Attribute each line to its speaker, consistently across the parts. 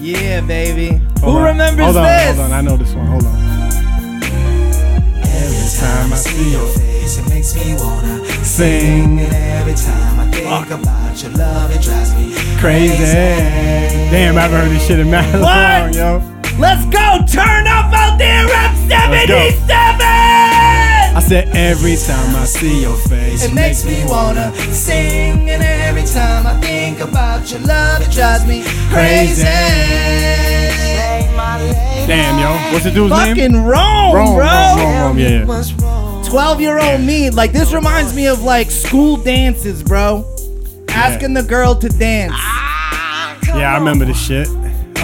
Speaker 1: Yeah, baby.
Speaker 2: Hold
Speaker 1: Who
Speaker 2: on.
Speaker 1: remembers
Speaker 2: hold on,
Speaker 1: this?
Speaker 2: Hold on, I know this one. Hold on.
Speaker 3: Every time I see your face, it makes me wanna
Speaker 2: Sing
Speaker 3: And every time I think about your love, it drives me
Speaker 2: crazy. Damn, I've heard this shit in mad long,
Speaker 1: What?
Speaker 2: yo.
Speaker 1: Let's go. Turn up out there, rep
Speaker 2: Let's go.
Speaker 1: 77.
Speaker 2: I said every time I see your face,
Speaker 3: It makes me wanna sing, and every time I think about your love, it drives me crazy.
Speaker 2: Crazy. Damn, yo. What's the dude's name?
Speaker 1: Fucking Rome,
Speaker 2: Wrong,
Speaker 1: bro.
Speaker 2: wrong, wrong, wrong. Yeah, yeah.
Speaker 3: What's wrong?
Speaker 1: 12 year old me. Like, this reminds me of like school dances, bro. Asking the girl to dance.
Speaker 2: Yeah, I remember this shit.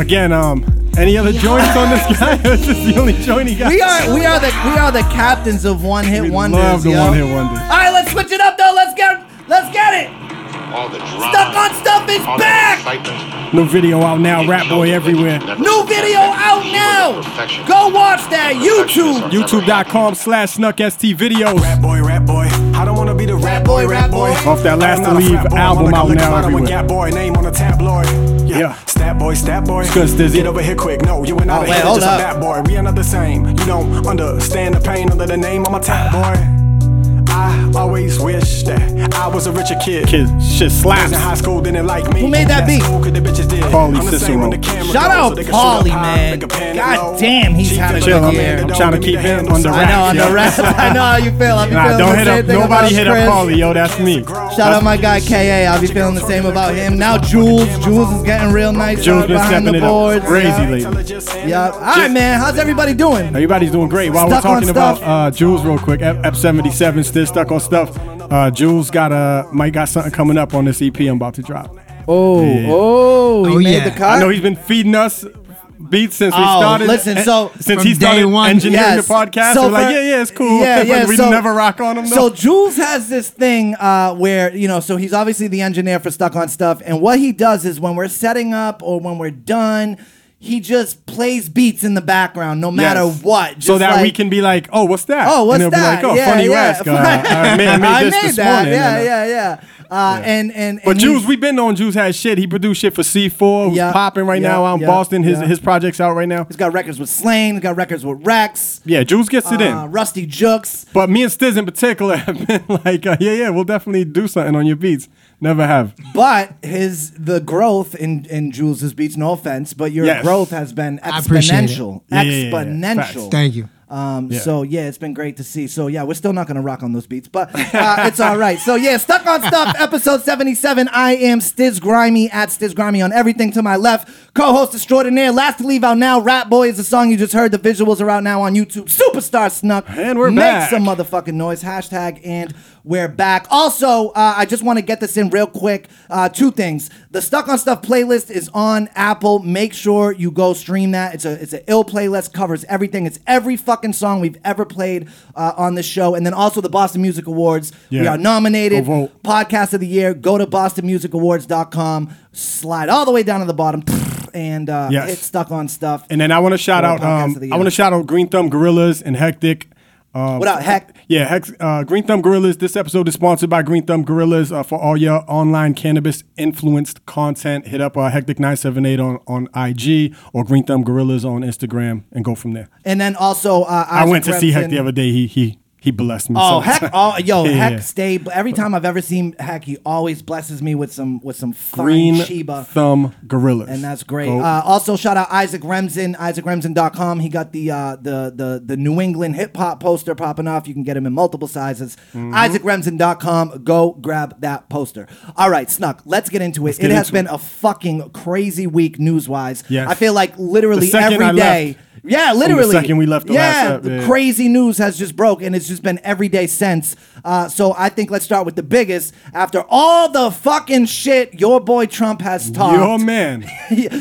Speaker 2: Again, um, any other joints on this guy? That's just the only joint he got.
Speaker 1: We are we are the we are the captains of one hit
Speaker 2: We
Speaker 1: wonders.
Speaker 2: love the
Speaker 1: yo.
Speaker 2: one hit wonder.
Speaker 1: All right, let's switch it up though. Let's get let's get it.
Speaker 4: All the drama.
Speaker 1: Stuck on stuff is
Speaker 4: all
Speaker 1: back.
Speaker 4: That excitement,
Speaker 2: New video out now, Rap Boy everywhere.
Speaker 1: New video out now. Go watch that YouTube.
Speaker 2: YouTube.com slash snuckst videos.
Speaker 5: Rap boy, rap boy. I don't wanna be the rap boy, rap boy.
Speaker 2: Off that Last to Leave album out now everywhere.
Speaker 5: Gap boy, name on the tabloid. Yeah.
Speaker 2: Yeah.
Speaker 5: Stat boy, stat boy.
Speaker 2: good, Stizzy.
Speaker 5: Get over here quick. No, you and I
Speaker 1: Oh,
Speaker 5: the
Speaker 1: wait,
Speaker 5: hit,
Speaker 1: hold
Speaker 5: just
Speaker 1: up.
Speaker 5: a bad boy. We are not the same. You don't understand the pain under the name. I'm a top boy. I always wish that I was a richer kid.
Speaker 2: Kid, shit
Speaker 5: Kids in high
Speaker 2: slaps.
Speaker 5: school didn't like me.
Speaker 1: Who made that beat?
Speaker 5: Cool, 'cause the bitches did.
Speaker 2: Pauly
Speaker 5: I'm the same when the
Speaker 2: Cicero.
Speaker 5: camera
Speaker 1: Shout
Speaker 5: goes,
Speaker 1: out
Speaker 5: so they can shoot up
Speaker 1: Pauly,
Speaker 5: high,
Speaker 1: man.
Speaker 5: nigga pan it
Speaker 1: God
Speaker 5: low.
Speaker 1: damn, he's
Speaker 5: Chief
Speaker 1: having
Speaker 5: of
Speaker 1: a
Speaker 5: the
Speaker 1: good
Speaker 5: band
Speaker 1: year.
Speaker 5: that
Speaker 1: I'm
Speaker 5: don't
Speaker 2: trying to
Speaker 5: need
Speaker 2: keep
Speaker 5: the
Speaker 2: him
Speaker 5: handles
Speaker 2: under
Speaker 5: on
Speaker 1: I know
Speaker 2: wraps,
Speaker 1: on
Speaker 2: yo.
Speaker 1: the rest. I know how you feel. I be
Speaker 2: Nah,
Speaker 1: feeling
Speaker 2: don't
Speaker 1: the
Speaker 2: hit
Speaker 1: same
Speaker 2: up.
Speaker 1: thing about
Speaker 2: Nobody hit up
Speaker 1: Chris.
Speaker 2: Pauly, yo. That's me.
Speaker 1: Shout out my guy KA. I'll be feeling the same about him. Now Jules. Jules is getting real nice.
Speaker 2: Jules
Speaker 1: out
Speaker 2: been
Speaker 1: behind
Speaker 2: stepping
Speaker 1: the
Speaker 2: it up
Speaker 1: boards,
Speaker 2: crazy
Speaker 1: yeah.
Speaker 2: lately.
Speaker 1: Yep. All right, man. How's everybody doing?
Speaker 2: Everybody's doing great. While
Speaker 1: Stuck
Speaker 2: we're talking
Speaker 1: on
Speaker 2: about
Speaker 1: stuff.
Speaker 2: uh, Jules real quick, Ep Ep 77 still stuck on stuff. Uh, Jules got a might got something coming up on this EP I'm about to drop.
Speaker 1: Oh, oh, he
Speaker 6: Oh,
Speaker 1: made
Speaker 6: yeah.
Speaker 1: the cut.
Speaker 2: I know he's been feeding us beats since we
Speaker 1: Oh,
Speaker 2: started.
Speaker 1: listen,
Speaker 2: and-
Speaker 1: so
Speaker 2: since
Speaker 6: from
Speaker 2: he started
Speaker 6: day one-
Speaker 2: engineering
Speaker 1: Yes.
Speaker 2: the podcast,
Speaker 1: So
Speaker 2: we're like,
Speaker 1: for-
Speaker 2: yeah, yeah, it's cool.
Speaker 1: Yeah,
Speaker 2: But
Speaker 1: yeah,
Speaker 2: we
Speaker 1: so-
Speaker 2: never rock on him.
Speaker 1: So
Speaker 2: Though.
Speaker 1: Jules has this thing uh, where you know, so he's obviously the engineer for Stuck on Stuff, and what he does is when we're setting up or when we're done, he just plays beats in the background, no matter
Speaker 2: Yes.
Speaker 1: what, just
Speaker 2: so that we
Speaker 1: like-
Speaker 2: can be like, oh, what's that?
Speaker 1: Oh, what's
Speaker 2: and it'll
Speaker 1: that?
Speaker 2: Be like, oh,
Speaker 1: yeah,
Speaker 2: funny you
Speaker 1: yeah.
Speaker 2: ask. Uh, I made, I made this this
Speaker 1: that.
Speaker 2: morning.
Speaker 1: Yeah,
Speaker 2: and, uh,
Speaker 1: yeah, yeah. Uh, And and
Speaker 2: But
Speaker 1: and
Speaker 2: Jules,
Speaker 1: he's-
Speaker 2: we've been on Jules has shit. He produced shit for C4, who's
Speaker 1: Yeah,
Speaker 2: popping right
Speaker 1: yeah,
Speaker 2: now out in
Speaker 1: yeah,
Speaker 2: Boston. His
Speaker 1: yeah.
Speaker 2: his project's out right now.
Speaker 1: he's got records with Slain, he's got records with Rex,
Speaker 2: Yeah, Jules gets it
Speaker 1: uh,
Speaker 2: in.
Speaker 1: Rusty Jooks.
Speaker 2: But me and Stiz in particular have been like, uh, yeah, yeah, we'll definitely do something on your beats. Never have.
Speaker 1: But his the growth in in Jules' beats, no offense, but your
Speaker 2: Yes.
Speaker 1: growth has been
Speaker 6: appreciate it.
Speaker 1: exponential.
Speaker 2: Yeah, yeah, yeah, yeah.
Speaker 1: Exponential.
Speaker 6: Thank you.
Speaker 1: Um,
Speaker 2: Yeah.
Speaker 1: So yeah, it's been great to see. So yeah, we're still not gonna rock on those beats, but uh, it's all right. So yeah, stuck on stuff, episode seventy-seven. I am Stiz Grimy at Stiz Grimy on everything to my left. Co-host extraordinaire. Last to leave out now. Rap Boy is the song you just heard. The visuals are out now on YouTube. Superstar Snuck.
Speaker 2: And we're
Speaker 1: Make
Speaker 2: back.
Speaker 1: some motherfucking noise. Hashtag and we're back. Also, uh, I just want to get this in real quick. Uh, two things. The Stuck on Stuff playlist is on Apple. Make sure you go stream that. It's a it's an ill playlist. Covers everything. It's every fucking song we've ever played uh, on this show. And then also the Boston Music Awards. We
Speaker 2: Yeah.
Speaker 1: are nominated
Speaker 2: Go vote.
Speaker 1: podcast of the year. Go to bostonmusicawards.com. Slide all the way down to the bottom and uh,
Speaker 2: Yes.
Speaker 1: hit Stuck on Stuff.
Speaker 2: And then I want to shout
Speaker 1: Or
Speaker 2: out.
Speaker 1: podcast
Speaker 2: Um,
Speaker 1: of the
Speaker 2: I want to
Speaker 1: year.
Speaker 2: shout out Green Thumb Gorillas and Hectic. Um,
Speaker 1: What up, Hec?
Speaker 2: Yeah, Hex, uh, Green Thumb Gorillas. This episode is sponsored by Green Thumb Gorillas uh, for all your online cannabis influenced content. Hit up uh, Hectic nine seven eight on on IG or Green Thumb Gorillas on Instagram and go from there.
Speaker 1: And then also, uh,
Speaker 2: I went to see Heck
Speaker 1: Hector
Speaker 2: the other day. He he he blessed me. so-
Speaker 1: Oh heck! Oh yo,
Speaker 2: Yeah, yeah.
Speaker 1: heck! Stay. Every time I've ever seen heck, he always blesses me with some with some fine
Speaker 2: Green
Speaker 1: Shiba,
Speaker 2: Thumb Gorillas.
Speaker 1: and that's great.
Speaker 2: Go-
Speaker 1: Uh, also, shout out Isaac Remsen, IsaacRemsen.com. He got the uh, the the the New England hip hop poster popping off. You can get him in multiple sizes.
Speaker 2: Mm-hmm.
Speaker 1: IsaacRemsen.com. Go grab that poster. All right, Snuck. Let's get into it.
Speaker 2: get
Speaker 1: it has
Speaker 2: into
Speaker 1: been a fucking crazy week news wise.
Speaker 2: Yes.
Speaker 1: I feel like literally
Speaker 2: second
Speaker 1: every
Speaker 2: I left-
Speaker 1: day. Yeah, literally.
Speaker 2: second we left the
Speaker 1: yeah,
Speaker 2: last ep,
Speaker 1: the
Speaker 2: yeah.
Speaker 1: crazy crazy news has just broke, and it's just been every day since. Uh, so I think let's start with the biggest. After all the fucking shit your boy Trump has
Speaker 2: your
Speaker 1: talked,
Speaker 2: Oh, man,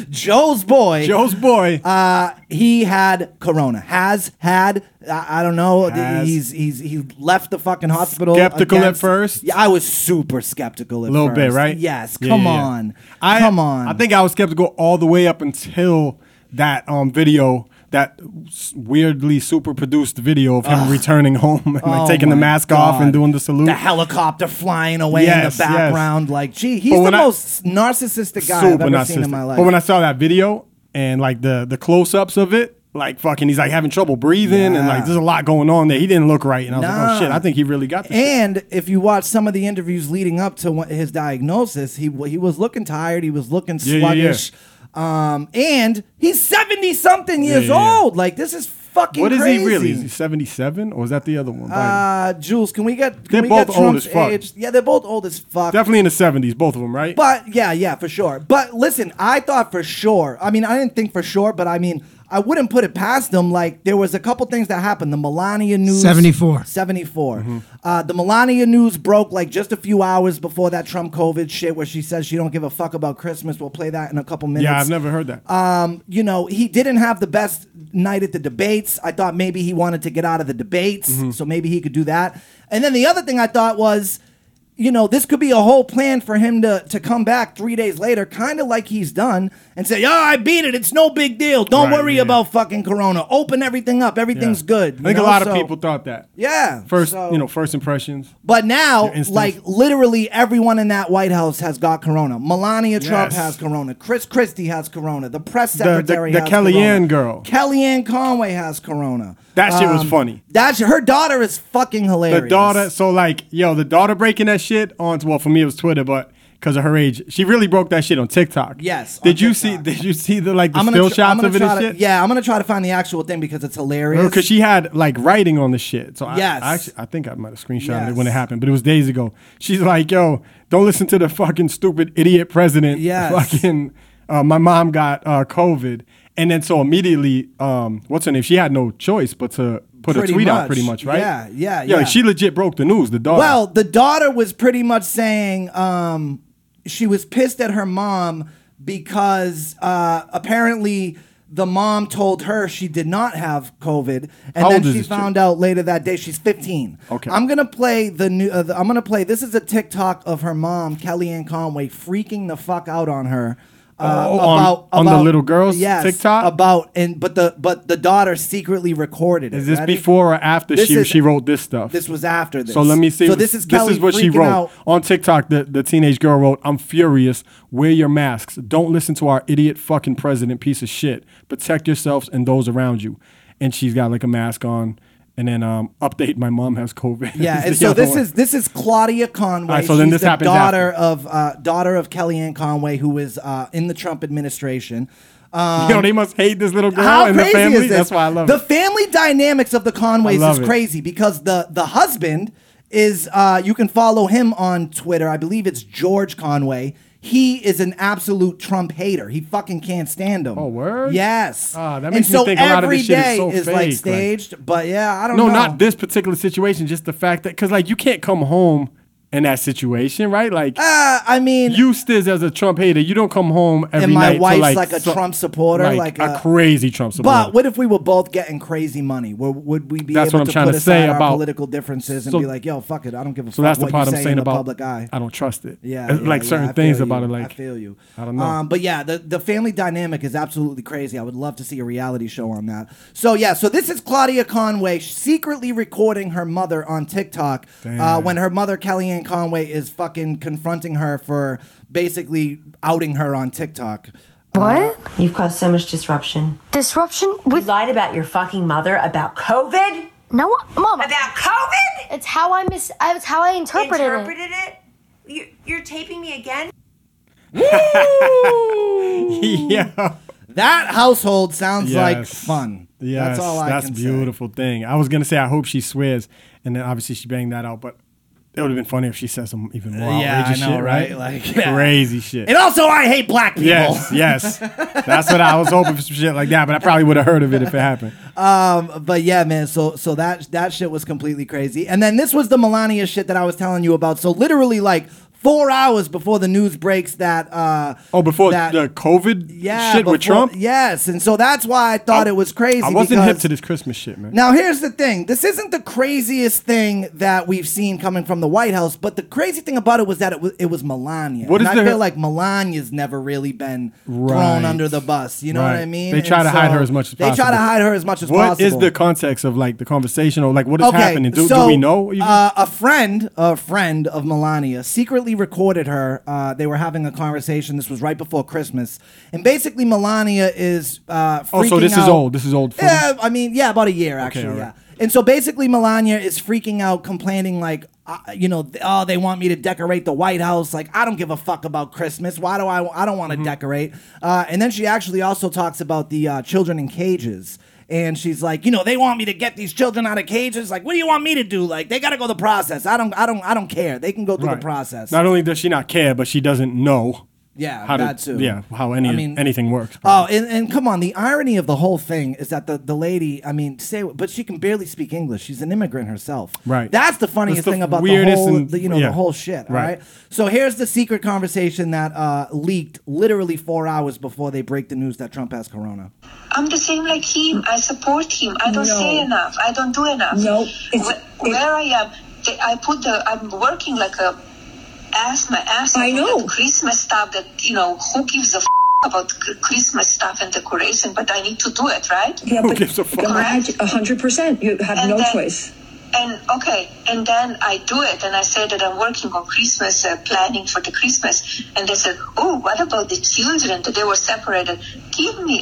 Speaker 1: Joe's boy,
Speaker 2: Joe's boy.
Speaker 1: uh, he had corona. Has had. I, I don't know.
Speaker 2: Has.
Speaker 1: He's he's he left the fucking hospital.
Speaker 2: Skeptical at
Speaker 1: against-
Speaker 2: first?
Speaker 1: Yeah, I was super skeptical at
Speaker 2: a little
Speaker 1: first.
Speaker 2: bit, right?
Speaker 1: Yes.
Speaker 2: Yeah,
Speaker 1: Come
Speaker 2: yeah, yeah.
Speaker 1: on.
Speaker 2: I,
Speaker 1: come on.
Speaker 2: I think I was skeptical all the way up until that um video, that s- weirdly super produced video of him returning home and like
Speaker 1: Oh
Speaker 2: taking the
Speaker 1: my
Speaker 2: mask off and
Speaker 1: God.
Speaker 2: doing the salute.
Speaker 1: the helicopter flying away
Speaker 2: Yes,
Speaker 1: in the
Speaker 2: yes.
Speaker 1: background. Like, gee, he's
Speaker 2: But
Speaker 1: the
Speaker 2: when I-
Speaker 1: most narcissistic guy I've ever seen in
Speaker 2: narcissistic.
Speaker 1: my life.
Speaker 2: But when I saw that video and like the the close ups of it, like fucking, he's like having trouble breathing, and like
Speaker 1: Yeah.
Speaker 2: there's a lot going on there. He didn't look right, and I was like, oh
Speaker 1: Nah.
Speaker 2: shit, I think he really got this. shit."
Speaker 1: And if you watch some of the interviews leading up to what- his diagnosis, he w- he was looking tired. He was looking
Speaker 2: Yeah, yeah, yeah.
Speaker 1: sluggish. Um, and he's seventy something years
Speaker 2: yeah, yeah.
Speaker 1: old. Like this is fucking.
Speaker 2: what is
Speaker 1: crazy.
Speaker 2: he really? Is he seventy seven, or is that the other one? Biden?
Speaker 1: Uh, Jules, can we get can
Speaker 2: They're
Speaker 1: we
Speaker 2: both
Speaker 1: get
Speaker 2: old
Speaker 1: Trump's
Speaker 2: as fuck.
Speaker 1: age? Yeah, they're both old as fuck.
Speaker 2: Definitely in the seventies, both of them, right?
Speaker 1: But yeah, yeah, for sure. But listen, I thought for sure. I mean, I didn't think for sure, but I mean, I wouldn't put it past them. Like there was a couple things that happened. The Melania news,
Speaker 4: 74.
Speaker 1: 74.
Speaker 2: Mm-hmm.
Speaker 1: Uh, the Melania news broke like just a few hours before that Trump COVID shit, where she says she don't give a fuck about Christmas. We'll play that in a couple minutes.
Speaker 2: yeah, I've never heard that.
Speaker 1: Uh, You know, he didn't have the best night at the debates. I thought maybe he wanted to get out of the debates,
Speaker 2: Mm-hmm.
Speaker 1: so maybe he could do that. And then the other thing I thought was, you know, this could be a whole plan for him to to come back three days later, kind of like he's done, and say, "Oh, I beat it. It's no big deal. Don't
Speaker 2: Right,
Speaker 1: worry
Speaker 2: yeah.
Speaker 1: about fucking Corona. Open everything up.
Speaker 2: Yeah.
Speaker 1: Everything's good."
Speaker 2: I
Speaker 1: you
Speaker 2: think a
Speaker 1: know?
Speaker 2: lot
Speaker 1: So-
Speaker 2: of people thought that.
Speaker 1: Yeah.
Speaker 2: First,
Speaker 1: so-
Speaker 2: you know, first impressions.
Speaker 1: but now,
Speaker 2: Your instincts.
Speaker 1: like literally everyone in that White House has got corona. Melania Trump
Speaker 2: Yes.
Speaker 1: has corona. Chris Christie has corona. The press
Speaker 2: the-
Speaker 1: secretary
Speaker 2: the
Speaker 1: has
Speaker 2: Kellyanne
Speaker 1: corona.
Speaker 2: girl.
Speaker 1: Kellyanne Conway has corona.
Speaker 2: That shit
Speaker 1: Um,
Speaker 2: was funny.
Speaker 1: That sh- her daughter is fucking hilarious.
Speaker 2: The daughter, so like, yo, the daughter breaking that shit on. Well, for me, it was Twitter, but because of her age, she really broke that shit on TikTok.
Speaker 1: Yes, on
Speaker 2: Did you see?
Speaker 1: TikTok.
Speaker 2: Did you see the like the
Speaker 1: I'm gonna
Speaker 2: still
Speaker 1: tr-
Speaker 2: shots
Speaker 1: I'm gonna
Speaker 2: of it
Speaker 1: try
Speaker 2: and
Speaker 1: to-
Speaker 2: shit?
Speaker 1: Yeah, I'm gonna try to find the actual thing because it's hilarious.
Speaker 2: Because she had like writing on the shit. So I-
Speaker 1: Yes.
Speaker 2: I, actually, I think I might have screenshotted it
Speaker 1: Yes.
Speaker 2: when it happened, but it was days ago. She's like, yo, don't listen to the fucking stupid idiot president.
Speaker 1: Yes.
Speaker 2: Fucking, uh, my mom got uh, COVID. And then so immediately, um, what's her name? She had no choice but to put
Speaker 1: Pretty
Speaker 2: a tweet out pretty
Speaker 1: much.
Speaker 2: much, right?
Speaker 1: Yeah, yeah,
Speaker 2: Yeah, like,
Speaker 1: yeah.
Speaker 2: she legit broke the news, the dog.
Speaker 1: Well, the daughter was pretty much saying um, she was pissed at her mom because uh, apparently the mom told her she did not have COVID, and
Speaker 2: How
Speaker 1: then
Speaker 2: old is
Speaker 1: she
Speaker 2: this
Speaker 1: found
Speaker 2: chick?
Speaker 1: out later that day she's 15.
Speaker 2: Okay.
Speaker 1: I'm gonna play the new. Uh, the, I'm gonna play. This is a TikTok of her mom, Kellyanne Conway, freaking the fuck out on her. Uh,
Speaker 2: Oh, on- on the little girl's
Speaker 1: yes,
Speaker 2: TikTok?
Speaker 1: about and but the but the daughter secretly recorded it.
Speaker 2: is this
Speaker 1: Ready?
Speaker 2: before or after
Speaker 1: This
Speaker 2: she,
Speaker 1: is-
Speaker 2: she wrote this stuff?
Speaker 1: This was after this.
Speaker 2: So let me see.
Speaker 1: So this is Kelly
Speaker 2: this is what she
Speaker 1: freaking
Speaker 2: wrote
Speaker 1: out.
Speaker 2: on TikTok. The, the teenage girl wrote, "I'm furious. Wear your masks. Don't listen to our idiot fucking president piece of shit. Protect yourselves and those around you." And she's got like a mask on. And then um, update. My mom has COVID.
Speaker 1: Yeah, and
Speaker 2: Is the
Speaker 1: so
Speaker 2: other
Speaker 1: this
Speaker 2: one.
Speaker 1: is this is Claudia Conway.
Speaker 2: All right, so then
Speaker 1: She's
Speaker 2: this
Speaker 1: the
Speaker 2: happens
Speaker 1: daughter
Speaker 2: after.
Speaker 1: of uh, daughter of Kellyanne Conway, who was uh, in the Trump administration.
Speaker 2: yo. They must hate this little girl
Speaker 1: um, How
Speaker 2: and
Speaker 1: crazy
Speaker 2: the family.
Speaker 1: is this?
Speaker 2: That's why I love
Speaker 1: the
Speaker 2: it.
Speaker 1: family dynamics of the
Speaker 2: I
Speaker 1: Conways
Speaker 2: love
Speaker 1: is
Speaker 2: it.
Speaker 1: crazy because the the husband is uh, you can follow him on Twitter. I believe it's George Conway. He is an absolute Trump hater. He fucking can't stand him.
Speaker 2: Oh, word?
Speaker 1: Yes.
Speaker 2: Ah, that
Speaker 1: And
Speaker 2: makes me
Speaker 1: so
Speaker 2: think a lot of
Speaker 1: every
Speaker 2: this shit is
Speaker 1: day
Speaker 2: so fake,
Speaker 1: like
Speaker 2: like-
Speaker 1: staged, but yeah, I don't
Speaker 2: No,
Speaker 1: know.
Speaker 2: not this particular situation. Just the fact that because like you can't come home in that situation, right? Like
Speaker 1: Uh, I mean,
Speaker 2: you stiz as a Trump hater, you don't come home every
Speaker 1: And my
Speaker 2: night. to,
Speaker 1: wife's
Speaker 2: like,
Speaker 1: like a
Speaker 2: so-
Speaker 1: Trump supporter, like uh,
Speaker 2: a,
Speaker 1: a-
Speaker 2: crazy Trump supporter.
Speaker 1: But what if we were both getting crazy money? Would, would we be
Speaker 2: That's
Speaker 1: able
Speaker 2: what I'm
Speaker 1: to
Speaker 2: trying
Speaker 1: put
Speaker 2: to
Speaker 1: aside
Speaker 2: say
Speaker 1: our
Speaker 2: about-
Speaker 1: political differences and
Speaker 2: So-
Speaker 1: be like, "Yo, fuck it, I don't give a
Speaker 2: so
Speaker 1: fuck
Speaker 2: that's the
Speaker 1: what
Speaker 2: part
Speaker 1: you
Speaker 2: I'm
Speaker 1: say
Speaker 2: saying
Speaker 1: in the
Speaker 2: about
Speaker 1: public eye."
Speaker 2: I don't trust it.
Speaker 1: Yeah,
Speaker 2: It's
Speaker 1: yeah,
Speaker 2: like
Speaker 1: yeah,
Speaker 2: certain
Speaker 1: I feel
Speaker 2: things
Speaker 1: you.
Speaker 2: about it. Like
Speaker 1: I feel you.
Speaker 2: I don't know.
Speaker 1: Um, but yeah, the the family dynamic is absolutely crazy. I would love to see a reality show on that. So yeah, so this is Claudia Conway secretly recording her mother on TikTok uh,
Speaker 2: Damn.
Speaker 1: when her mother Kellyanne Conway is fucking confronting her for basically outing her on TikTok.
Speaker 6: What?
Speaker 7: You've caused so much disruption.
Speaker 6: Disruption
Speaker 7: You
Speaker 6: with
Speaker 7: lied about your fucking mother about COVID?
Speaker 6: no, mom.
Speaker 7: About COVID?
Speaker 6: It's how I mis. I- It's how I interpreted, it.
Speaker 7: Interpreted it? You, you're taping me again?
Speaker 2: yeah,
Speaker 1: That household sounds like
Speaker 2: Yes.
Speaker 1: fun.
Speaker 2: Yes,
Speaker 1: that's all I
Speaker 2: that's
Speaker 1: can say.
Speaker 2: beautiful thing. I was gonna say I hope she swears, and then obviously she banged that out. But it would have been funny if she said some even more
Speaker 1: Yeah, I
Speaker 2: outrageous
Speaker 1: know,
Speaker 2: shit,
Speaker 1: right?
Speaker 2: right?
Speaker 1: Like, yeah.
Speaker 2: crazy shit.
Speaker 1: And also, I hate black people.
Speaker 2: Yes, yes. That's what I was hoping for some shit like that, but I probably would have heard of it if it happened.
Speaker 1: But yeah, man. So so that that shit was completely crazy. And then this was the Melania shit that I was telling you about. So literally, like four hours before the news breaks that. Uh,
Speaker 2: Oh, before
Speaker 1: that,
Speaker 2: the COVID
Speaker 1: yeah
Speaker 2: shit with
Speaker 1: before-
Speaker 2: Trump,
Speaker 1: Yes, and so that's why I thought it was crazy.
Speaker 2: I wasn't hip
Speaker 1: because-
Speaker 2: to this Christmas shit, man.
Speaker 1: Now, here's the thing. This isn't the craziest thing that we've seen coming from the White House, but the crazy thing about it was that it was, it was Melania.
Speaker 2: What
Speaker 1: and
Speaker 2: is
Speaker 1: I
Speaker 2: the-
Speaker 1: feel like Melania's never really been
Speaker 2: Right.
Speaker 1: thrown under the bus. You know what
Speaker 2: Right.
Speaker 1: I mean?
Speaker 2: They try to hide her as much as
Speaker 1: they They try
Speaker 2: possible.
Speaker 1: to hide her as much as
Speaker 2: What
Speaker 1: possible.
Speaker 2: is the context of like the conversation or like what is happening? Do, do
Speaker 1: so,
Speaker 2: we know? even?
Speaker 1: Uh, a friend, a friend of Melania, secretly recorded her. Uh, they were having a conversation. This was right before Christmas, and basically Melania is. Uh,
Speaker 2: Oh, so
Speaker 1: freaking
Speaker 2: this is
Speaker 1: out-
Speaker 2: old. This is old footage?
Speaker 1: Yeah, I mean, yeah, about a year actually.
Speaker 2: all right.
Speaker 1: Yeah. And so basically, Melania is freaking out, complaining like, uh, you know, th- oh, they want me to decorate the White House. Like, I don't give a fuck about Christmas. Why do I? I don't
Speaker 2: Mm-hmm.
Speaker 1: want to decorate. Uh, and then she actually also talks about the uh, children in cages. And she's like, you know, they want me to get these children out of cages. Like, what do you want me to do? Like, they got to go the process. I don't, I don't, I don't care. They can go through
Speaker 2: Right.
Speaker 1: the process.
Speaker 2: Not only does she not care, but she doesn't know.
Speaker 1: Yeah,
Speaker 2: how to-
Speaker 1: that too.
Speaker 2: yeah, how any- anything works.
Speaker 1: Oh, and, and come on, the irony of the whole thing is that the, the lady, I mean, say, what- but she can barely speak English. She's an immigrant herself.
Speaker 2: Right.
Speaker 1: That's the funniest
Speaker 2: That's the
Speaker 1: thing about the
Speaker 2: weirdest
Speaker 1: whole,
Speaker 2: and-
Speaker 1: the, you know,
Speaker 2: yeah.
Speaker 1: the whole shit. all
Speaker 2: Right.
Speaker 1: right? So here's the secret conversation that uh, leaked literally four hours before they break the news that Trump has corona.
Speaker 4: I'm the same like him. I support him. I don't say enough. I don't do enough.
Speaker 8: No, it's-
Speaker 4: Where, where I am, the- I put the. I'm working like a ass my ass.
Speaker 8: I
Speaker 4: off with
Speaker 8: know.
Speaker 4: that Christmas stuff that you know who gives a f- about C- Christmas stuff and decoration, but I need to do it right.
Speaker 8: Yeah,
Speaker 2: Who
Speaker 8: but
Speaker 2: gives a fuck?
Speaker 8: God, a hundred percent. You have
Speaker 4: And
Speaker 8: no
Speaker 4: then-
Speaker 8: choice.
Speaker 4: And okay, and then I do it, and I say that I'm working on Christmas, uh, planning for the Christmas, and they said, "Oh, what about the children that they were separated? Give me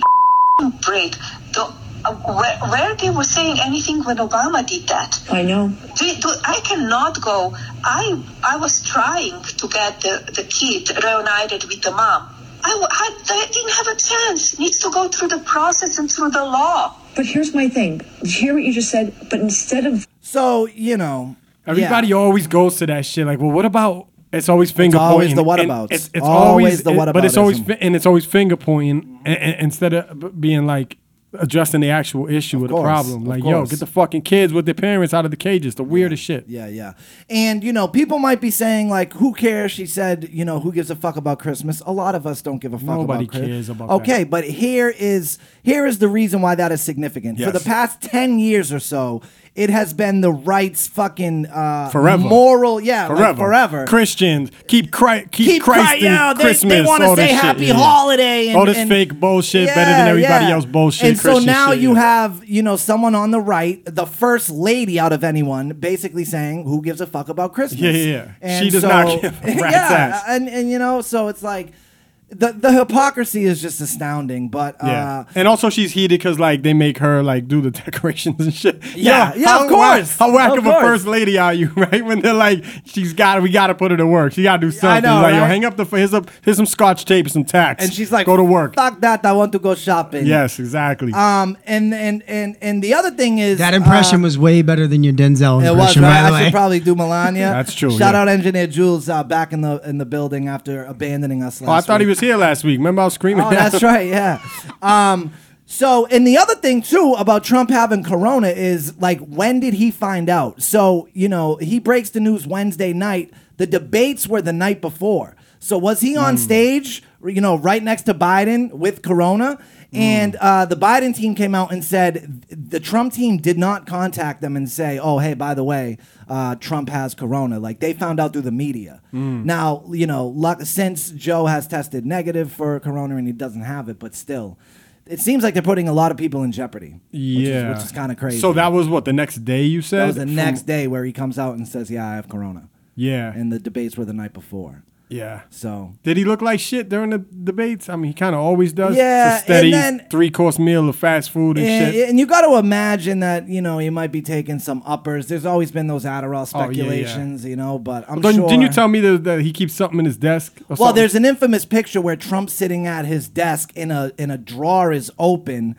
Speaker 4: a break." The, uh, where, where they were saying anything when Obama did that?
Speaker 8: I know.
Speaker 4: Do, do, I cannot go. I I was trying to get the, the kid reunited with the mom. I, w- I- I didn't have a chance. Needs to go through the process and through the law.
Speaker 8: But here's my thing. Hear what you just said, but instead of
Speaker 1: So, you know. yeah.
Speaker 2: Everybody always goes to that shit. Like, well, what about? It's always finger
Speaker 1: always
Speaker 2: pointing.
Speaker 1: the whatabouts.
Speaker 2: and It's, it's
Speaker 1: Always
Speaker 2: always,
Speaker 1: the
Speaker 2: it- but it's always
Speaker 1: whataboutism.
Speaker 2: fi- and it's always finger pointing and, instead of b- being like addressing the actual issue or the
Speaker 1: course,
Speaker 2: problem.
Speaker 1: of
Speaker 2: Like, yo,
Speaker 1: course.
Speaker 2: get the fucking kids with their parents out of the cages. The weirdest shit.
Speaker 1: Yeah, yeah. And, you know, people might be saying, like, who cares? She said, you know, who gives a fuck about Christmas? A lot of us don't give a fuck
Speaker 2: Nobody
Speaker 1: about Christmas.
Speaker 2: cares about that.
Speaker 1: Okay, but here is here is the reason why that is significant. For
Speaker 2: Yes.
Speaker 1: the past 10 years or so, it has been the right's fucking uh,
Speaker 2: Forever.
Speaker 1: moral, yeah, like,
Speaker 2: Forever.
Speaker 1: forever.
Speaker 2: Christians keep Christ. Keep,
Speaker 1: Keep
Speaker 2: Christ
Speaker 1: crying
Speaker 2: in
Speaker 1: out. They-
Speaker 2: Christmas.
Speaker 1: They, want to
Speaker 2: all
Speaker 1: say
Speaker 2: this shit.
Speaker 1: happy
Speaker 2: Yeah.
Speaker 1: holiday. And,
Speaker 2: all this
Speaker 1: and-
Speaker 2: fake bullshit better than
Speaker 1: Yeah,
Speaker 2: everybody
Speaker 1: yeah.
Speaker 2: else bullshit.
Speaker 1: And so
Speaker 2: Christian
Speaker 1: now
Speaker 2: shit,
Speaker 1: you
Speaker 2: yeah.
Speaker 1: have, you know, someone on the right, the first lady out of anyone, basically saying, "Who gives a fuck about Christmas?"
Speaker 2: Yeah, yeah, yeah. She does not give a rat's
Speaker 1: yeah,
Speaker 2: ass.
Speaker 1: and and you know, so it's like. The, the hypocrisy is just astounding, but uh,
Speaker 2: Yeah, and also she's heated because like they make her like do the decorations and shit.
Speaker 1: Yeah, yeah,
Speaker 2: how
Speaker 1: of
Speaker 2: whack-
Speaker 1: course,
Speaker 2: how whack
Speaker 1: of
Speaker 2: of, a
Speaker 1: course.
Speaker 2: first lady are you, right? When they're like, she's got, we got to put her to work. She got to do something.
Speaker 1: know,
Speaker 2: like, yo,
Speaker 1: right?
Speaker 2: hang up the here's, a, here's some scotch tape, some tacks,
Speaker 1: and she's like,
Speaker 2: go to work.
Speaker 1: Fuck that! I want to go shopping.
Speaker 2: Yes, exactly.
Speaker 1: Um. And and and and the other thing is
Speaker 9: That
Speaker 1: uh,
Speaker 9: impression was way better than your Denzel
Speaker 1: It was.
Speaker 9: impression,
Speaker 1: Right?
Speaker 9: by the
Speaker 1: I
Speaker 9: way.
Speaker 1: should probably do Melania.
Speaker 2: That's true,
Speaker 1: Shout
Speaker 2: yeah.
Speaker 1: out engineer Jules uh, back in the in the building after abandoning us. Last
Speaker 2: oh, I thought he
Speaker 1: week.
Speaker 2: was here last week. Remember I was screaming?
Speaker 1: Oh, that's right. Yeah. Um. So, and the other thing too about Trump having corona is like, when did he find out? So, you know, he breaks the news Wednesday night. The debates were the night before. So, was he on stage, you know, right next to Biden with corona? And uh, the Biden team came out and said the Trump team did not contact them and say, "Oh, hey, by the way, uh, Trump has corona." Like they found out through the media. Now, you know, luck, since Joe has tested negative for corona and he doesn't have it, but still, it seems like they're putting a lot of people in jeopardy.
Speaker 2: yeah,
Speaker 1: which is, which is kind of crazy.
Speaker 2: So that was what the next day you said.
Speaker 1: That was the
Speaker 2: From-
Speaker 1: next day where he comes out and says, "Yeah, I have corona,"
Speaker 2: Yeah,
Speaker 1: and the debates were the night before.
Speaker 2: yeah.
Speaker 1: So
Speaker 2: Did he look like shit during the debates? I mean, he kind of always does.
Speaker 1: Yeah,
Speaker 2: It's a steady
Speaker 1: and then-
Speaker 2: three course meal of fast food and,
Speaker 1: And,
Speaker 2: shit.
Speaker 1: and you got to imagine that you know you might be taking some uppers. There's always been those Adderall
Speaker 2: Oh, yeah, yeah.
Speaker 1: speculations, you know. But I'm
Speaker 2: Don't-
Speaker 1: sure.
Speaker 2: Didn't you tell me that, that he keeps something in his desk? Or
Speaker 1: Well,
Speaker 2: something?
Speaker 1: there's an infamous picture where Trump's sitting at his desk in a in a drawer is open.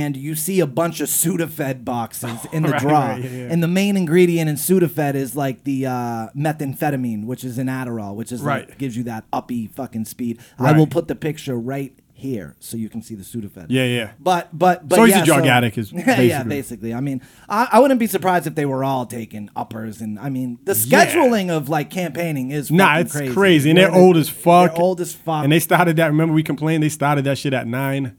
Speaker 1: And you see a bunch of Sudafed boxes in the
Speaker 2: Right,
Speaker 1: drawer,
Speaker 2: right, yeah, yeah.
Speaker 1: and the main ingredient in Sudafed is like the uh, methamphetamine, which is an Adderall, which is like
Speaker 2: Right.
Speaker 1: gives you that uppy fucking speed. I
Speaker 2: Right.
Speaker 1: will put the picture right here so you can see the Sudafed.
Speaker 2: Yeah, yeah.
Speaker 1: But but but
Speaker 2: So he's a
Speaker 1: yeah,
Speaker 2: drug addict is
Speaker 1: yeah, yeah,
Speaker 2: basically-
Speaker 1: basically. I mean, I, I wouldn't be surprised if they were all taking uppers, and I mean, the scheduling of like campaigning is
Speaker 2: nah,
Speaker 1: fucking
Speaker 2: it's
Speaker 1: crazy.
Speaker 2: crazy, and they're
Speaker 1: Where
Speaker 2: old as fuck.
Speaker 1: They're old as fuck,
Speaker 2: and they started that. Remember, we complained they started that shit at nine.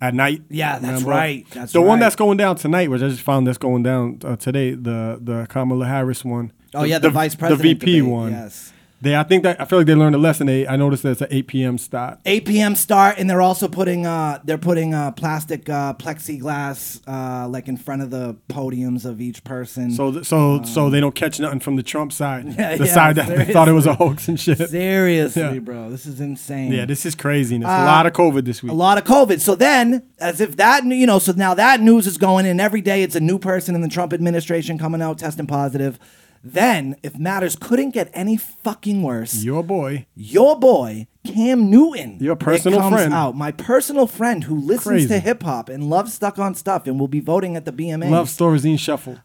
Speaker 2: At night,
Speaker 1: Yeah, that's
Speaker 2: Remember?
Speaker 1: right, that's
Speaker 2: the one
Speaker 1: right.
Speaker 2: that's going down tonight, which I just found that's going down uh, today. The the Kamala Harris one.
Speaker 1: Oh, yeah, the vice president
Speaker 2: the VP
Speaker 1: debate,
Speaker 2: one.
Speaker 1: yes.
Speaker 2: They, I think that I feel like they learned a lesson. They, I noticed that it's an 8 p.m. start.
Speaker 1: 8 p.m. start, and they're also putting uh, they're putting uh, plastic uh, plexiglass uh, like in front of the podiums of each person.
Speaker 2: So, th- so, so they don't catch nothing from the Trump side,
Speaker 1: Yeah,
Speaker 2: the
Speaker 1: yeah,
Speaker 2: side that they thought it was a
Speaker 1: seriously.
Speaker 2: hoax and shit.
Speaker 1: seriously,
Speaker 2: Yeah.
Speaker 1: bro, this is insane.
Speaker 2: Yeah, this is craziness. a lot of COVID this week.
Speaker 1: Uh, a lot of COVID. So then, as if that you know, so now that news is going in every day. It's a new person in the Trump administration coming out testing positive. Then, if matters couldn't get any fucking worse,
Speaker 2: Your boy.
Speaker 1: your boy Cam Newton,
Speaker 2: Your
Speaker 1: it
Speaker 2: personal
Speaker 1: comes
Speaker 2: friend.
Speaker 1: out my personal friend who listens to
Speaker 2: Crazy.
Speaker 1: hip hop and loves Stuck on Stuff and will be voting at the BMA.
Speaker 2: Love stories in shuffle.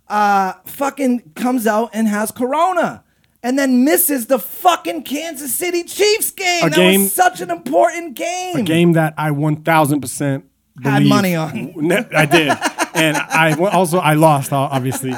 Speaker 1: fucking comes out and has corona. And then misses the fucking Kansas City Chiefs game.
Speaker 2: A
Speaker 1: that
Speaker 2: game-
Speaker 1: was such an important game.
Speaker 2: a game that I 1000%
Speaker 1: Had
Speaker 2: believe-
Speaker 1: money on.
Speaker 2: Ne- I did. and I wa- also I lost uh, obviously.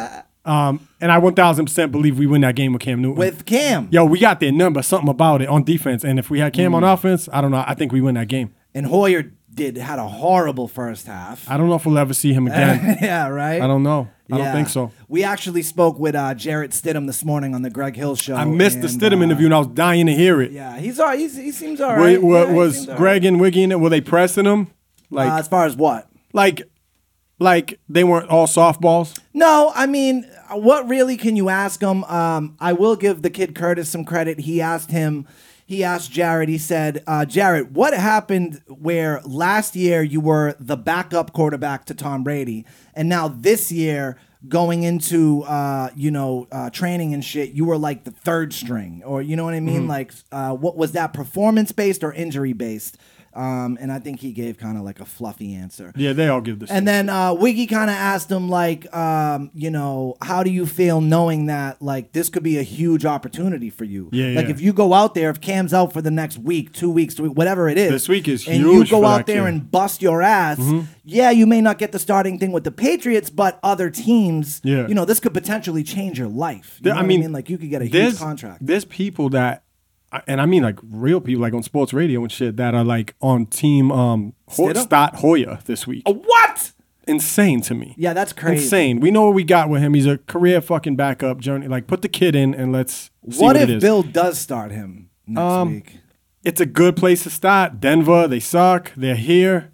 Speaker 2: Um, and I 1000% believe we win that game with Cam Newton.
Speaker 1: with Cam.
Speaker 2: Yo, we got their number, something about it on defense. And if we had Cam on
Speaker 1: Mm.
Speaker 2: offense, I don't know. I think we win that game.
Speaker 1: And Hoyer did had a horrible first half.
Speaker 2: I don't know if we'll ever see him again.
Speaker 1: yeah, right.
Speaker 2: I don't know. I
Speaker 1: Yeah.
Speaker 2: don't think so.
Speaker 1: We actually spoke with uh, Jarrett Stidham this morning on the Greg Hill show.
Speaker 2: I missed the
Speaker 1: and,
Speaker 2: Stidham
Speaker 1: uh,
Speaker 2: interview and I was dying to hear it.
Speaker 1: Yeah, he's all. Right. He's, he seems all
Speaker 2: Were-
Speaker 1: right.
Speaker 2: were-
Speaker 1: Yeah, he
Speaker 2: was
Speaker 1: seems all
Speaker 2: Greg and Wiggy in it? Were they pressing him?
Speaker 1: right.
Speaker 2: Like,
Speaker 1: Uh, as far as what?
Speaker 2: like, like they weren't all softballs.
Speaker 1: No, I mean, what really can you ask him? Um, I will give the kid Curtis some credit. He asked him, he asked Jared, he said, uh, Jared, what happened where last year you were the backup quarterback to Tom Brady, and now this year, going into uh, you know uh, training and shit, you were like the third string, or you know what I mean? Like, uh, what was that performance based or injury based? Um, and I think he gave kind of like a fluffy answer.
Speaker 2: Yeah, they all give this.
Speaker 1: And then uh, Wiggy kind of asked him, like, um, you know, how do you feel knowing that, like, this could be a huge opportunity for you?
Speaker 2: Yeah,
Speaker 1: Like,
Speaker 2: yeah.
Speaker 1: if you go out there, if Cam's out for the next week, two weeks, three, whatever it is,
Speaker 2: This week is
Speaker 1: and
Speaker 2: huge
Speaker 1: you go
Speaker 2: for
Speaker 1: out
Speaker 2: that Mm-hmm.
Speaker 1: there
Speaker 2: kid.
Speaker 1: and bust your ass, yeah, you may not get the starting thing with the Patriots, but other teams,
Speaker 2: Yeah.
Speaker 1: you know, this could potentially change your life. You
Speaker 2: There-
Speaker 1: know
Speaker 2: I
Speaker 1: what
Speaker 2: mean,
Speaker 1: like, you could get a huge
Speaker 2: there's-
Speaker 1: contract.
Speaker 2: There's people that, and I mean like real people, like on sports radio and shit, that are like on team um Ho-
Speaker 1: Stidham?
Speaker 2: Stott Hoyer this week.
Speaker 1: what?
Speaker 2: Insane to me.
Speaker 1: Yeah, that's crazy.
Speaker 2: Insane. We know what we got with him. He's a career fucking backup journey. Like, put the kid in and let's see what,
Speaker 1: what
Speaker 2: it
Speaker 1: if
Speaker 2: is. Um,
Speaker 1: Bill does start him next week?
Speaker 2: it's a good place to start. Denver, they suck. They're here.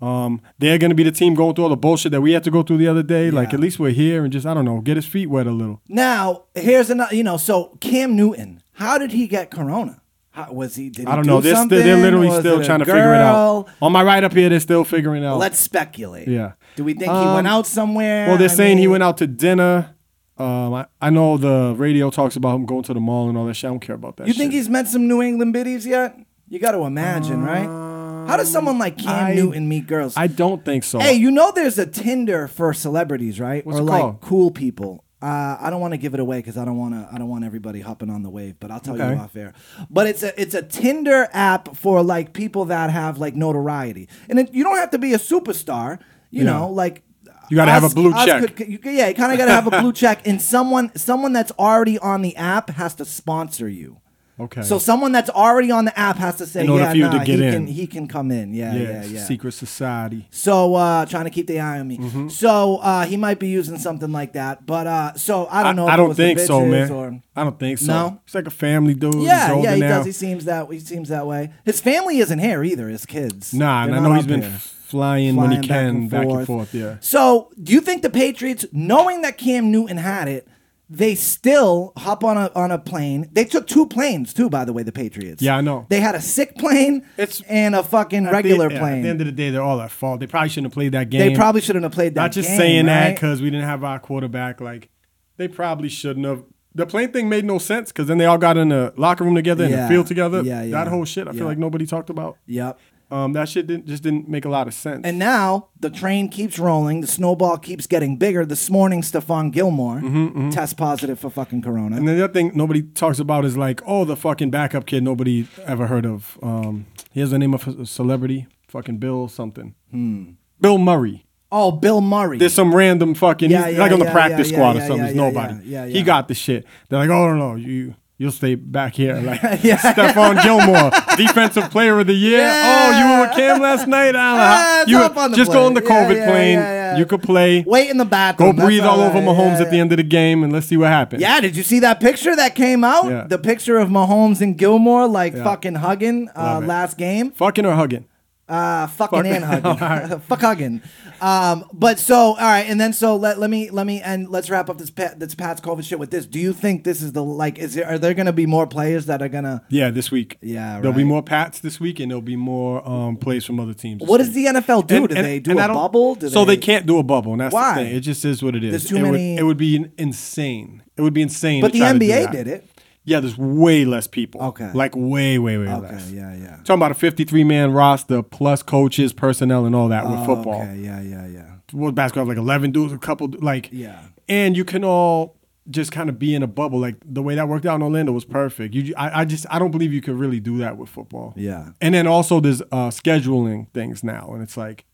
Speaker 2: Um, they're going to be the team going through all the bullshit that we had to go through the other day. Like, at least we're here and just, I don't know, get his feet wet a little.
Speaker 1: Now, here's another. You know, so Cam Newton, how did he get corona? How, was he? Did he
Speaker 2: I don't
Speaker 1: do
Speaker 2: know. They're, st-
Speaker 1: something?
Speaker 2: they're literally
Speaker 1: Was
Speaker 2: still
Speaker 1: it a
Speaker 2: trying to figure it out.
Speaker 1: girl?
Speaker 2: On my right up here, they're still figuring it out.
Speaker 1: Let's speculate.
Speaker 2: Yeah.
Speaker 1: Do we think he
Speaker 2: Um,
Speaker 1: went out somewhere?
Speaker 2: well, they're
Speaker 1: I
Speaker 2: saying he
Speaker 1: mean,
Speaker 2: went out to dinner. Um, I, I know the radio talks about him going to the mall and all that shit. I don't care about that.
Speaker 1: You think
Speaker 2: shit.
Speaker 1: he's met some New England biddies yet? You got to imagine, right? How does someone like Cam
Speaker 2: I-
Speaker 1: Newton meet girls?
Speaker 2: I don't think so.
Speaker 1: hey, you know, there's a Tinder for celebrities, right?
Speaker 2: What's
Speaker 1: or
Speaker 2: it
Speaker 1: like
Speaker 2: called?
Speaker 1: cool people. Uh, I don't want to give it away because I don't want to. I don't want everybody hopping on the wave. But I'll tell
Speaker 2: Okay.
Speaker 1: you off air. But it's a it's a Tinder app for like people that have like notoriety, and it, you don't have to be a superstar. You
Speaker 2: Yeah.
Speaker 1: know, like
Speaker 2: You gotta have a blue check.
Speaker 1: could- you, yeah, you kind of got to have a blue check, and someone someone that's already on the app has to sponsor you.
Speaker 2: okay.
Speaker 1: So someone that's already on the app has to say,
Speaker 2: In order
Speaker 1: yeah,
Speaker 2: for you
Speaker 1: nah,
Speaker 2: to get
Speaker 1: he
Speaker 2: in."
Speaker 1: can he can come in. Yeah,
Speaker 2: yeah,
Speaker 1: yeah, yeah.
Speaker 2: secret society.
Speaker 1: So uh, trying to keep the eye on me.
Speaker 2: Mm-hmm.
Speaker 1: So uh, he might be using something like that. But uh, so I don't
Speaker 2: I,
Speaker 1: know. if it
Speaker 2: don't
Speaker 1: was the
Speaker 2: think so,
Speaker 1: bitches
Speaker 2: man.
Speaker 1: or-
Speaker 2: I don't think so.
Speaker 1: No?
Speaker 2: He's like a family dude. He's
Speaker 1: yeah,
Speaker 2: older
Speaker 1: yeah, he
Speaker 2: now.
Speaker 1: does. He seems that he seems that way. His family isn't here either. His kids.
Speaker 2: Nah, and
Speaker 1: They're
Speaker 2: I
Speaker 1: not
Speaker 2: know he's
Speaker 1: up
Speaker 2: been
Speaker 1: here.
Speaker 2: flying, when he can back and, forth. Yeah.
Speaker 1: So, do you think the Patriots, knowing that Cam Newton had it, they still hop on a on a plane? They took two planes too, by the way. The Patriots.
Speaker 2: Yeah, I know.
Speaker 1: They had a sick plane
Speaker 2: It's-
Speaker 1: and a fucking
Speaker 2: At the-
Speaker 1: regular
Speaker 2: yeah,
Speaker 1: plane.
Speaker 2: At the end of the day, they're all at fault. They probably shouldn't have played that game.
Speaker 1: they probably shouldn't have played that.
Speaker 2: Not just
Speaker 1: game,
Speaker 2: saying that
Speaker 1: right?
Speaker 2: because we didn't have our quarterback. Like, they probably shouldn't have. The plane thing made no sense because then they all got in the locker room together and
Speaker 1: Yeah,
Speaker 2: the field together.
Speaker 1: yeah, yeah,
Speaker 2: That whole shit, I
Speaker 1: yeah.
Speaker 2: feel like nobody talked about.
Speaker 1: Yep.
Speaker 2: Um, that shit didn't, just didn't make a lot of sense.
Speaker 1: And now the train keeps rolling. The snowball keeps getting bigger. This morning, Stephon Gilmore
Speaker 2: Mm-hmm,
Speaker 1: test positive for fucking corona.
Speaker 2: And then the other thing nobody talks about is like, oh, the fucking backup kid nobody ever heard of. Um, he has the name of a celebrity, fucking Bill something.
Speaker 1: Hmm.
Speaker 2: Bill Murray.
Speaker 1: oh, Bill Murray.
Speaker 2: There's some random fucking,
Speaker 1: Yeah,
Speaker 2: he's
Speaker 1: yeah,
Speaker 2: like on the
Speaker 1: yeah,
Speaker 2: practice
Speaker 1: yeah,
Speaker 2: squad
Speaker 1: yeah,
Speaker 2: or something.
Speaker 1: yeah,
Speaker 2: He's
Speaker 1: yeah,
Speaker 2: nobody.
Speaker 1: yeah, yeah,
Speaker 2: He
Speaker 1: yeah.
Speaker 2: got the shit. They're like, oh no, no, you You'll stay back here. Like Stephon Gilmore, Defensive Player of the Year. Oh, you were with Cam last night?
Speaker 1: Ah,
Speaker 2: I
Speaker 1: it's
Speaker 2: don't know.
Speaker 1: up on
Speaker 2: you
Speaker 1: the
Speaker 2: just go on the
Speaker 1: plane. Yeah,
Speaker 2: COVID
Speaker 1: yeah,
Speaker 2: plane.
Speaker 1: yeah, yeah.
Speaker 2: You could play.
Speaker 1: Wait in the
Speaker 2: Go
Speaker 1: bathroom. That's
Speaker 2: breathe all
Speaker 1: I-
Speaker 2: over Mahomes
Speaker 1: yeah,
Speaker 2: at the end of the game, and let's see what happens.
Speaker 1: Yeah, did you see that picture that came out?
Speaker 2: Yeah.
Speaker 1: The picture of Mahomes and Gilmore like fucking hugging uh,
Speaker 2: Love it.
Speaker 1: last game.
Speaker 2: Fucking or hugging.
Speaker 1: Uh, fucking
Speaker 2: Fuck.
Speaker 1: and hugging. Fuck hugging. Um, but so all right, and then so let, let me let me and let's wrap up this Pat, this Pat's COVID shit with this. Do you think this is the like? Is there are there gonna be more players that are gonna?
Speaker 2: Yeah, this week.
Speaker 1: Yeah,
Speaker 2: There'll be
Speaker 1: right.
Speaker 2: more Pats this week, and there'll be more um, plays from other teams. this
Speaker 1: What does
Speaker 2: week.
Speaker 1: the NFL do?
Speaker 2: And-
Speaker 1: do
Speaker 2: and-
Speaker 1: they do
Speaker 2: and I
Speaker 1: a
Speaker 2: don't-
Speaker 1: bubble? Do
Speaker 2: so they, can't do a bubble. And that's
Speaker 1: Why?
Speaker 2: the thing. It just is what it is.
Speaker 1: There's too
Speaker 2: it
Speaker 1: many-
Speaker 2: Would, it would be insane. It would be insane.
Speaker 1: But
Speaker 2: to
Speaker 1: the
Speaker 2: try to do
Speaker 1: NBA
Speaker 2: that.
Speaker 1: did it.
Speaker 2: Yeah, there's way less people.
Speaker 1: Okay.
Speaker 2: Like way, way, way
Speaker 1: Okay,
Speaker 2: less.
Speaker 1: yeah, yeah.
Speaker 2: Talking about a 53 man roster plus coaches, personnel, and all that with football.
Speaker 1: Oh, Okay, yeah, yeah, yeah.
Speaker 2: Well, basketball like 11 dudes, a couple like
Speaker 1: Yeah.
Speaker 2: and you can all just kind of be in a bubble. Like the way that worked out in Orlando was perfect. You, I, I just I don't believe you could really do that with football.
Speaker 1: Yeah.
Speaker 2: and then also there's uh, scheduling things now, and it's like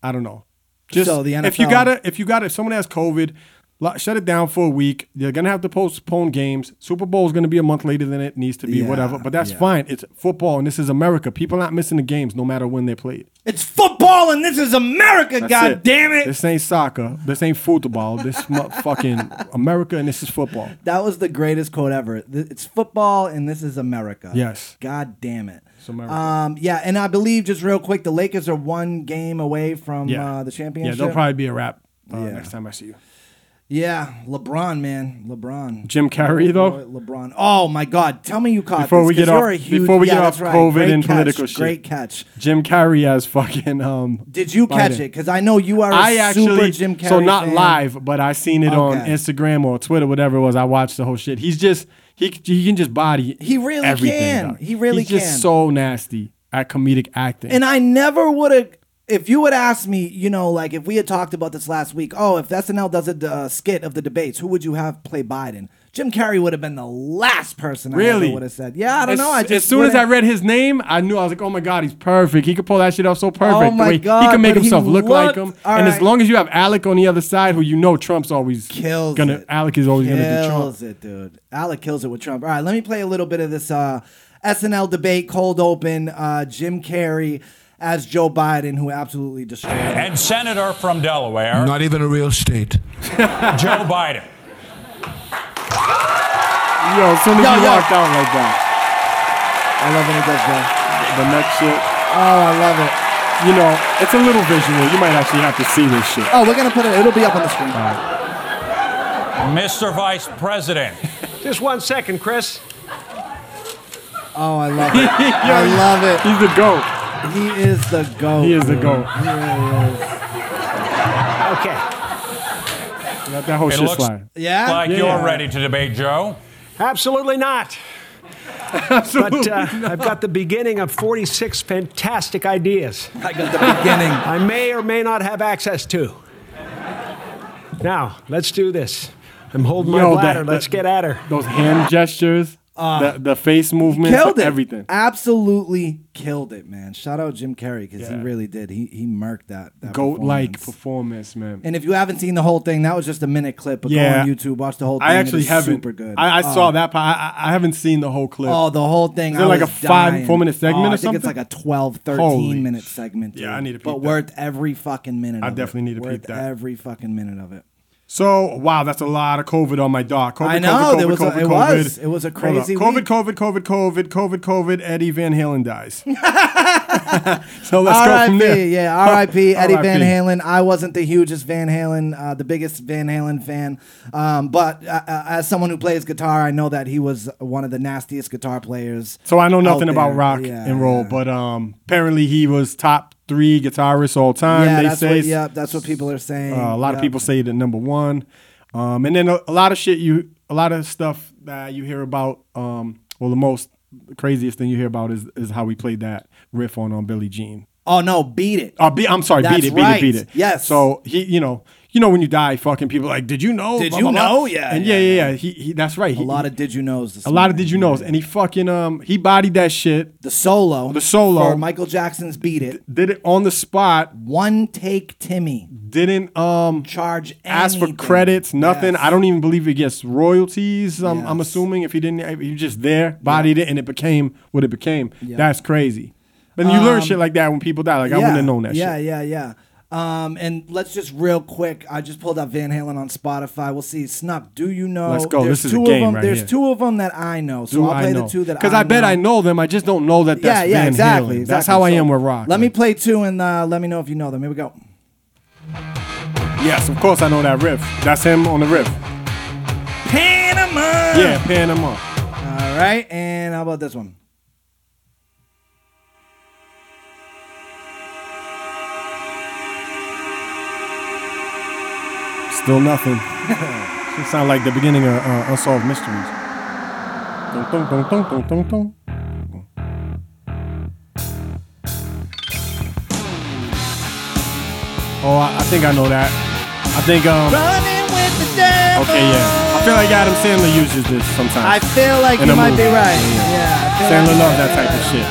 Speaker 2: I don't know. Just
Speaker 1: So the
Speaker 2: if you
Speaker 1: NFL
Speaker 2: gotta if you gotta if someone has COVID. lo- Shut it down for a week. They're gonna have to postpone games. Super Bowl is gonna be a month later than it needs to be.
Speaker 1: Yeah,
Speaker 2: whatever, but that's
Speaker 1: yeah.
Speaker 2: fine. It's football, and this is America. People are not missing the games, no matter when they're played.
Speaker 1: It's football, and this is America.
Speaker 2: That's
Speaker 1: God damn it!
Speaker 2: This ain't soccer. This ain't football. This mu- fucking America, and this is football.
Speaker 1: That was the greatest quote ever. Th- It's football, and this is America.
Speaker 2: Yes.
Speaker 1: God damn it.
Speaker 2: America.
Speaker 1: Um, yeah, and I believe just real quick, the Lakers are one game away from uh, the championship.
Speaker 2: Yeah, they'll probably be a wrap uh,
Speaker 1: Yeah.
Speaker 2: next time I see you.
Speaker 1: Yeah, LeBron, man, LeBron.
Speaker 2: Jim Carrey though.
Speaker 1: LeBron. Oh my God! Tell me you caught
Speaker 2: Before
Speaker 1: this,
Speaker 2: we
Speaker 1: 'cause
Speaker 2: get off-
Speaker 1: you're a huge-
Speaker 2: before we
Speaker 1: yeah,
Speaker 2: get
Speaker 1: that's
Speaker 2: off
Speaker 1: right.
Speaker 2: COVID
Speaker 1: Great
Speaker 2: and
Speaker 1: catch,
Speaker 2: political shit.
Speaker 1: Great catch.
Speaker 2: Jim Carrey as fucking. Um,
Speaker 1: Did you catch it?
Speaker 2: Biden.
Speaker 1: Because I know you are a
Speaker 2: I actually
Speaker 1: super Jim Carrey.
Speaker 2: so not
Speaker 1: fan.
Speaker 2: live, but I seen it on
Speaker 1: Okay.
Speaker 2: Instagram or Twitter, whatever it was. I watched the whole shit. He's just he he can just body.
Speaker 1: He really
Speaker 2: everything,
Speaker 1: can.
Speaker 2: dog.
Speaker 1: He really
Speaker 2: He's just
Speaker 1: can.
Speaker 2: so nasty at comedic acting.
Speaker 1: And I never would have. If you had asked me, you know, like if we had talked about this last week, oh, if SNL does a d- uh, skit of the debates, who would you have play Biden? Jim Carrey would have been the last person
Speaker 2: Really?
Speaker 1: I would have said. Yeah, I don't
Speaker 2: as,
Speaker 1: know. I just
Speaker 2: as soon as I
Speaker 1: wouldn't-
Speaker 2: read his name, I knew I was like, "Oh my god, he's perfect. He could pull that shit off so perfect.
Speaker 1: Oh
Speaker 2: The
Speaker 1: my
Speaker 2: way he
Speaker 1: God,
Speaker 2: can make
Speaker 1: but he
Speaker 2: himself look like him."
Speaker 1: looked- all
Speaker 2: and as
Speaker 1: right.
Speaker 2: long as you have Alec on the other side, who you know Trump's always
Speaker 1: kills
Speaker 2: gonna
Speaker 1: it.
Speaker 2: Alec is always
Speaker 1: kills
Speaker 2: gonna do Trump.
Speaker 1: it, dude. Alec kills it with Trump. All right, let me play a little bit of this uh, SNL debate, cold open. Uh, Jim Carrey as Joe Biden, who absolutely destroyed. it.
Speaker 10: and senator from Delaware,
Speaker 3: Not even a real state.
Speaker 10: Joe Biden.
Speaker 2: Yo, as soon as
Speaker 1: Yo,
Speaker 2: he
Speaker 1: yo.
Speaker 2: walked out like that,
Speaker 1: Oh, I love when he does that.
Speaker 2: the next shit,
Speaker 1: Oh, I love it.
Speaker 2: you know, it's a little visual. You might actually have to see this shit.
Speaker 1: Oh, we're gonna put it. It'll be up on the screen.
Speaker 10: Mr. Vice President,
Speaker 5: Just one second, Chris.
Speaker 1: Oh, I love it.
Speaker 2: Yo,
Speaker 1: I love it.
Speaker 2: He's the goat.
Speaker 1: He is the goat.
Speaker 2: He is the
Speaker 1: dude.
Speaker 2: goat.
Speaker 1: He really is.
Speaker 5: Okay.
Speaker 2: Let that whole
Speaker 10: it
Speaker 2: shit
Speaker 10: looks
Speaker 2: slide.
Speaker 1: Yeah?
Speaker 10: like
Speaker 2: Yeah.
Speaker 10: you're ready to debate Joe.
Speaker 5: Absolutely not. But uh, I've got the beginning of 46 fantastic ideas
Speaker 1: I got the beginning.
Speaker 5: I may or may not have access to. Now, let's do this. I'm holding my
Speaker 2: Yo, that-
Speaker 5: bladder. let's
Speaker 2: that-
Speaker 5: get at her.
Speaker 2: Those hand gestures, the, the face movements,
Speaker 1: Ah. Killed it.
Speaker 2: everything.
Speaker 1: Absolutely killed it, man. Shout out Jim Carrey because he really did. He he murked that. that
Speaker 2: Goat like
Speaker 1: performance.
Speaker 2: performance, man.
Speaker 1: And if you haven't seen the whole thing, that was just a minute clip. But
Speaker 2: Yeah.
Speaker 1: go on YouTube, watch the whole thing.
Speaker 2: I
Speaker 1: It
Speaker 2: actually
Speaker 1: is
Speaker 2: haven't.
Speaker 1: Super good.
Speaker 2: I, I
Speaker 1: oh,
Speaker 2: saw that. Part. I, I I haven't seen the whole clip.
Speaker 1: Oh, the whole thing.
Speaker 2: Is it
Speaker 1: I
Speaker 2: like
Speaker 1: was
Speaker 2: a five-
Speaker 1: dying.
Speaker 2: four-minute segment
Speaker 1: oh,
Speaker 2: or
Speaker 1: I think it's
Speaker 2: something?
Speaker 1: like a 12, 13
Speaker 2: Holy
Speaker 1: minute
Speaker 2: sh-
Speaker 1: segment.
Speaker 2: Yeah,
Speaker 1: dude.
Speaker 2: I need to peep
Speaker 1: But
Speaker 2: that.
Speaker 1: worth every fucking minute.
Speaker 2: I
Speaker 1: of it.
Speaker 2: definitely need to
Speaker 1: Worth
Speaker 2: peep that.
Speaker 1: Every fucking minute of it.
Speaker 2: so wow, that's a lot of COVID on my dog. COVID,
Speaker 1: I know,
Speaker 2: COVID,
Speaker 1: there
Speaker 2: COVID,
Speaker 1: was a-
Speaker 2: COVID,
Speaker 1: it
Speaker 2: COVID.
Speaker 1: was- it was a
Speaker 2: Hold on.
Speaker 1: crazy
Speaker 2: COVID,
Speaker 1: week.
Speaker 2: COVID, COVID, COVID, COVID, COVID. Eddie Van Halen dies. so let's go from
Speaker 1: R.I.P.
Speaker 2: there.
Speaker 1: Yeah, R.I.P. Eddie Van
Speaker 2: R.I.P..
Speaker 1: Halen. I wasn't the hugest Van Halen, uh, the biggest Van Halen fan, um, but uh, uh, as someone who plays guitar, I know that he was one of the nastiest guitar players.
Speaker 2: So I know
Speaker 1: out
Speaker 2: nothing
Speaker 1: there.
Speaker 2: about rock
Speaker 1: Yeah,
Speaker 2: and roll,
Speaker 1: yeah.
Speaker 2: but um, apparently he was top three guitarist all time.
Speaker 1: yeah,
Speaker 2: they
Speaker 1: that's
Speaker 2: say
Speaker 1: what, yeah, that's what people are saying.
Speaker 2: Uh, a lot
Speaker 1: Yeah.
Speaker 2: of people say the number one, um, and then a, a lot of shit you, a lot of stuff that you hear about. Um, well, the most the craziest thing you hear about is is how we played that riff on on Billie Jean.
Speaker 1: Oh no, beat it.
Speaker 2: Uh, be, I'm sorry,
Speaker 1: That's
Speaker 2: beat it, beat
Speaker 1: right.
Speaker 2: it, beat it.
Speaker 1: Yes.
Speaker 2: So he, you know, you know when you die, fucking people are like, did you know?
Speaker 1: Did
Speaker 2: Blah,
Speaker 1: you
Speaker 2: blah, blah.
Speaker 1: know? Yeah,
Speaker 2: and yeah, yeah, yeah. He, he that's right. He,
Speaker 1: A lot of did you knows. this
Speaker 2: a lot of
Speaker 1: morning.
Speaker 2: did you knows, and he fucking um he bodied that shit.
Speaker 1: The solo.
Speaker 2: The solo.
Speaker 1: For Michael Jackson's "Beat It."
Speaker 2: did it on the spot.
Speaker 1: One take, Timmy.
Speaker 2: Didn't um
Speaker 1: Charge.
Speaker 2: ask for
Speaker 1: anything.
Speaker 2: credits, nothing.
Speaker 1: Yes.
Speaker 2: I don't even believe he gets royalties. I'm, I'm
Speaker 1: Yes.
Speaker 2: assuming if he didn't, if he was just there, bodied it, and it became what it became.
Speaker 1: Yeah. Um,
Speaker 2: That's crazy. But you learn shit like that when people die. Like I wouldn't have known that
Speaker 1: yeah,
Speaker 2: shit.
Speaker 1: Yeah, yeah, Um, and let's just real quick. I just pulled up Van Halen on Spotify. We'll see. Snuck. Do you know?
Speaker 2: Let's go.
Speaker 1: There's
Speaker 2: This is a
Speaker 1: two
Speaker 2: game
Speaker 1: of them.
Speaker 2: right
Speaker 1: There's
Speaker 2: here.
Speaker 1: two of them that I know. So I'll play the two that
Speaker 2: because I, bet I know them. I just don't know that.
Speaker 1: Yeah,
Speaker 2: That's
Speaker 1: yeah,
Speaker 2: Van
Speaker 1: exactly,
Speaker 2: Halen. That's
Speaker 1: exactly.
Speaker 2: how I
Speaker 1: So
Speaker 2: am with rock.
Speaker 1: Let me play two and uh, let me know if you know them. Here we go.
Speaker 2: Yes, of course I know that riff. That's him on the riff.
Speaker 1: Panama.
Speaker 2: Yeah, Panama.
Speaker 1: All right, and how about this one?
Speaker 2: Still nothing. it sound like the beginning of uh, Unsolved Mysteries. Dun, dun, dun, dun, dun, dun, dun. Oh, I, I think I know that. I think um.
Speaker 1: Running with the devil.
Speaker 2: Okay, yeah. I feel like Adam Sandler uses this sometimes.
Speaker 1: I feel like
Speaker 2: In
Speaker 1: you
Speaker 2: a
Speaker 1: might be
Speaker 2: movie.
Speaker 1: right. Yeah. I feel
Speaker 2: Sandler
Speaker 1: like-
Speaker 2: loves that type of shit.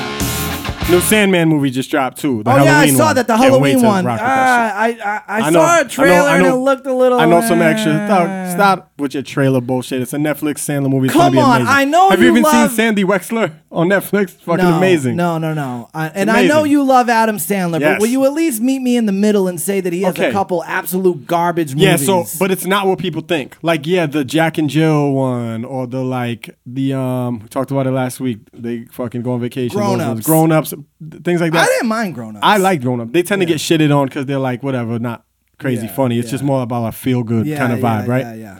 Speaker 2: New Sandman movie just dropped too. The
Speaker 1: Oh
Speaker 2: Halloween
Speaker 1: yeah, I saw
Speaker 2: one.
Speaker 1: that the
Speaker 2: Can't wait
Speaker 1: Halloween
Speaker 2: to
Speaker 1: one.
Speaker 2: rock with that shit.
Speaker 1: Ah, I I, I, saw a trailer and it looked a little.
Speaker 2: I know some extra.
Speaker 1: eh.
Speaker 2: Stop, stop with your trailer bullshit. It's a Netflix Sandler movie. It's
Speaker 1: Come
Speaker 2: gonna be
Speaker 1: on,
Speaker 2: amazing.
Speaker 1: I know
Speaker 2: Have you,
Speaker 1: you
Speaker 2: even
Speaker 1: love-
Speaker 2: seen Sandy Wexler on Netflix? Fucking
Speaker 1: no,
Speaker 2: amazing.
Speaker 1: No, no, no. I, and I know
Speaker 2: amazing.
Speaker 1: you love Adam Sandler,
Speaker 2: Yes.
Speaker 1: but will you at least meet me in the middle and say that he has a
Speaker 2: Okay.
Speaker 1: couple absolute garbage
Speaker 2: Yeah,
Speaker 1: movies?
Speaker 2: so but it's not what people think. Like, yeah, the Jack and Jill one, or the like the um we talked about it last week. They fucking go on vacation.
Speaker 1: Grown
Speaker 2: those ones.
Speaker 1: Ups.
Speaker 2: grown ups, th- things like that.
Speaker 1: I didn't mind Grown Ups.
Speaker 2: I like grown up. They tend to get shitted on because they're like whatever, not crazy
Speaker 1: Yeah,
Speaker 2: funny. It's just more about a feel good
Speaker 1: yeah,
Speaker 2: kind of
Speaker 1: yeah,
Speaker 2: vibe, right?
Speaker 1: Yeah, yeah,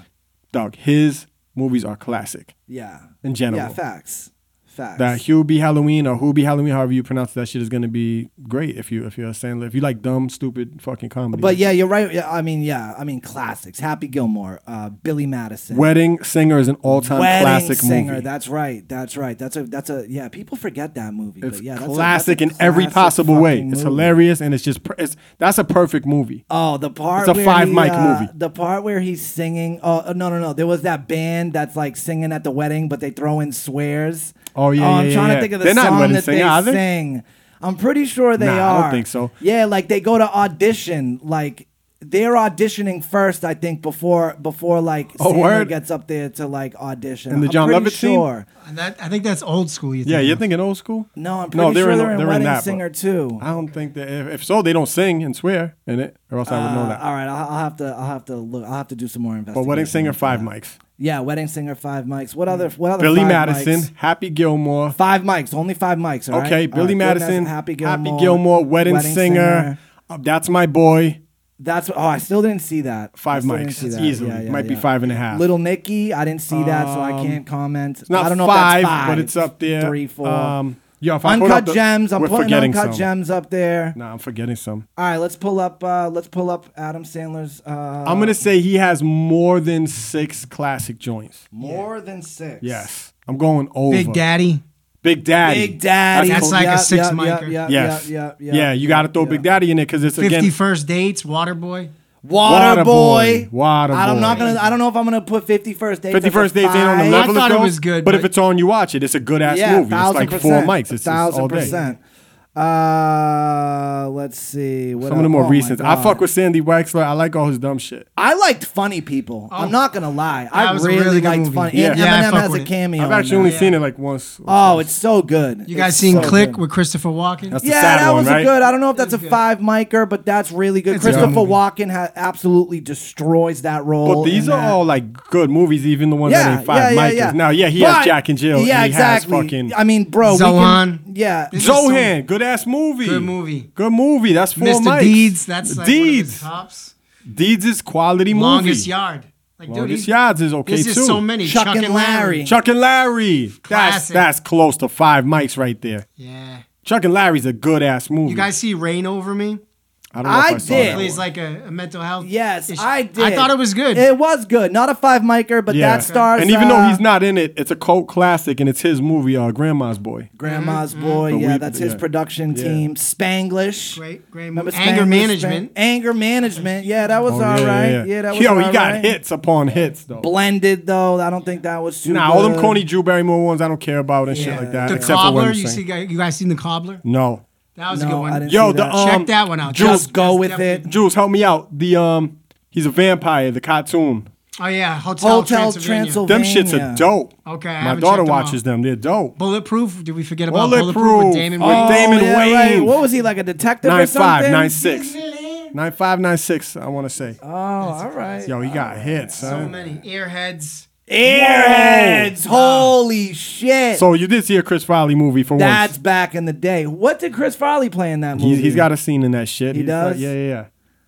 Speaker 2: Dog, his movies are classic.
Speaker 1: yeah.
Speaker 2: In general.
Speaker 1: yeah. Facts, facts.
Speaker 2: that Hubie Halloween or Hubie Halloween, however you pronounce that shit, is gonna be great if you if you're a Sandler. If you like dumb, stupid fucking comedy.
Speaker 1: but yeah, you're right. Yeah, I mean, yeah, I mean classics. Happy Gilmore, uh, Billy Madison.
Speaker 2: Wedding Singer is an all time
Speaker 1: Wedding
Speaker 2: classic
Speaker 1: singer.
Speaker 2: movie.
Speaker 1: That's right. That's right. That's a. That's a. Yeah. People forget that movie.
Speaker 2: It's
Speaker 1: but yeah, that's a-
Speaker 2: classic
Speaker 1: that's a
Speaker 2: in every
Speaker 1: classic
Speaker 2: possible way.
Speaker 1: fucking
Speaker 2: It's
Speaker 1: movie.
Speaker 2: hilarious and it's just per- it's that's a perfect movie.
Speaker 1: Oh, the part.
Speaker 2: It's a
Speaker 1: where
Speaker 2: five
Speaker 1: he,
Speaker 2: mic
Speaker 1: uh,
Speaker 2: movie.
Speaker 1: The part where he's singing. Oh uh, no no no! There was that band that's like singing at the wedding, but they throw in swears.
Speaker 2: Oh, yeah,
Speaker 1: Oh, I'm
Speaker 2: yeah,
Speaker 1: trying
Speaker 2: yeah.
Speaker 1: to think of the
Speaker 2: They're not
Speaker 1: song
Speaker 2: wedding
Speaker 1: that
Speaker 2: singer,
Speaker 1: they
Speaker 2: are they?
Speaker 1: sing. I'm pretty sure they
Speaker 2: Nah, I
Speaker 1: are.
Speaker 2: don't think so.
Speaker 1: Yeah, like they go to audition. Like they're auditioning first, I think, before before like
Speaker 2: Oh,
Speaker 1: Sandler
Speaker 2: word.
Speaker 1: gets up there to like audition.
Speaker 2: In the
Speaker 1: I'm
Speaker 2: John
Speaker 1: pretty
Speaker 2: Lovett scene?
Speaker 1: sure.
Speaker 9: That, I think that's old school. You
Speaker 2: Yeah,
Speaker 9: think
Speaker 2: you're
Speaker 9: of.
Speaker 2: thinking old school?
Speaker 1: No, I'm pretty sure they're in Wedding
Speaker 2: but
Speaker 1: Singer too.
Speaker 2: I don't think that if, if so, they don't sing and swear in it, or else I would know
Speaker 1: Uh,
Speaker 2: that.
Speaker 1: all right, I'll, I'll have to. I'll have to look. I'll have to do some more
Speaker 2: but
Speaker 1: investigation.
Speaker 2: Wedding Singer,
Speaker 1: into
Speaker 2: five
Speaker 1: that.
Speaker 2: mics.
Speaker 1: Yeah, wedding singer, five mics. What other? What other?
Speaker 2: Billy
Speaker 1: five
Speaker 2: Madison,
Speaker 1: mics?
Speaker 2: Happy Gilmore,
Speaker 1: Five mics. Only five mics. all right?
Speaker 2: Okay,
Speaker 1: All right,
Speaker 2: Billy
Speaker 1: Bill
Speaker 2: Madison,
Speaker 1: Happy Gilmore,
Speaker 2: Wedding, Singer. Uh, that's my boy.
Speaker 1: That's oh, I still didn't see that.
Speaker 2: Five
Speaker 1: I still didn't
Speaker 2: mics.
Speaker 1: see
Speaker 2: It's
Speaker 1: that.
Speaker 2: easily. Might be five and a half. Um,
Speaker 1: Little Nicky, I didn't see that, so I can't comment.
Speaker 2: It's not
Speaker 1: I don't know
Speaker 2: five,
Speaker 1: if that's five,
Speaker 2: but it's up there.
Speaker 1: Three, four.
Speaker 2: Um, yeah, if I pull up
Speaker 1: uncut
Speaker 2: the-
Speaker 1: gems. I'm
Speaker 2: we're
Speaker 1: putting
Speaker 2: forgetting
Speaker 1: uncut
Speaker 2: some.
Speaker 1: gems up there.
Speaker 2: Nah, I'm forgetting some.
Speaker 1: All right, let's pull up. Uh, let's pull up Adam Sandler's. Uh,
Speaker 2: I'm gonna say he has more than six classic joints.
Speaker 1: more than six.
Speaker 2: Yes, I'm going over.
Speaker 9: Big Daddy.
Speaker 2: Big Daddy.
Speaker 1: Big Daddy.
Speaker 9: That's
Speaker 2: cool.
Speaker 9: like a
Speaker 1: Yep,
Speaker 9: six
Speaker 1: yep,
Speaker 9: micer.
Speaker 1: yep, yep,
Speaker 2: Yes.
Speaker 1: yep, yep,
Speaker 2: yeah, you got to throw
Speaker 1: yep.
Speaker 2: Big Daddy in it because it's again.
Speaker 9: Fifty First Dates. Waterboy.
Speaker 1: Waterboy.
Speaker 2: Waterboy. Waterboy.
Speaker 1: I'm not gonna. I don't know if I'm gonna put 51st dates.
Speaker 2: 51st
Speaker 1: Date
Speaker 2: Dates ain't on the
Speaker 9: I
Speaker 2: level
Speaker 9: thought
Speaker 2: of
Speaker 9: it
Speaker 2: those,
Speaker 9: was good,
Speaker 2: but, if
Speaker 9: but-
Speaker 2: it's on, you watch it. It's a good ass
Speaker 1: Yeah,
Speaker 2: movie. It's
Speaker 1: thousand
Speaker 2: like four
Speaker 1: percent.
Speaker 2: mics. It's just
Speaker 1: thousand
Speaker 2: all day.
Speaker 1: percent. Uh, let's see. What
Speaker 2: Some of the
Speaker 1: else?
Speaker 2: more
Speaker 1: Oh my
Speaker 2: recent. I
Speaker 1: God.
Speaker 2: fuck with Sandy Wexler. I like all his dumb shit.
Speaker 1: I liked funny people. I'm not gonna lie. I
Speaker 9: Oh. That was a
Speaker 1: really,
Speaker 9: really good
Speaker 1: liked
Speaker 9: movie.
Speaker 1: funny.
Speaker 2: Yeah.
Speaker 1: And
Speaker 9: Yeah, I
Speaker 1: Eminem
Speaker 9: fuck
Speaker 1: has
Speaker 9: with
Speaker 1: a
Speaker 9: it.
Speaker 1: cameo.
Speaker 2: I've
Speaker 1: in
Speaker 2: actually
Speaker 1: that.
Speaker 2: only seen it like once.
Speaker 1: Oh, it's so good.
Speaker 9: You guys
Speaker 1: It's
Speaker 9: seen
Speaker 1: so
Speaker 9: Click
Speaker 1: good.
Speaker 9: with Christopher Walken?
Speaker 2: That's the
Speaker 1: Yeah,
Speaker 2: sad
Speaker 1: that
Speaker 2: one,
Speaker 1: was
Speaker 2: right?
Speaker 1: a good. I don't know if that's a five micer, but that's really good.
Speaker 9: It's a good
Speaker 1: Christopher
Speaker 9: movie.
Speaker 1: Walken ha- absolutely destroys that role.
Speaker 2: But these
Speaker 1: in
Speaker 2: are
Speaker 1: that.
Speaker 2: all like good movies, even the ones that ain't five micers. Now, yeah, he
Speaker 1: But-
Speaker 2: has Jack and Jill.
Speaker 1: Yeah,
Speaker 2: and he has
Speaker 1: exactly.
Speaker 2: fucking
Speaker 1: I mean, bro, we
Speaker 9: Zohan.
Speaker 1: Can, yeah,
Speaker 9: This is so-
Speaker 2: Zohan, good ass movie.
Speaker 9: Good movie.
Speaker 2: Good movie. That's four
Speaker 9: Mr.
Speaker 2: mics.
Speaker 9: Deeds. That's like One of his
Speaker 2: Deeds.
Speaker 9: tops.
Speaker 2: Deeds is quality
Speaker 9: Longest
Speaker 2: movie.
Speaker 9: Yard. Like, dude,
Speaker 2: Longest
Speaker 9: he's-
Speaker 2: Yards is okay
Speaker 9: There's
Speaker 2: too.
Speaker 9: just so many.
Speaker 1: Chuck
Speaker 9: Chuck,
Speaker 1: and
Speaker 9: and Larry.
Speaker 1: Larry.
Speaker 2: Chuck and Larry. That's
Speaker 9: Classic.
Speaker 2: that's close to five mics right there.
Speaker 9: Yeah.
Speaker 2: Chuck and Larry's a good ass movie.
Speaker 9: You guys see Rain Over Me?
Speaker 2: I don't know if
Speaker 1: I
Speaker 2: I saw that
Speaker 1: did.
Speaker 2: one.
Speaker 9: Please, like a, a mental health.
Speaker 1: Yes, I did.
Speaker 9: I thought it was good.
Speaker 1: It was good. Not a five micer, but that stars.
Speaker 2: And even
Speaker 1: uh,
Speaker 2: though he's not in it, it's a cult classic and it's his movie, uh, Grandma's Boy.
Speaker 1: Grandma's
Speaker 9: Mm-hmm.
Speaker 1: boy,
Speaker 2: But
Speaker 1: yeah,
Speaker 2: we-
Speaker 1: that's
Speaker 2: yeah.
Speaker 1: his production
Speaker 2: Yeah.
Speaker 1: team. Spanglish,
Speaker 9: Great, great
Speaker 1: Remember
Speaker 9: movie. Anger
Speaker 1: Spanglish? Spang-
Speaker 9: management.
Speaker 1: anger management. Yeah, that was
Speaker 2: Oh,
Speaker 1: all
Speaker 2: yeah,
Speaker 1: right.
Speaker 2: yeah,
Speaker 1: yeah,
Speaker 2: yeah.
Speaker 1: that was.
Speaker 2: Yo,
Speaker 1: all
Speaker 2: he got
Speaker 1: right.
Speaker 2: hits upon hits though.
Speaker 1: Blended though, I don't think that was too.
Speaker 2: Nah, all them
Speaker 1: good.
Speaker 2: corny Drew Barrymore ones I don't care about and shit like that.
Speaker 9: The
Speaker 2: except for
Speaker 9: cobbler.
Speaker 2: what I'm
Speaker 9: You see,
Speaker 2: saying.
Speaker 9: you guys seen the cobbler?
Speaker 2: No.
Speaker 9: That was a
Speaker 1: No,
Speaker 9: good one.
Speaker 1: I didn't
Speaker 2: Yo,
Speaker 1: see
Speaker 2: the
Speaker 1: that.
Speaker 2: um,
Speaker 9: Check that one out.
Speaker 2: Jules,
Speaker 1: Just go with it.
Speaker 9: definitely-
Speaker 2: Jules, help me out. The um, he's a vampire. The cartoon.
Speaker 9: Oh yeah, Hotel,
Speaker 1: Hotel
Speaker 9: Transylvania.
Speaker 1: Transylvania.
Speaker 2: Them shits are dope.
Speaker 9: Okay, I
Speaker 2: my
Speaker 9: haven't
Speaker 2: daughter
Speaker 9: checked them
Speaker 2: watches them. They're dope.
Speaker 9: Bulletproof. Did we forget about
Speaker 2: Bulletproof.
Speaker 9: Bulletproof, with Damon
Speaker 2: Oh,
Speaker 9: Wayans?
Speaker 2: Damon
Speaker 1: yeah, right.
Speaker 2: Wayans.
Speaker 1: What was he like a detective or
Speaker 2: Nine
Speaker 1: something?
Speaker 2: five, nine six, nine five, nine six. I want to say.
Speaker 1: Oh, all right.
Speaker 2: Yo, he got hits.
Speaker 9: So
Speaker 2: son.
Speaker 9: many airheads.
Speaker 1: Airheads. Holy shit.
Speaker 2: So you did see a Chris Farley movie for
Speaker 1: that's
Speaker 2: once.
Speaker 1: back in the day. What did Chris Farley play in that movie?
Speaker 2: He's, he's got a scene in that shit.
Speaker 1: He
Speaker 2: He's like-
Speaker 1: does?
Speaker 2: yeah, yeah, yeah.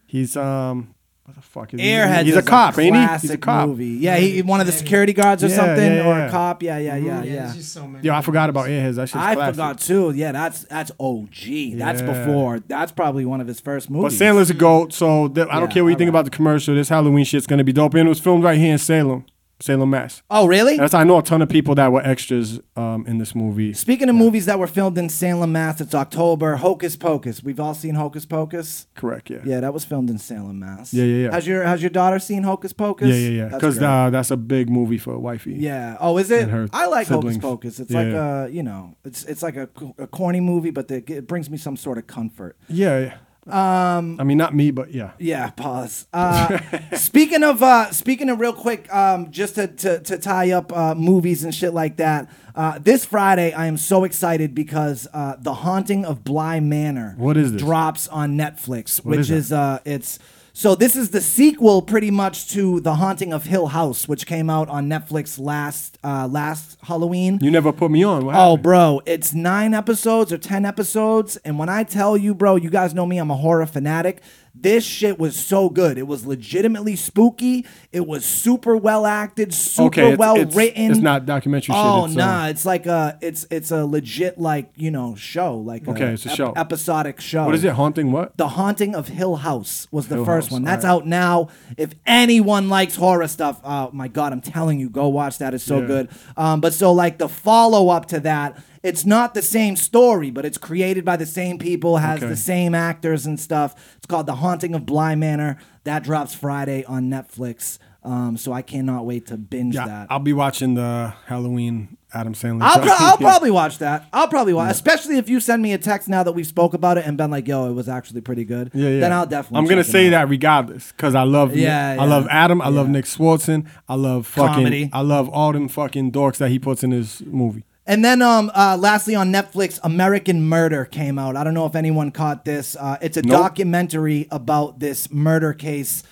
Speaker 2: He's um, what the fuck is he?
Speaker 1: Airheads.
Speaker 2: He's a
Speaker 1: is
Speaker 2: cop, ain't he? He's a
Speaker 1: classic
Speaker 2: cop.
Speaker 1: Movie. Yeah, he one of the security guards or
Speaker 2: Yeah,
Speaker 1: something,
Speaker 2: yeah,
Speaker 1: or
Speaker 2: yeah.
Speaker 1: a cop. Yeah, yeah, yeah,
Speaker 9: Yeah,
Speaker 1: yeah.
Speaker 9: there's Mm-hmm. just so many.
Speaker 2: Yo, I forgot about Airheads. That shit's
Speaker 1: I
Speaker 2: classic.
Speaker 1: forgot too. Yeah, that's that's OG. That's
Speaker 2: Yeah.
Speaker 1: before. That's probably one of his first
Speaker 2: But
Speaker 1: movies.
Speaker 2: Sandler's a goat, so th- I don't
Speaker 1: Yeah,
Speaker 2: care what you think
Speaker 1: alright.
Speaker 2: about the commercial. This Halloween shit's gonna be dope, and it was filmed right here in Salem, Salem, Mass.
Speaker 1: oh, really?
Speaker 2: That's I know a ton of people that were extras um, in this movie.
Speaker 1: Speaking of movies that were filmed in Salem, Mass, it's October. Hocus Pocus. We've all seen Hocus Pocus.
Speaker 2: Correct? Yeah.
Speaker 1: Yeah, that was filmed in Salem, Mass.
Speaker 2: Yeah, yeah, yeah.
Speaker 1: Has your Has your daughter seen Hocus Pocus?
Speaker 2: Yeah, yeah, yeah.
Speaker 1: That's
Speaker 2: Because
Speaker 1: great.
Speaker 2: uh, that's a big movie for wifey.
Speaker 1: Yeah. Oh, is it?
Speaker 2: and her
Speaker 1: I like
Speaker 2: siblings.
Speaker 1: Hocus Pocus. It's
Speaker 2: Yeah,
Speaker 1: like
Speaker 2: yeah.
Speaker 1: a you know, it's it's like a, c- a corny movie, but the, it brings me some sort of comfort.
Speaker 2: yeah, yeah. Um, I mean, not me, but yeah.
Speaker 1: Yeah. Pause. Uh, speaking of uh, speaking of real quick, um, just to, to to tie up uh, movies and shit like that. Uh, this Friday, I am so excited because uh, the Haunting of Bly Manor.
Speaker 2: What is this?
Speaker 1: Drops on Netflix,
Speaker 2: is
Speaker 1: which
Speaker 2: that?
Speaker 1: is uh, it's. So this is the sequel, pretty much, to The Haunting of Hill House, which came out on Netflix last uh, last Halloween.
Speaker 2: You never put me on. What
Speaker 1: Oh,
Speaker 2: happened?
Speaker 1: bro, it's nine episodes or 10 episodes. And when I tell you, bro, you guys know me, I'm a horror fanatic. This shit was so good. It was legitimately spooky. It was super well acted, super
Speaker 2: Okay, it's-
Speaker 1: well
Speaker 2: it's-
Speaker 1: written.
Speaker 2: it's not documentary shit,
Speaker 1: Oh,
Speaker 2: it's, uh,
Speaker 1: nah. it's like a, it's it's a legit, like, you know, show. Like
Speaker 2: Okay, it's a show.
Speaker 1: Episodic show.
Speaker 2: What is it? Haunting what?
Speaker 1: The Haunting of Hill House was the
Speaker 2: Hill
Speaker 1: first
Speaker 2: House,
Speaker 1: one.
Speaker 2: all
Speaker 1: That's
Speaker 2: right.
Speaker 1: out now. If anyone likes horror stuff, oh my god, I'm telling you, go watch that. It's so
Speaker 2: Yeah.
Speaker 1: good. Um, but so like the follow up to that, it's not the same story, but it's created by the same people, has
Speaker 2: Okay.
Speaker 1: the same actors and stuff. It's called The Haunting of Bly Manor. That drops Friday on Netflix. Um, so I cannot wait to binge
Speaker 2: Yeah,
Speaker 1: that.
Speaker 2: I'll be watching the Halloween Adam Sandler.
Speaker 1: I'll, pro- I'll
Speaker 2: Yeah.
Speaker 1: probably watch that. I'll probably watch, especially if you send me a text now that we spoke about it and been like, "Yo, it was actually pretty good."
Speaker 2: Yeah, yeah.
Speaker 1: Then I'll definitely.
Speaker 2: I'm gonna
Speaker 1: check it
Speaker 2: say
Speaker 1: out.
Speaker 2: that regardless, cause I love.
Speaker 1: Yeah,
Speaker 2: Yeah,
Speaker 1: yeah.
Speaker 2: I love Adam. I love
Speaker 1: Yeah.
Speaker 2: Nick Swartzen. I love fucking.
Speaker 1: Comedy.
Speaker 2: I love all them fucking dorks that he puts in his movie.
Speaker 1: And then, um, uh, lastly on Netflix, American Murder came out. I don't know if anyone caught this. Uh, it's a
Speaker 2: Nope.
Speaker 1: documentary about this murder case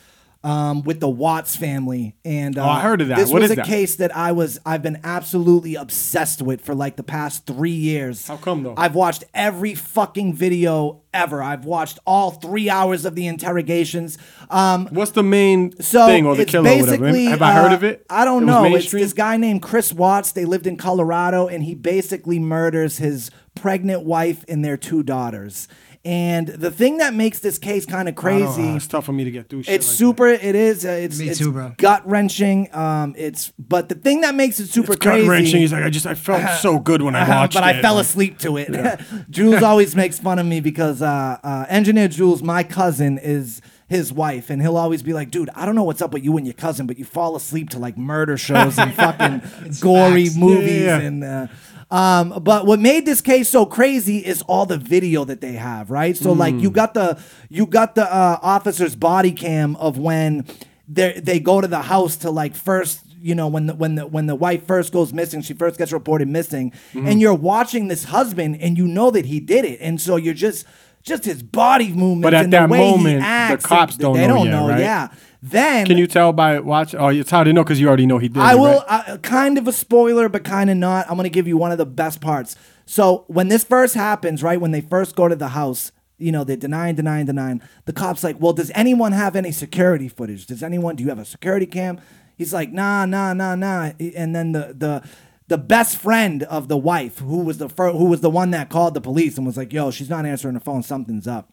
Speaker 1: um, with the Watts family. And uh,
Speaker 2: Oh, I heard of that.
Speaker 1: This
Speaker 2: What
Speaker 1: was
Speaker 2: is
Speaker 1: a
Speaker 2: that?
Speaker 1: case that I was I've been absolutely obsessed with for like the past three years.
Speaker 2: How come, though?
Speaker 1: I've watched every fucking video ever. I've watched all three hours of the interrogations. Um,
Speaker 2: What's the main
Speaker 1: so
Speaker 2: thing or the
Speaker 1: it's
Speaker 2: killer or whatever?
Speaker 1: basically,
Speaker 2: Have I heard
Speaker 1: uh,
Speaker 2: of it?
Speaker 1: I don't
Speaker 2: It was
Speaker 1: know. It's
Speaker 2: mainstream?
Speaker 1: this guy named Chris Watts. They lived in Colorado, and he basically murders his pregnant wife and their two daughters. And the thing that makes this case kind of
Speaker 2: I
Speaker 1: crazy,
Speaker 2: don't know, it's tough for me to get through. Shit
Speaker 1: it's
Speaker 2: like
Speaker 1: super. It is. Uh, it's
Speaker 9: Me
Speaker 1: it's
Speaker 9: too, bro.
Speaker 1: Gut wrenching. Um, it's but the thing that makes it super
Speaker 2: That. It's
Speaker 1: crazy. Uh-huh.
Speaker 2: gut wrenching. He's like, I just, I felt so good when I watched
Speaker 1: but
Speaker 2: it.
Speaker 1: I fell
Speaker 2: Like,
Speaker 1: asleep to it. Jules always makes fun of me because uh, uh, engineer Jules, my cousin, is his wife, and he'll always be like, "Dude, I don't know what's up with you and your cousin, but you fall asleep to like murder shows and fucking gory
Speaker 9: facts.
Speaker 1: movies
Speaker 2: yeah.
Speaker 1: and." Uh, um, but what made this case so crazy is all the video that they have, right? So like
Speaker 2: Hmm.
Speaker 1: you got the you got the uh, officer's body cam of when they they go to the house to like first you know when the when the when the wife first goes missing she first gets reported missing
Speaker 2: Hmm.
Speaker 1: and you're watching this husband and you know that he did it and so you're just just his body movements
Speaker 2: But at
Speaker 1: and the
Speaker 2: that
Speaker 1: way he
Speaker 2: moment, the
Speaker 1: acts, and
Speaker 2: cops don't
Speaker 1: they
Speaker 2: know
Speaker 1: don't
Speaker 2: yet,
Speaker 1: know
Speaker 2: right?
Speaker 1: yeah then
Speaker 2: Can you tell by watch? Oh, it's how they know because you already know he did.
Speaker 1: I
Speaker 2: it,
Speaker 1: will
Speaker 2: right?
Speaker 1: uh, kind of a spoiler, but kind of not. I'm gonna give you one of the best parts. So when this first happens, right when they first go to the house, you know they're denying, denying, denying. The cops like, well, does anyone have any security footage? Does anyone? Do you have a security cam? He's like, nah, nah, nah, nah. And then the the the best friend of the wife, who was the fir- who was the one that called the police and was like, yo, she's not answering her phone. Something's up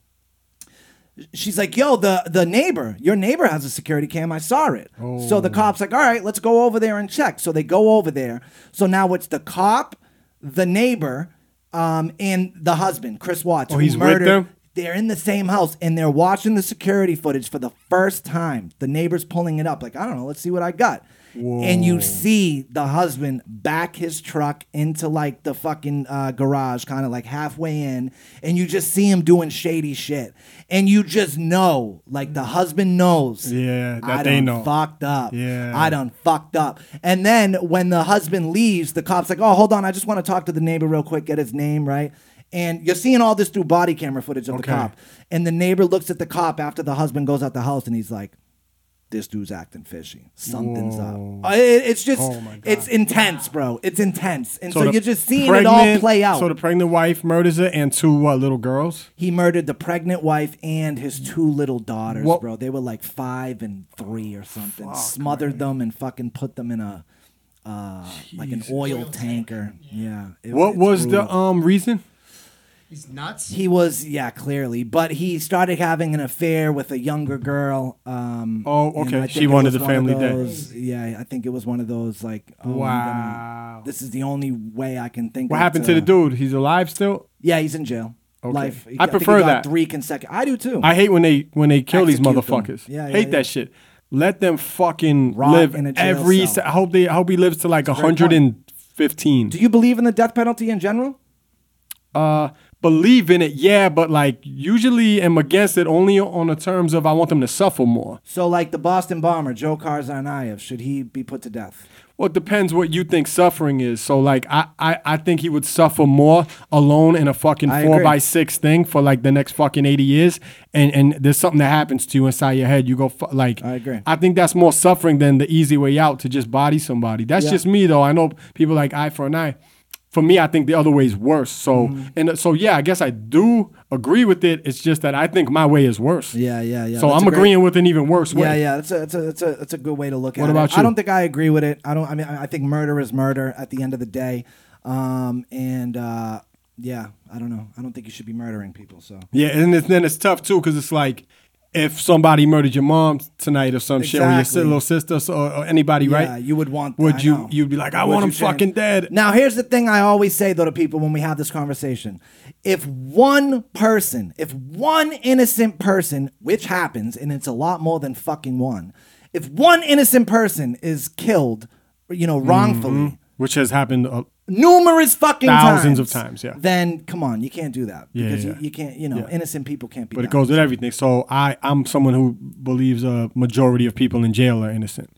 Speaker 1: she's like, "Yo, the the neighbor, your neighbor has a security cam. I saw it." So
Speaker 2: Oh.
Speaker 1: the cop's like, "All right, let's go over there and check." So they go over there. So now it's the cop, the neighbor, um, and the husband, Chris
Speaker 2: Oh,
Speaker 1: Watts, who
Speaker 2: he's with
Speaker 1: murdered.
Speaker 2: them?
Speaker 1: They're in the same house and they're watching the security footage for the first time. The neighbor's pulling it up, like, I don't know, let's see what I got. And you see the husband back his truck into like the fucking uh, garage, kind of like halfway in, and you just see him doing shady shit. And you just know, like the husband knows.
Speaker 2: Yeah, that
Speaker 1: I
Speaker 2: they
Speaker 1: done
Speaker 2: know.
Speaker 1: fucked up.
Speaker 2: Yeah.
Speaker 1: I done fucked up. And then when the husband leaves, the cop's like, oh, hold on, I just want to talk to the neighbor real quick, get his name, right? And you're seeing all this through body camera footage of
Speaker 2: Okay.
Speaker 1: the cop. And the neighbor looks at the cop after the husband goes out the house and he's like, this dude's acting fishy. Something's up. Uh, it- it's just,
Speaker 2: Oh my God.
Speaker 1: it's intense, bro. It's intense. And so,
Speaker 2: the
Speaker 1: you're just seeing it all
Speaker 2: pregnant-
Speaker 1: play out.
Speaker 2: So the pregnant wife murders her and two uh, little girls.
Speaker 1: he murdered the pregnant wife and his two little daughters,
Speaker 2: What-
Speaker 1: bro. They were like five and three or something. Smothered them and fucking put them in a uh, like an oil tanker. Yeah. It-
Speaker 2: What
Speaker 1: it's
Speaker 2: was
Speaker 1: brutal.
Speaker 2: the um reason?
Speaker 9: He's nuts.
Speaker 1: He was yeah, clearly, but he started having an affair with a younger girl. Um,
Speaker 2: Oh,
Speaker 1: and
Speaker 2: okay.
Speaker 1: I
Speaker 2: She
Speaker 1: think it
Speaker 2: wanted
Speaker 1: was
Speaker 2: the
Speaker 1: one of
Speaker 2: family day.
Speaker 1: those- Yeah, I think it was one of those like oh, I'm gonna-
Speaker 2: Wow.
Speaker 1: This is the only way I can think.
Speaker 2: What
Speaker 1: of
Speaker 2: happened to the dude? He's alive still.
Speaker 1: Yeah, he's in jail.
Speaker 2: Okay.
Speaker 1: Life.
Speaker 2: I
Speaker 1: think he
Speaker 2: prefer
Speaker 1: got
Speaker 2: that.
Speaker 1: Three consecutive. I do too.
Speaker 2: I hate when they when they kill these
Speaker 1: Execute them.
Speaker 2: motherfuckers.
Speaker 1: Yeah, yeah,
Speaker 2: hate
Speaker 1: yeah.
Speaker 2: that shit. Let them fucking
Speaker 1: Rot
Speaker 2: live
Speaker 1: in a jail
Speaker 2: every.
Speaker 1: cell.
Speaker 2: se- I hope they. I hope he lives to like
Speaker 1: very
Speaker 2: hundred and fifteen.
Speaker 1: Do you believe in the death penalty in general?
Speaker 2: uh believe in it yeah but like usually am against it only on the terms of i want them to suffer more
Speaker 1: So, like the Boston bomber, Joe Karzanayev, should he be put to death?
Speaker 2: well it depends what you think suffering is so like i i, I think he would suffer more alone in a fucking
Speaker 1: I
Speaker 2: four
Speaker 1: agree.
Speaker 2: by six thing for like the next fucking 80 years and and there's something that happens to you inside your head you go fu- like
Speaker 1: I agree.
Speaker 2: i think that's more suffering than the easy way out to just body somebody that's
Speaker 1: Yeah.
Speaker 2: just me though i know people like eye for an eye for me, I think the other way is worse. So,
Speaker 1: Mm-hmm.
Speaker 2: and uh, so, yeah, I guess I do agree with it. It's just that I think my way is worse.
Speaker 1: Yeah, yeah, yeah.
Speaker 2: So
Speaker 1: That's
Speaker 2: I'm
Speaker 1: a great-
Speaker 2: agreeing with an even worse way.
Speaker 1: Yeah, yeah, that's a that's a that's a that's a good way to look
Speaker 2: What
Speaker 1: at it.
Speaker 2: about
Speaker 1: I
Speaker 2: you?
Speaker 1: don't think I agree with it. I don't. I mean, I I think murder is murder at the end of the day. Um, and uh, yeah, I don't know. I don't think you should be murdering people. So
Speaker 2: Yeah, and it's, then it's tough too because it's like if somebody murdered your mom tonight or some shit, or your si-
Speaker 1: Exactly.
Speaker 2: little sister so- or, or anybody,
Speaker 1: Yeah,
Speaker 2: right?
Speaker 1: you would want.
Speaker 2: Would
Speaker 1: I
Speaker 2: you?
Speaker 1: know.
Speaker 2: You'd be like, I
Speaker 1: Would
Speaker 2: want
Speaker 1: you
Speaker 2: him
Speaker 1: change-
Speaker 2: fucking dead.
Speaker 1: Now, here's the thing I always say though to people when we have this conversation: if one person, if one innocent person, which happens, and it's a lot more than fucking one, if one innocent person is killed, you know, wrongfully.
Speaker 2: Which has happened. Uh,
Speaker 1: Numerous fucking
Speaker 2: Thousands of times, yeah.
Speaker 1: Then come on, you can't do that
Speaker 2: Yeah,
Speaker 1: because
Speaker 2: yeah, yeah.
Speaker 1: You, you can't. You know,
Speaker 2: Yeah.
Speaker 1: innocent people can't be.
Speaker 2: but it
Speaker 1: done.
Speaker 2: goes with everything. So I, I'm someone who believes a majority of people in jail are innocent.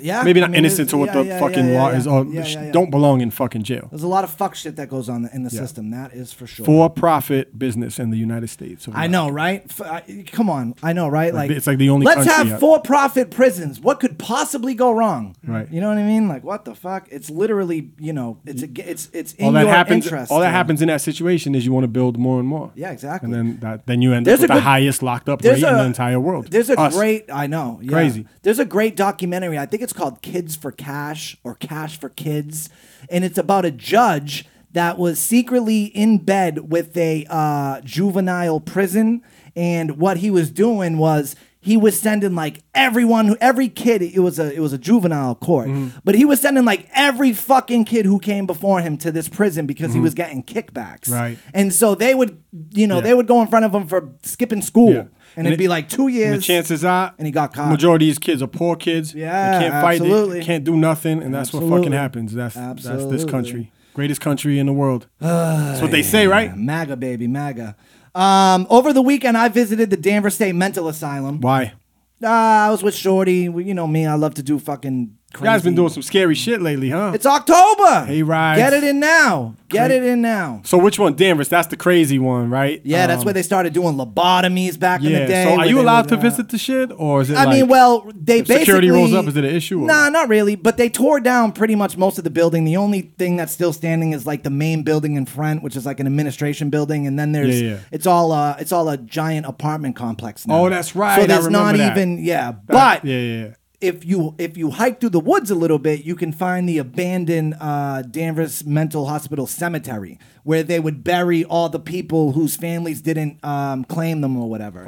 Speaker 1: Yeah,
Speaker 2: Maybe
Speaker 1: I
Speaker 2: not
Speaker 1: mean,
Speaker 2: innocent to what
Speaker 1: there's-
Speaker 2: the
Speaker 1: yeah, yeah,
Speaker 2: fucking
Speaker 1: yeah,
Speaker 2: law
Speaker 1: yeah,
Speaker 2: is. Or
Speaker 1: yeah, yeah, yeah.
Speaker 2: don't belong in fucking jail.
Speaker 1: There's a lot of fuck shit that goes on in the
Speaker 2: Yeah.
Speaker 1: system. That is for sure.
Speaker 2: for-profit business in the United States. of
Speaker 1: I
Speaker 2: America.
Speaker 1: know, right? F- I- come on, I know, right? Like
Speaker 2: it's like the only
Speaker 1: Let's
Speaker 2: country
Speaker 1: have
Speaker 2: out-
Speaker 1: for-profit prisons. What could possibly go wrong?
Speaker 2: Right.
Speaker 1: You know what I mean? Like what the fuck? It's literally, you know, it's a, it's it's in
Speaker 2: All that
Speaker 1: your
Speaker 2: happens.
Speaker 1: interest.
Speaker 2: all that
Speaker 1: to-
Speaker 2: happens in that situation is you want to build more and more.
Speaker 1: Yeah, exactly.
Speaker 2: And then that, then you end
Speaker 1: There's
Speaker 2: up with
Speaker 1: a
Speaker 2: the
Speaker 1: good-
Speaker 2: highest locked up
Speaker 1: There's
Speaker 2: rate in
Speaker 1: a-
Speaker 2: the entire world.
Speaker 1: There's a
Speaker 2: Us.
Speaker 1: great, I know, yeah.
Speaker 2: Crazy.
Speaker 1: There's a great documentary. I think it's called Kids for Cash or Cash for Kids, and it's about a judge that was secretly in bed with a uh, juvenile prison, and what he was doing was he was sending like everyone, every kid. It was a it was a juvenile court,
Speaker 2: Mm-hmm.
Speaker 1: but he was sending like every fucking kid who came before him to this prison because he was getting kickbacks.
Speaker 2: Mm-hmm. Right.
Speaker 1: and so they would, you know,
Speaker 2: Yeah.
Speaker 1: they would go in front of him for skipping school,
Speaker 2: Yeah.
Speaker 1: and, it'd
Speaker 2: it-
Speaker 1: be like two years.
Speaker 2: And the chances are,
Speaker 1: and he got caught.
Speaker 2: Majority of these kids are poor kids.
Speaker 1: Yeah,
Speaker 2: they can't fight
Speaker 1: absolutely.
Speaker 2: it, can't do nothing, and that's what fucking
Speaker 1: Absolutely.
Speaker 2: happens. That's that's
Speaker 1: Absolutely.
Speaker 2: this country, greatest country in the world. that's what they say, right?
Speaker 1: MAGA baby, MAGA. Um, over the weekend, I visited the Danvers State Mental Asylum.
Speaker 2: Why?
Speaker 1: Uh, I was with Shorty. Well, You know me. I love to do fucking.
Speaker 2: You
Speaker 1: Crazy.
Speaker 2: guys been doing some scary shit lately, huh?
Speaker 1: It's October.
Speaker 2: Hey, rides.
Speaker 1: Get it in now. Get it in now.
Speaker 2: so which one, Danvers? That's the crazy one, right?
Speaker 1: Yeah, that's where they started doing lobotomies back in the day.
Speaker 2: Um, So are
Speaker 1: where
Speaker 2: you
Speaker 1: they
Speaker 2: allowed
Speaker 1: would,
Speaker 2: to
Speaker 1: uh,
Speaker 2: visit the shit, or is it?
Speaker 1: I
Speaker 2: like,
Speaker 1: mean, well, they
Speaker 2: if
Speaker 1: basically
Speaker 2: security rolls up. Is it an issue? or-
Speaker 1: Nah, not really. But they tore down pretty much most of the building. The only thing that's still standing is like the main building in front, which is like an administration building, and then there's
Speaker 2: Yeah, yeah.
Speaker 1: it's all uh it's all a giant apartment complex now.
Speaker 2: Oh, that's right. I
Speaker 1: So there's not
Speaker 2: remember that.
Speaker 1: even yeah,
Speaker 2: That-
Speaker 1: but
Speaker 2: yeah, yeah, yeah.
Speaker 1: if you if you hike through the woods a little bit, you can find the abandoned uh, Danvers Mental Hospital cemetery where they would bury all the people whose families didn't um, claim them or whatever.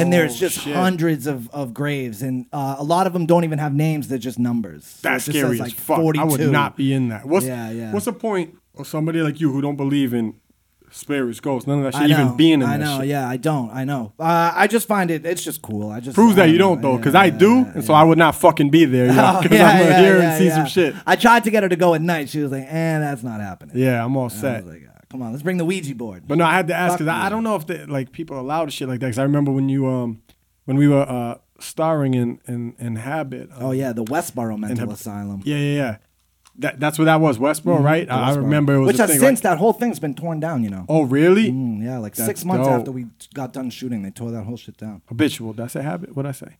Speaker 1: and there's just
Speaker 2: Oh, shit.
Speaker 1: hundreds of, of graves, and uh, a lot of them don't even have names; they're just numbers.
Speaker 2: That's
Speaker 1: It just
Speaker 2: scary
Speaker 1: says,
Speaker 2: as fuck. I would not be in that. What's,
Speaker 1: yeah, yeah.
Speaker 2: What's the point of somebody like you who don't believe in spirits, ghosts, none of that
Speaker 1: I
Speaker 2: shit, even
Speaker 1: know,
Speaker 2: being in
Speaker 1: I
Speaker 2: that
Speaker 1: know,
Speaker 2: shit?
Speaker 1: yeah, I don't, I know. Uh, I just find it, it's just cool. I just
Speaker 2: Proves
Speaker 1: I
Speaker 2: that you
Speaker 1: know,
Speaker 2: don't though,
Speaker 1: yeah. Oh,
Speaker 2: because I do, and so I would not fucking be there. You know, 'cause I'm gonna hear and see some shit.
Speaker 1: I tried to get her to go at night. She was like, "Eh, that's not happening."
Speaker 2: Yeah, I'm all
Speaker 1: I
Speaker 2: set.
Speaker 1: was like, "Ah, "Come on, let's bring the Ouija board."
Speaker 2: But no, I had to ask
Speaker 1: Fuck
Speaker 2: because I,
Speaker 1: you.
Speaker 2: I don't know if they, like people allowed shit like that. Because I remember when you um when we were uh starring in in, in Habit.
Speaker 1: Oh yeah, the Westboro Mental
Speaker 2: Hab-
Speaker 1: Asylum.
Speaker 2: Yeah, yeah, yeah. That that's what that was Westboro, right?
Speaker 1: The
Speaker 2: I, I
Speaker 1: Westboro.
Speaker 2: remember it was
Speaker 1: Mm-hmm.
Speaker 2: a
Speaker 1: Which has
Speaker 2: thing,
Speaker 1: since
Speaker 2: right?
Speaker 1: that whole thing's been torn down. You know.
Speaker 2: Oh really?
Speaker 1: Mm, yeah, like
Speaker 2: That's
Speaker 1: six months
Speaker 2: dope.
Speaker 1: after we got done shooting, they tore that whole shit down.
Speaker 2: habitual. That's a habit. What I say?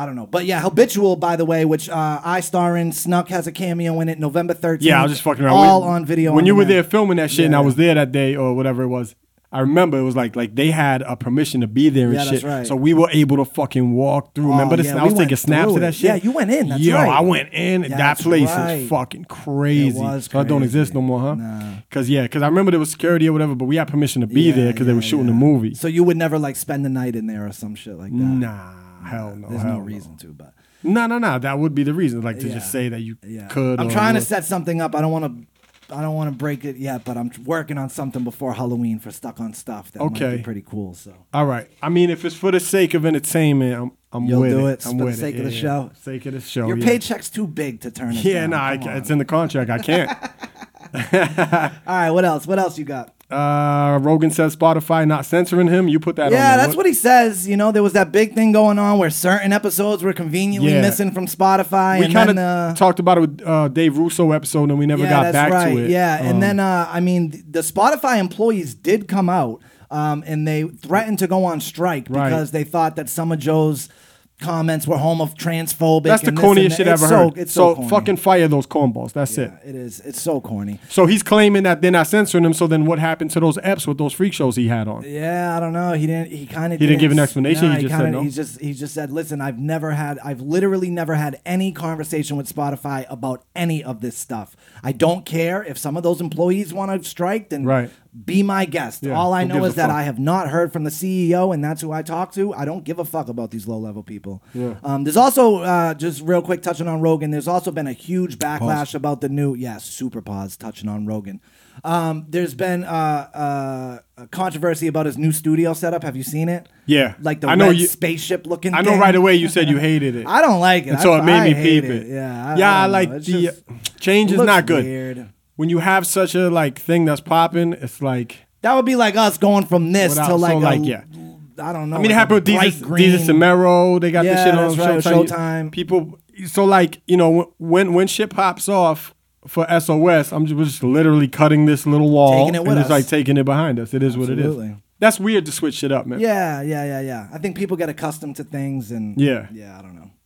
Speaker 1: I don't know, but yeah, Habitual, by the way, which uh, I star in, Snuck has a cameo in it, November thirteenth.
Speaker 2: Yeah, I was just fucking around.
Speaker 1: All
Speaker 2: We-
Speaker 1: on video.
Speaker 2: When
Speaker 1: on
Speaker 2: you were there
Speaker 1: demand.
Speaker 2: filming that shit, and
Speaker 1: Yeah,
Speaker 2: I
Speaker 1: yeah.
Speaker 2: was there that day or whatever it was. I remember it was like like they had a permission to be there and
Speaker 1: Yeah, that's
Speaker 2: shit,
Speaker 1: right.
Speaker 2: so we were able to fucking walk through.
Speaker 1: Oh,
Speaker 2: remember this?
Speaker 1: yeah,
Speaker 2: And I
Speaker 1: we
Speaker 2: was taking
Speaker 1: went
Speaker 2: snaps
Speaker 1: through
Speaker 2: of
Speaker 1: it.
Speaker 2: that shit.
Speaker 1: Yeah, you went in, that's
Speaker 2: Yo,
Speaker 1: right.
Speaker 2: I went in. that
Speaker 1: That's
Speaker 2: place
Speaker 1: right.
Speaker 2: is fucking crazy.
Speaker 1: It was
Speaker 2: So it don't
Speaker 1: crazy.
Speaker 2: exist no more, huh? Cause yeah, cause I remember there was security or whatever, but we had permission to be there because they were shooting the movie.
Speaker 1: So you would never like spend the night in there or some shit like that.
Speaker 2: Nah, hell no.
Speaker 1: There's
Speaker 2: hell
Speaker 1: no reason to, but
Speaker 2: No, no, no. That would be the reason, like to
Speaker 1: Yeah.
Speaker 2: just say that you
Speaker 1: yeah.
Speaker 2: could.
Speaker 1: I'm
Speaker 2: or
Speaker 1: trying to
Speaker 2: would.
Speaker 1: set something up. I don't want to. I don't want to break it yet, but I'm working on something before Halloween for Stuck on Stuff. That might
Speaker 2: Okay.
Speaker 1: be pretty cool. So
Speaker 2: All right. I mean, if it's for the sake of entertainment, I'm, I'm
Speaker 1: You'll
Speaker 2: with
Speaker 1: do
Speaker 2: it.
Speaker 1: it
Speaker 2: I'm
Speaker 1: for the
Speaker 2: with
Speaker 1: sake
Speaker 2: it.
Speaker 1: of the
Speaker 2: Yeah,
Speaker 1: show.
Speaker 2: yeah. Sake of the show.
Speaker 1: your
Speaker 2: Oh, yeah.
Speaker 1: paycheck's too big to turn. It
Speaker 2: Yeah,
Speaker 1: down.
Speaker 2: no, I
Speaker 1: Come
Speaker 2: ca-
Speaker 1: on.
Speaker 2: it's in the contract. I can't.
Speaker 1: All right, what else? What else you got?
Speaker 2: uh, Rogan says Spotify not censoring him. You put that on.
Speaker 1: yeah,
Speaker 2: there.
Speaker 1: that's what, he says. You know, there was that big thing going on where certain episodes were conveniently
Speaker 2: Yeah.
Speaker 1: missing from Spotify.
Speaker 2: we
Speaker 1: and
Speaker 2: kind of
Speaker 1: then, uh,
Speaker 2: talked about it with uh, Dave Russo episode, and we never
Speaker 1: yeah,
Speaker 2: got
Speaker 1: that's
Speaker 2: back
Speaker 1: right.
Speaker 2: to it.
Speaker 1: Yeah,
Speaker 2: Um,
Speaker 1: and then uh, I mean, th- the Spotify employees did come out um, and they threatened to go on strike
Speaker 2: Right.
Speaker 1: because they thought that some of Joe's comments were homo transphobic.
Speaker 2: that's the
Speaker 1: and this and
Speaker 2: corniest
Speaker 1: that.
Speaker 2: shit
Speaker 1: It's
Speaker 2: ever
Speaker 1: so,
Speaker 2: heard.
Speaker 1: It's
Speaker 2: so
Speaker 1: so, corny.
Speaker 2: fucking fire those cornballs. That's it.
Speaker 1: It is. It's so corny.
Speaker 2: So he's claiming that they're not censoring him. So then, what happened to those eps with those freak shows he had on?
Speaker 1: Yeah, I don't know. He didn't. He kind of.
Speaker 2: He didn't give an explanation? He just said no?
Speaker 1: He just. He just said, "Listen, I've never had. I've literally never had any conversation with Spotify about any of this stuff. I don't care if some of those employees want to strike. Then
Speaker 2: Right.
Speaker 1: be my guest.
Speaker 2: Yeah,
Speaker 1: All I
Speaker 2: who
Speaker 1: know
Speaker 2: gives
Speaker 1: is
Speaker 2: a
Speaker 1: that
Speaker 2: fuck?
Speaker 1: I have not heard from the CEO, and that's who I talk to. I don't give a fuck about these low level people.
Speaker 2: Yeah.
Speaker 1: Um, there's also uh, just real quick touching on Rogan. There's also been a huge backlash about the new yeah super pause touching on Rogan. Um, there's been uh, uh, a controversy about his new studio setup. Have you seen it?
Speaker 2: Yeah.
Speaker 1: like the
Speaker 2: I know
Speaker 1: red
Speaker 2: you-
Speaker 1: spaceship looking.
Speaker 2: I know
Speaker 1: thing.
Speaker 2: right away you said you hated it.
Speaker 1: I don't like it.
Speaker 2: And
Speaker 1: I-
Speaker 2: so it made
Speaker 1: I
Speaker 2: me
Speaker 1: hate
Speaker 2: peep
Speaker 1: it.
Speaker 2: it.
Speaker 1: Yeah, I-
Speaker 2: yeah,
Speaker 1: I
Speaker 2: I,
Speaker 1: don't
Speaker 2: like
Speaker 1: know. It's
Speaker 2: the uh,
Speaker 1: just-
Speaker 2: change is
Speaker 1: looks
Speaker 2: not good.
Speaker 1: weird.
Speaker 2: When you have such a like thing that's popping, it's like
Speaker 1: That would be like us going from this
Speaker 2: Without-
Speaker 1: to like,
Speaker 2: so,
Speaker 1: a-
Speaker 2: like, yeah.
Speaker 1: I don't know.
Speaker 2: I mean, it
Speaker 1: like
Speaker 2: happened with
Speaker 1: a bright
Speaker 2: Jesus, Jesus
Speaker 1: green-
Speaker 2: Samero. They got
Speaker 1: Yeah,
Speaker 2: this shit on
Speaker 1: that's right,
Speaker 2: Showtime.
Speaker 1: Showtime.
Speaker 2: People, so like you know when when shit pops off for SOS, I'm just, we're just literally cutting this little wall
Speaker 1: Taking it with
Speaker 2: and
Speaker 1: us.
Speaker 2: it's like taking it behind us. It is what it
Speaker 1: Absolutely.
Speaker 2: is. That's weird to switch shit up, man.
Speaker 1: Yeah, yeah, yeah, yeah. I think people get accustomed to things and
Speaker 2: Yeah.
Speaker 1: yeah. I don't know.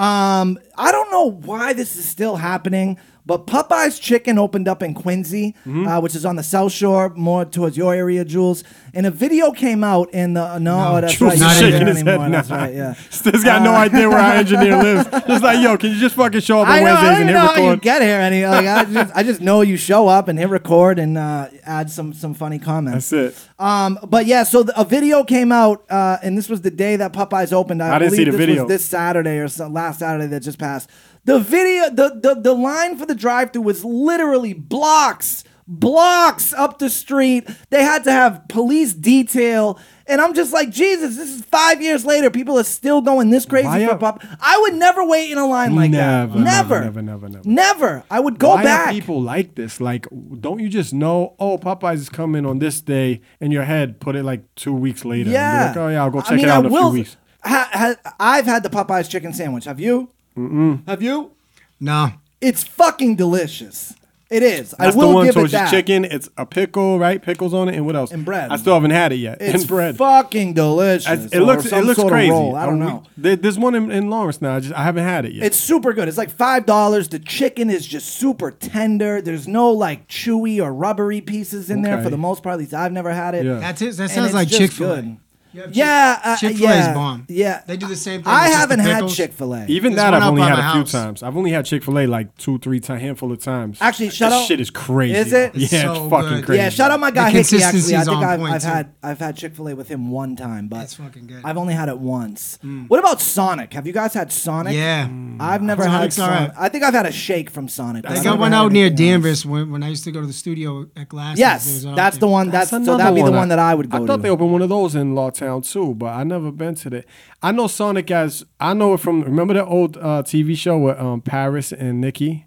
Speaker 1: Um, I don't know why this is still happening, but Popeye's Chicken opened up in Quincy,
Speaker 2: Mm-hmm.
Speaker 1: uh, which is on the South Shore, more towards your area, Jules. And a video came out in the no, oh, that's
Speaker 2: Jules
Speaker 1: right,
Speaker 2: is
Speaker 1: you're not
Speaker 2: shaking
Speaker 1: there
Speaker 2: his head.
Speaker 1: anymore,
Speaker 2: Nah.
Speaker 1: That's right, yeah.
Speaker 2: This got
Speaker 1: Uh,
Speaker 2: no idea where our engineer lives. Just like, yo, can you just fucking show up on
Speaker 1: I know. I
Speaker 2: Wednesdays
Speaker 1: don't
Speaker 2: and
Speaker 1: even
Speaker 2: hit
Speaker 1: know how you
Speaker 2: record?
Speaker 1: get here. Any, like, I just, I just know you show up and hit record and uh, add some some funny comments.
Speaker 2: That's it.
Speaker 1: Um, but yeah, so the, a video came out, uh, and this was the day that Popeyes opened. I,
Speaker 2: I didn't see
Speaker 1: believe
Speaker 2: the
Speaker 1: this
Speaker 2: video.
Speaker 1: Was this Saturday or so, last Saturday that just passed. The video, the the, the line for the drive-through was literally blocks, blocks up the street. They had to have police detail, and I'm just like, Jesus, this is five years later. People are still going this crazy
Speaker 2: Why
Speaker 1: for
Speaker 2: are-
Speaker 1: Pop. I would never wait in a line like that.
Speaker 2: Never, never, never, never, never.
Speaker 1: never. I would go
Speaker 2: Why
Speaker 1: back.
Speaker 2: Are people like this? Like, don't you just know? Oh, Popeyes is coming on this day. In your head, put it like two weeks later. and be
Speaker 1: Yeah.
Speaker 2: like, oh yeah, I'll go check
Speaker 1: I mean,
Speaker 2: it out in
Speaker 1: I
Speaker 2: a
Speaker 1: will,
Speaker 2: few weeks.
Speaker 1: Ha, ha, I've had the Popeyes chicken sandwich. Have you? Mm-mm. Have you?
Speaker 9: No.
Speaker 1: It's fucking delicious. It is.
Speaker 2: That's
Speaker 1: I will
Speaker 2: the one.
Speaker 1: give
Speaker 2: so
Speaker 1: it
Speaker 2: it's just
Speaker 1: that.
Speaker 2: chicken. It's a pickle, right? Pickles on it, and what else?
Speaker 1: And bread.
Speaker 2: I still haven't had it yet.
Speaker 1: It's
Speaker 2: and bread.
Speaker 1: fucking delicious.
Speaker 2: As- it
Speaker 1: or
Speaker 2: looks. It
Speaker 1: some
Speaker 2: looks
Speaker 1: sort of
Speaker 2: crazy.
Speaker 1: roll. I don't
Speaker 2: Uh, we-
Speaker 1: know.
Speaker 2: there- there's one in, in Lawrence now. I just I haven't had it yet.
Speaker 1: It's super good. It's like five dollars. The chicken is just super tender. There's no like chewy or rubbery pieces in there
Speaker 2: Okay.
Speaker 1: for the most part. At least I've never had it.
Speaker 2: Yeah.
Speaker 9: That's it. That
Speaker 1: And
Speaker 9: sounds
Speaker 1: it's
Speaker 9: like
Speaker 1: just
Speaker 9: Chick Fil
Speaker 1: good.
Speaker 9: A. You have Chick-
Speaker 1: yeah, uh,
Speaker 9: Chick-fil-A is
Speaker 1: yeah,
Speaker 9: bomb.
Speaker 1: Yeah,
Speaker 9: They do the same thing.
Speaker 1: I
Speaker 9: with just the
Speaker 1: haven't had
Speaker 9: pickles.
Speaker 1: Chick Fil A.
Speaker 2: Even
Speaker 9: There's
Speaker 2: that
Speaker 9: one
Speaker 2: I've
Speaker 9: out
Speaker 2: only
Speaker 9: by
Speaker 2: had a
Speaker 9: my
Speaker 2: few
Speaker 9: house.
Speaker 2: times. I've only had Chick Fil A like two, three, times, handful of times.
Speaker 1: Actually, shout
Speaker 2: this
Speaker 1: out-
Speaker 2: shit is crazy.
Speaker 1: Is it?
Speaker 2: Yeah,
Speaker 1: It's
Speaker 2: it's,
Speaker 9: so
Speaker 2: fucking
Speaker 9: good.
Speaker 2: crazy.
Speaker 1: Yeah, shout out my guy Hickey.
Speaker 9: The
Speaker 1: Actually, I
Speaker 9: consistency's
Speaker 1: think
Speaker 9: on
Speaker 1: I've,
Speaker 9: point,
Speaker 1: I've
Speaker 9: too.
Speaker 1: had I've had Chick Fil A with him one time, but
Speaker 9: That's fucking good. Mm.
Speaker 1: I've only had it once. What about Sonic? Have you guys had Sonic?
Speaker 9: Yeah.
Speaker 1: I've never
Speaker 9: Sonic's
Speaker 1: had Sonic.
Speaker 9: alright.
Speaker 1: I think I've had a shake from Sonic. but
Speaker 9: They
Speaker 1: I've
Speaker 9: got
Speaker 1: never
Speaker 9: one
Speaker 1: had
Speaker 9: out near
Speaker 1: anything else.
Speaker 9: Danvers when, when I used to go to the studio at Glass.
Speaker 1: Yes, that's the one. That's, so that'd be the one that I would go
Speaker 2: I thought
Speaker 1: to.
Speaker 2: they opened one of those in Lawtown too, but I never been to that. I know Sonic as I know it from. Remember that old uh, TV show with um, Paris and Nikki?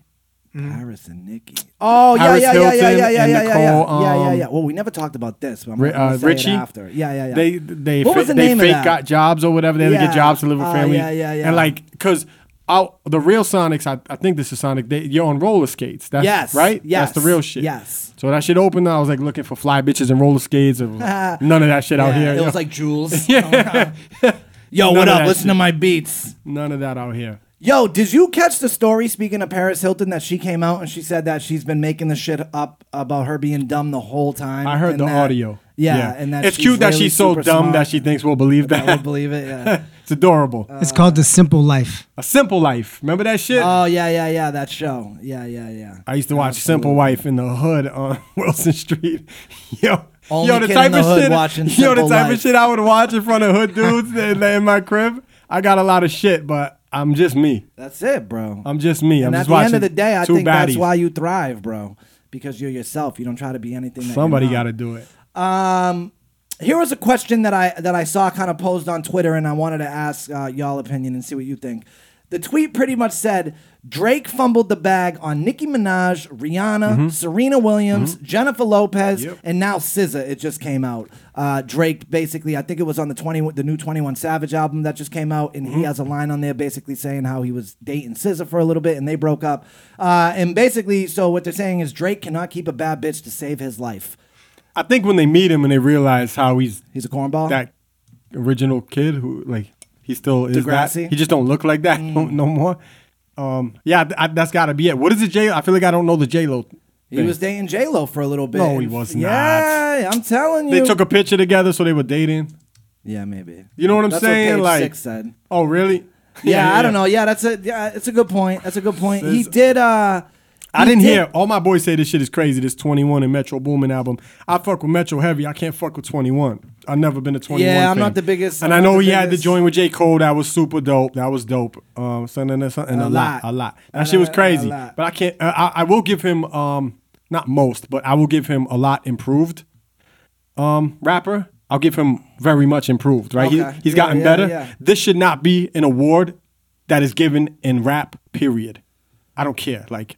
Speaker 1: Paris and Nikki. Oh yeah,
Speaker 2: Paris
Speaker 1: yeah, yeah, yeah,
Speaker 2: Hilton
Speaker 1: yeah, yeah,
Speaker 2: and
Speaker 1: yeah, yeah,
Speaker 2: Nicole,
Speaker 1: yeah, yeah,
Speaker 2: um,
Speaker 1: yeah. Well, we never talked about this, but I'm
Speaker 2: Ri-
Speaker 1: gonna
Speaker 2: uh,
Speaker 1: say it
Speaker 2: Richie.
Speaker 1: after. Yeah, yeah, yeah.
Speaker 2: They they
Speaker 1: What was
Speaker 2: fa-
Speaker 1: the name of
Speaker 2: they fake
Speaker 1: that?
Speaker 2: got jobs or whatever. They had to
Speaker 1: Yeah.
Speaker 2: get jobs to live with
Speaker 1: Uh,
Speaker 2: family.
Speaker 1: yeah, yeah, yeah.
Speaker 2: And like because. Out, the real Sonics, I, I think this is Sonic. They, you're on roller skates. That's
Speaker 1: Yes,
Speaker 2: right.
Speaker 1: yes,
Speaker 2: that's the real shit.
Speaker 1: yes.
Speaker 2: So that shit opened. I was like looking for fly bitches and roller skates. And none of that shit out
Speaker 1: Yeah,
Speaker 2: here.
Speaker 1: It
Speaker 2: yo.
Speaker 1: was like
Speaker 2: Oh,
Speaker 1: Jules. Yo,
Speaker 2: None
Speaker 1: what
Speaker 2: of
Speaker 1: up?
Speaker 2: that
Speaker 1: Listen to
Speaker 2: shit.
Speaker 1: my beats.
Speaker 2: none of that out here.
Speaker 1: Yo, did you catch the story? Speaking of Paris Hilton, that she came out and she said that she's been making the shit up about her being dumb the whole time.
Speaker 2: I heard
Speaker 1: and
Speaker 2: the
Speaker 1: that-
Speaker 2: audio.
Speaker 1: Yeah, and that
Speaker 2: it's
Speaker 1: she's
Speaker 2: cute that
Speaker 1: really
Speaker 2: she's so
Speaker 1: super
Speaker 2: dumb that
Speaker 1: smart.
Speaker 2: she thinks we'll believe
Speaker 1: I would
Speaker 2: that.
Speaker 1: believe Uh, it. Yeah.
Speaker 2: it's adorable.
Speaker 9: It's called The Simple Life.
Speaker 2: a simple life. Remember that shit?
Speaker 1: oh yeah, yeah, yeah. That show. Yeah, yeah, yeah.
Speaker 2: I used to watch Simple Wife in the hood on Wilson Street. Yo,
Speaker 1: Only
Speaker 2: yo, the
Speaker 1: kid
Speaker 2: type
Speaker 1: in the
Speaker 2: of
Speaker 1: hood
Speaker 2: shit.
Speaker 1: watching
Speaker 2: yo, the
Speaker 1: Simple
Speaker 2: type
Speaker 1: Life.
Speaker 2: of shit I would watch in front of hood dudes in, in my crib. I got a lot of shit, but I'm just me.
Speaker 1: That's it, bro.
Speaker 2: I'm just me. I'm
Speaker 1: and
Speaker 2: just
Speaker 1: at the
Speaker 2: watching
Speaker 1: end of the day, I
Speaker 2: two
Speaker 1: think
Speaker 2: baddies.
Speaker 1: that's why you thrive, bro. Because you're yourself. You don't try to be anything. That
Speaker 2: somebody
Speaker 1: got
Speaker 2: got to do it.
Speaker 1: Um, here was a question that I that I saw kind of posed on Twitter, and I wanted to ask uh, y'all opinion and see what you think. The tweet pretty much said Drake fumbled the bag on Nicki Minaj, Rihanna, Serena Williams, Jennifer Lopez,
Speaker 2: Mm-hmm. Yep.
Speaker 1: and now SZA. It just came out. Uh, Drake basically, I think it was on the twenty the new Twenty One Savage album that just came out, and
Speaker 2: Mm-hmm.
Speaker 1: he has a line on there basically saying how he was dating SZA for a little bit, and they broke up. Uh, and basically, so what they're saying is Drake cannot keep a bad bitch to save his life.
Speaker 2: I think when they meet him and they realize how he's
Speaker 1: He's a cornball.
Speaker 2: that original kid who like he still is
Speaker 1: Degrassi? Mm.
Speaker 2: that. He just don't look like that no, no more. Um, yeah, th- I, that's got to be it. What is the J? I feel like I don't know the J Lo.
Speaker 1: He was dating J Lo for a little bit.
Speaker 2: No, he
Speaker 1: And-
Speaker 2: was
Speaker 1: Yeah, I'm telling you.
Speaker 2: They took a picture together, so they were dating.
Speaker 1: yeah, maybe.
Speaker 2: You know what I'm
Speaker 1: That's
Speaker 2: saying?
Speaker 1: What page
Speaker 2: like,
Speaker 1: six said.
Speaker 2: oh really?
Speaker 1: Yeah, I don't know. Yeah, that's a yeah, it's a good point. That's a good point. He
Speaker 2: Says-
Speaker 1: did. uh
Speaker 2: I
Speaker 1: he
Speaker 2: didn't
Speaker 1: did-
Speaker 2: hear. All my boys say this shit is crazy. This 21 and Metro Boomin album. I fuck with Metro heavy. I can't fuck with 21. I've never been a 21.
Speaker 1: Yeah, I'm
Speaker 2: fan.
Speaker 1: not the biggest-
Speaker 2: And
Speaker 1: I'm
Speaker 2: I
Speaker 1: not
Speaker 2: know
Speaker 1: the
Speaker 2: he had the
Speaker 1: biggest.
Speaker 2: joint with J Cole. That was super dope. That was dope. Um, something and, something, and
Speaker 1: A
Speaker 2: a, lot,
Speaker 1: lot.
Speaker 2: a lot. That
Speaker 1: And
Speaker 2: shit was
Speaker 1: a-
Speaker 2: crazy.
Speaker 1: a lot.
Speaker 2: But I can't. Uh, I, I will give him um, not most, but I will give him a lot improved. Um, rapper. I'll give him very much improved. Right.
Speaker 1: Okay.
Speaker 2: He, he's
Speaker 1: Yeah,
Speaker 2: gotten
Speaker 1: yeah,
Speaker 2: better.
Speaker 1: yeah.
Speaker 2: This should not be an award that is given in rap. Period. I don't care. Like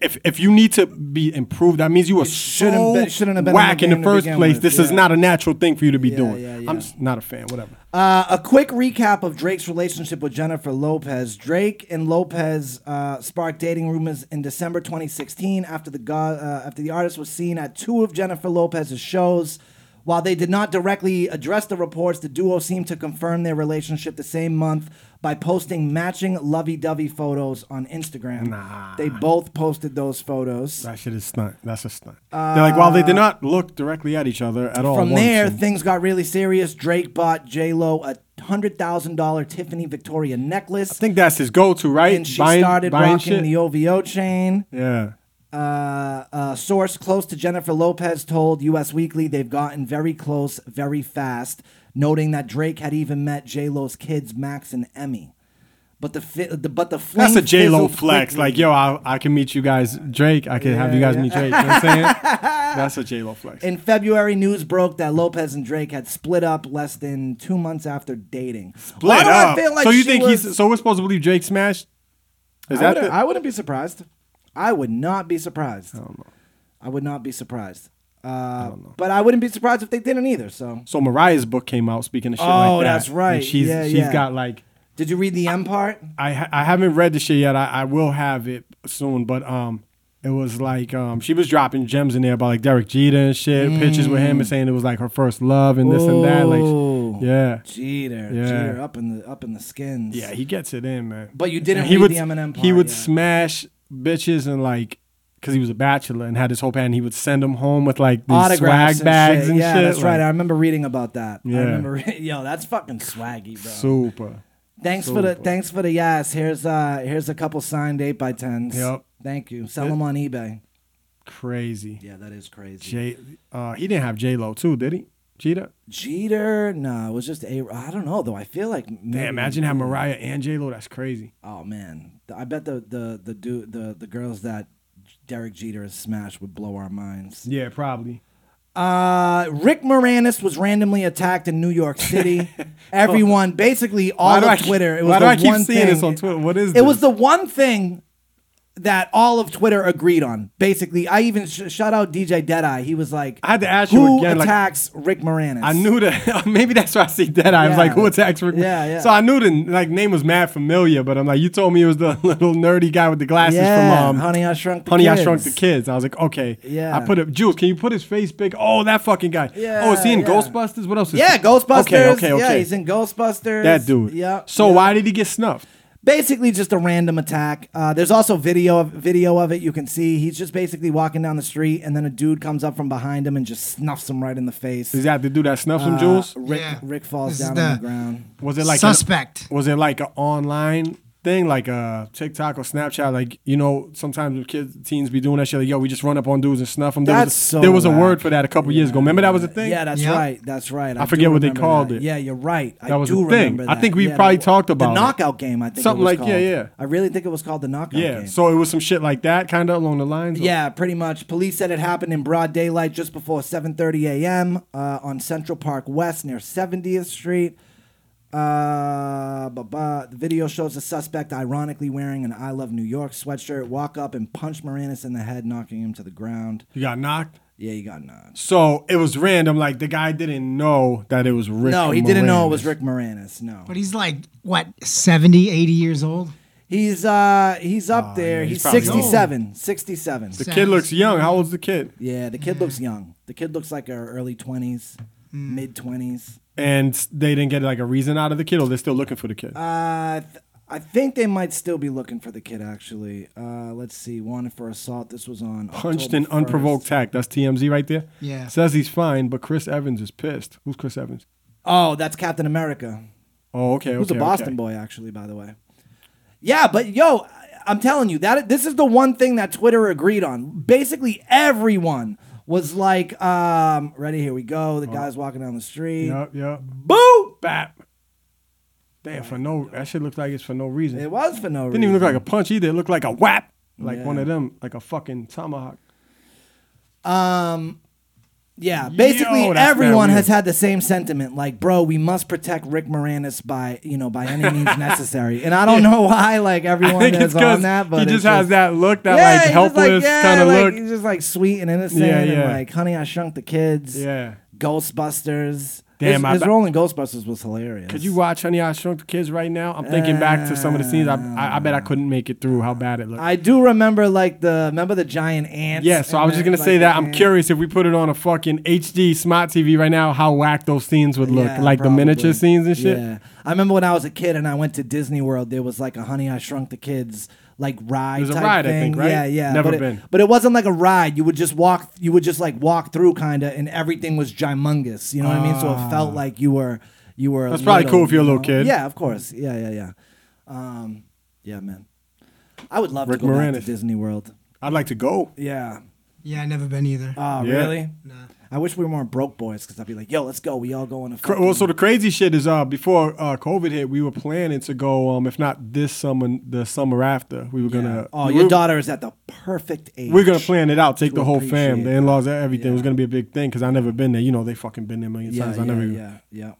Speaker 2: if if you need to be improved, that means you were
Speaker 1: shouldn't
Speaker 2: so
Speaker 1: been- shouldn't have been in
Speaker 2: whack
Speaker 1: the
Speaker 2: in the,
Speaker 1: game to
Speaker 2: first
Speaker 1: begin
Speaker 2: place.
Speaker 1: with,
Speaker 2: This is
Speaker 1: yeah.
Speaker 2: not a natural thing for you to be
Speaker 1: Yeah,
Speaker 2: doing.
Speaker 1: yeah, yeah.
Speaker 2: I'm just not a fan. Whatever.
Speaker 1: Uh, a quick recap of Drake's relationship with Jennifer Lopez. Drake and Lopez uh, sparked dating rumors in December 2016 after the go- uh, after the artist was seen at two of Jennifer Lopez's shows. While they did not directly address the reports, the duo seemed to confirm their relationship the same month by posting matching lovey-dovey photos on Instagram.
Speaker 2: Nah.
Speaker 1: They both posted those photos.
Speaker 2: That shit is stunt. That's a stunt. They're like, while they did not look directly at each other at all.
Speaker 1: Uh, From
Speaker 2: once
Speaker 1: there,
Speaker 2: and-
Speaker 1: things got really serious. Drake bought J Lo a hundred thousand dollar Tiffany Victoria necklace.
Speaker 2: I think that's his go-to, right?
Speaker 1: and she
Speaker 2: Buying-
Speaker 1: started
Speaker 2: buying
Speaker 1: rocking
Speaker 2: shit?
Speaker 1: the OVO chain.
Speaker 2: yeah.
Speaker 1: Uh, a source close to Jennifer Lopez told U.S. Weekly they've gotten very close, very fast, noting that Drake had even met J Lo's kids, Max and Emmy. But the, fi- the but the fling
Speaker 2: That's a J Lo
Speaker 1: fizzled
Speaker 2: flex.
Speaker 1: quickly.
Speaker 2: Like, yo, I, I can meet you guys, Drake. I can have you guys meet Drake. You know what I'm saying? That's a J Lo flex.
Speaker 1: In February, news broke that Lopez and Drake had split up less than two months after dating.
Speaker 2: Split
Speaker 1: Why do
Speaker 2: up.
Speaker 1: I feel like
Speaker 2: so you
Speaker 1: she
Speaker 2: think he's?
Speaker 1: was-
Speaker 2: So we're supposed to believe Drake smashed? Is
Speaker 1: I
Speaker 2: that?
Speaker 1: wouldn't,
Speaker 2: the-
Speaker 1: I wouldn't be surprised. I would not be surprised. I don't know. I would not be surprised. Uh, But I wouldn't be surprised if they didn't either. So,
Speaker 2: So Mariah's book came out speaking of shit
Speaker 1: Oh,
Speaker 2: like that.
Speaker 1: that's right.
Speaker 2: And she's
Speaker 1: Yeah,
Speaker 2: she's
Speaker 1: yeah.
Speaker 2: got like
Speaker 1: did you read the M part?
Speaker 2: I ha- I haven't read the shit yet. I, I will have it soon, but um it was like um she was dropping gems in there about like Derek Jeter and shit,
Speaker 1: Mm.
Speaker 2: pictures with him and saying it was like her first love and this and that.
Speaker 1: Ooh.
Speaker 2: Like yeah.
Speaker 1: Jeter,
Speaker 2: Yeah.
Speaker 1: Jeter, up in the up in the skins.
Speaker 2: Yeah, he gets it in, man.
Speaker 1: But you didn't
Speaker 2: And he
Speaker 1: read
Speaker 2: would,
Speaker 1: the Eminem
Speaker 2: He
Speaker 1: part,
Speaker 2: would
Speaker 1: yeah.
Speaker 2: smash bitches and like because he was a bachelor and had his whole band. He would send them home with like these
Speaker 1: Autographs
Speaker 2: swag
Speaker 1: and
Speaker 2: bags
Speaker 1: shit.
Speaker 2: and
Speaker 1: yeah,
Speaker 2: shit.
Speaker 1: that's
Speaker 2: like,
Speaker 1: right. I remember reading about that.
Speaker 2: Yeah.
Speaker 1: I remember. re- Yo, that's fucking swaggy, bro.
Speaker 2: Super.
Speaker 1: Thanks for the thanks for the yes. Here's uh here's a couple signed eight by tens.
Speaker 2: Yep.
Speaker 1: Thank you. Sell them on eBay.
Speaker 2: Crazy.
Speaker 1: Yeah, that is crazy.
Speaker 2: Jay, uh, he didn't have J Lo too, did he? Cheetah.
Speaker 1: Jeter, no, it was just a. I don't know though. I feel like maybe-
Speaker 2: Damn, imagine having Mariah and J Lo. That's crazy.
Speaker 1: Oh man, The- I bet the the the dude the the girls that Derek Jeter has smashed would blow our minds.
Speaker 2: Yeah, probably.
Speaker 1: Uh, Rick Moranis was randomly attacked in New York City. Everyone, basically
Speaker 2: Oh. Why
Speaker 1: all
Speaker 2: do I
Speaker 1: of
Speaker 2: keep-
Speaker 1: Twitter. It was
Speaker 2: why do
Speaker 1: the
Speaker 2: I keep
Speaker 1: one
Speaker 2: seeing
Speaker 1: thing-
Speaker 2: this on Twitter? What is
Speaker 1: It
Speaker 2: this?
Speaker 1: was the one thing that all of Twitter agreed on. Basically, I even sh- shout out DJ Deadeye. He was like,
Speaker 2: I had to ask
Speaker 1: who
Speaker 2: you again. like,
Speaker 1: attacks Rick Moranis?"
Speaker 2: I knew that. Maybe that's why I see that. I was like,
Speaker 1: Yeah.
Speaker 2: "Who attacks Rick?"
Speaker 1: Yeah, yeah.
Speaker 2: So I knew the like name was mad familiar, but I'm like, "You told me it was the little nerdy guy with the glasses
Speaker 1: Yeah,
Speaker 2: from um,
Speaker 1: Honey, I Shrunk the
Speaker 2: Honey, I
Speaker 1: Kids.
Speaker 2: Shrunk the Kids." I was like, "Okay."
Speaker 1: Yeah.
Speaker 2: I put up Jules. Can you put his face big? Oh, that fucking guy. Oh, is he in
Speaker 1: Yeah, yeah.
Speaker 2: Ghostbusters? What else? Is
Speaker 1: Yeah, Ghostbusters.
Speaker 2: Okay, okay, okay.
Speaker 1: Yeah, he's in Ghostbusters.
Speaker 2: that dude.
Speaker 1: Yeah.
Speaker 2: So why did he get snuffed?
Speaker 1: basically just a random attack. Uh, there's also video of video of it. You can see he's just basically walking down the street, and then a dude comes up from behind him and just snuffs him right in the face.
Speaker 2: Is that the dude that snuffed him,
Speaker 1: Uh,
Speaker 2: Jules?
Speaker 1: Rick,
Speaker 9: Yeah.
Speaker 1: Rick falls
Speaker 9: This is
Speaker 1: down on the
Speaker 9: the-
Speaker 1: ground.
Speaker 2: Was it like an-
Speaker 9: Suspect.
Speaker 2: was it like an online thing, like a TikTok or Snapchat? Like you know, sometimes when kids, teens be doing that shit. Like, yo, we just run up on dudes and snuff them. There
Speaker 1: That's
Speaker 2: was a,
Speaker 1: so
Speaker 2: there was a
Speaker 1: whack.
Speaker 2: word for that a couple years ago. Remember that was a thing.
Speaker 1: Yeah, that's
Speaker 9: Yeah.
Speaker 1: right. That's right.
Speaker 2: I
Speaker 1: do
Speaker 2: forget what they
Speaker 1: remember
Speaker 2: called
Speaker 1: that.
Speaker 2: it.
Speaker 1: Yeah, you're right. I
Speaker 2: That was
Speaker 1: do
Speaker 2: a thing.
Speaker 1: remember
Speaker 2: I
Speaker 1: that.
Speaker 2: think we
Speaker 1: Yeah,
Speaker 2: probably
Speaker 1: that-
Speaker 2: talk talked about
Speaker 1: the
Speaker 2: it.
Speaker 1: knockout game. I think it
Speaker 2: Something
Speaker 1: was
Speaker 2: like- yeah,
Speaker 1: called.
Speaker 2: yeah.
Speaker 1: I really think it was called the knockout
Speaker 2: Yeah,
Speaker 1: game.
Speaker 2: so it was some shit like that, kind of along the lines. of-
Speaker 1: Yeah, pretty much. Police said it happened in broad daylight just before 7:30 a.m. Uh, on Central Park West near 70th Street. Uh, ba ba. The video shows the suspect ironically wearing an "I Love New York" sweatshirt walk up and punch Moranis in the head, knocking him to the ground.
Speaker 2: you got knocked.
Speaker 1: Yeah, you got knocked.
Speaker 2: So it was random. Like the guy didn't know that it was Rick.
Speaker 1: No, he didn't know it was
Speaker 2: Moranis.
Speaker 1: Rick Moranis. No,
Speaker 9: But he's like, what, 70, 80 years old?
Speaker 1: he's uh he's up there.
Speaker 2: Ah, yeah, he's
Speaker 1: he's
Speaker 2: probably
Speaker 1: 67. 67.
Speaker 2: The kid Mm. looks young. How old's the kid?
Speaker 1: yeah, the kid looks young. The kid looks like a early 20s,
Speaker 2: Mm.
Speaker 1: mid 20s.
Speaker 2: And they didn't get like a reason out of the kid, or they're still looking for the kid.
Speaker 1: Uh, th- I think they might still be looking for the kid. Actually, uh, let's see. Wanted for assault. This was on
Speaker 2: Punched
Speaker 1: October
Speaker 2: an
Speaker 1: 1st.
Speaker 2: unprovoked tack. That's TMZ right there.
Speaker 9: Yeah.
Speaker 2: Says he's fine, but Chris Evans is pissed. Who's Chris Evans?
Speaker 1: Oh, that's Captain America.
Speaker 2: Oh, okay.
Speaker 1: Who's
Speaker 2: okay,
Speaker 1: a Boston
Speaker 2: okay.
Speaker 1: boy, actually, by the way. Yeah, but yo, I- I'm telling you that this is the one thing that Twitter agreed on. Basically, everyone was like, um, "Ready? Here we go."
Speaker 2: Oh.
Speaker 1: The guy's walking down the street.
Speaker 2: Yup, yup.
Speaker 1: Boo!
Speaker 2: Bap. Damn, for no. That shit looks like it's for no reason.
Speaker 1: It was for no
Speaker 2: Didn't
Speaker 1: reason.
Speaker 2: even look like a punch either. It looked like a whap. Like
Speaker 1: Yeah.
Speaker 2: one of them, like a fucking tomahawk.
Speaker 1: Yeah, basically
Speaker 2: Yo, that's
Speaker 1: everyone
Speaker 2: mad
Speaker 1: has
Speaker 2: weird.
Speaker 1: had the same sentiment. Like, bro, we must protect Rick Moranis by you know by any means necessary. And I don't know why like
Speaker 2: I
Speaker 1: everyone
Speaker 2: think
Speaker 1: is
Speaker 2: it's
Speaker 1: on
Speaker 2: because
Speaker 1: that, but
Speaker 2: he
Speaker 1: it's
Speaker 2: just has that look, that
Speaker 1: Yeah,
Speaker 2: like
Speaker 1: he's just
Speaker 2: helpless
Speaker 1: yeah,
Speaker 2: kind of
Speaker 1: like,
Speaker 2: look.
Speaker 1: he's just like sweet and innocent,
Speaker 2: Yeah,
Speaker 1: and
Speaker 2: yeah.
Speaker 1: like, honey, I shrunk the kids.
Speaker 2: Yeah.
Speaker 1: Ghostbusters.
Speaker 2: Damn,
Speaker 1: his,
Speaker 2: I
Speaker 1: his
Speaker 2: bet-
Speaker 1: role in Ghostbusters was hilarious.
Speaker 2: Could you watch Honey I Shrunk the Kids right now? I'm thinking back to some of the scenes. I, I, I bet I couldn't make it through how bad it looked.
Speaker 1: I do remember like the remember the giant ants.
Speaker 2: Yeah, so I
Speaker 1: and
Speaker 2: was just
Speaker 1: the-
Speaker 2: gonna
Speaker 1: like,
Speaker 2: say that.
Speaker 1: the
Speaker 2: I'm
Speaker 1: ants.
Speaker 2: curious if we put it on a fucking HD smart TV right now, how whack those scenes would look,
Speaker 1: Yeah,
Speaker 2: like the miniature
Speaker 1: probably.
Speaker 2: scenes and shit.
Speaker 1: Yeah, I remember when I was a kid and I went to Disney World. There was like a Honey I Shrunk the Kids like ride.
Speaker 2: There's a
Speaker 1: type
Speaker 2: ride, I
Speaker 1: thing.
Speaker 2: think, right?
Speaker 1: Yeah, yeah.
Speaker 2: Never
Speaker 1: but
Speaker 2: been.
Speaker 1: It, but it wasn't like a ride. You would just walk. You would just like walk through, kind of, and everything was gymongous. You know what I mean? So it felt like you were you were.
Speaker 2: Ah. That's probably cool if you're a
Speaker 1: you
Speaker 2: little
Speaker 1: know?
Speaker 2: kid.
Speaker 1: Yeah, of course. Yeah, yeah, yeah. Um, yeah, man. I would love
Speaker 2: Rick
Speaker 1: to go back
Speaker 2: Moranis.
Speaker 1: to Disney World.
Speaker 2: I'd like to go.
Speaker 1: Yeah.
Speaker 9: Yeah, i never been either.
Speaker 1: Oh,
Speaker 2: Yeah.
Speaker 1: really? Nah. I wish we weren't broke boys because I'd be like, yo, let's go. We all go on a.
Speaker 2: Cra-
Speaker 1: fucking-
Speaker 2: Well, so the crazy shit is, uh, before uh, COVID hit, we were planning to go. Um, if not this summer, the summer after, we were gonna.
Speaker 1: Oh,
Speaker 2: we
Speaker 1: your
Speaker 2: were-
Speaker 1: daughter is at the perfect age.
Speaker 2: We're gonna plan it out. Take the whole fam,
Speaker 1: appreciate
Speaker 2: the
Speaker 1: that.
Speaker 2: in laws, everything. It was gonna be a big thing because I never been there. You know, they fucking been there a million
Speaker 1: Yeah,
Speaker 2: times.
Speaker 1: yeah,
Speaker 2: I never. even-
Speaker 1: yeah, yeah.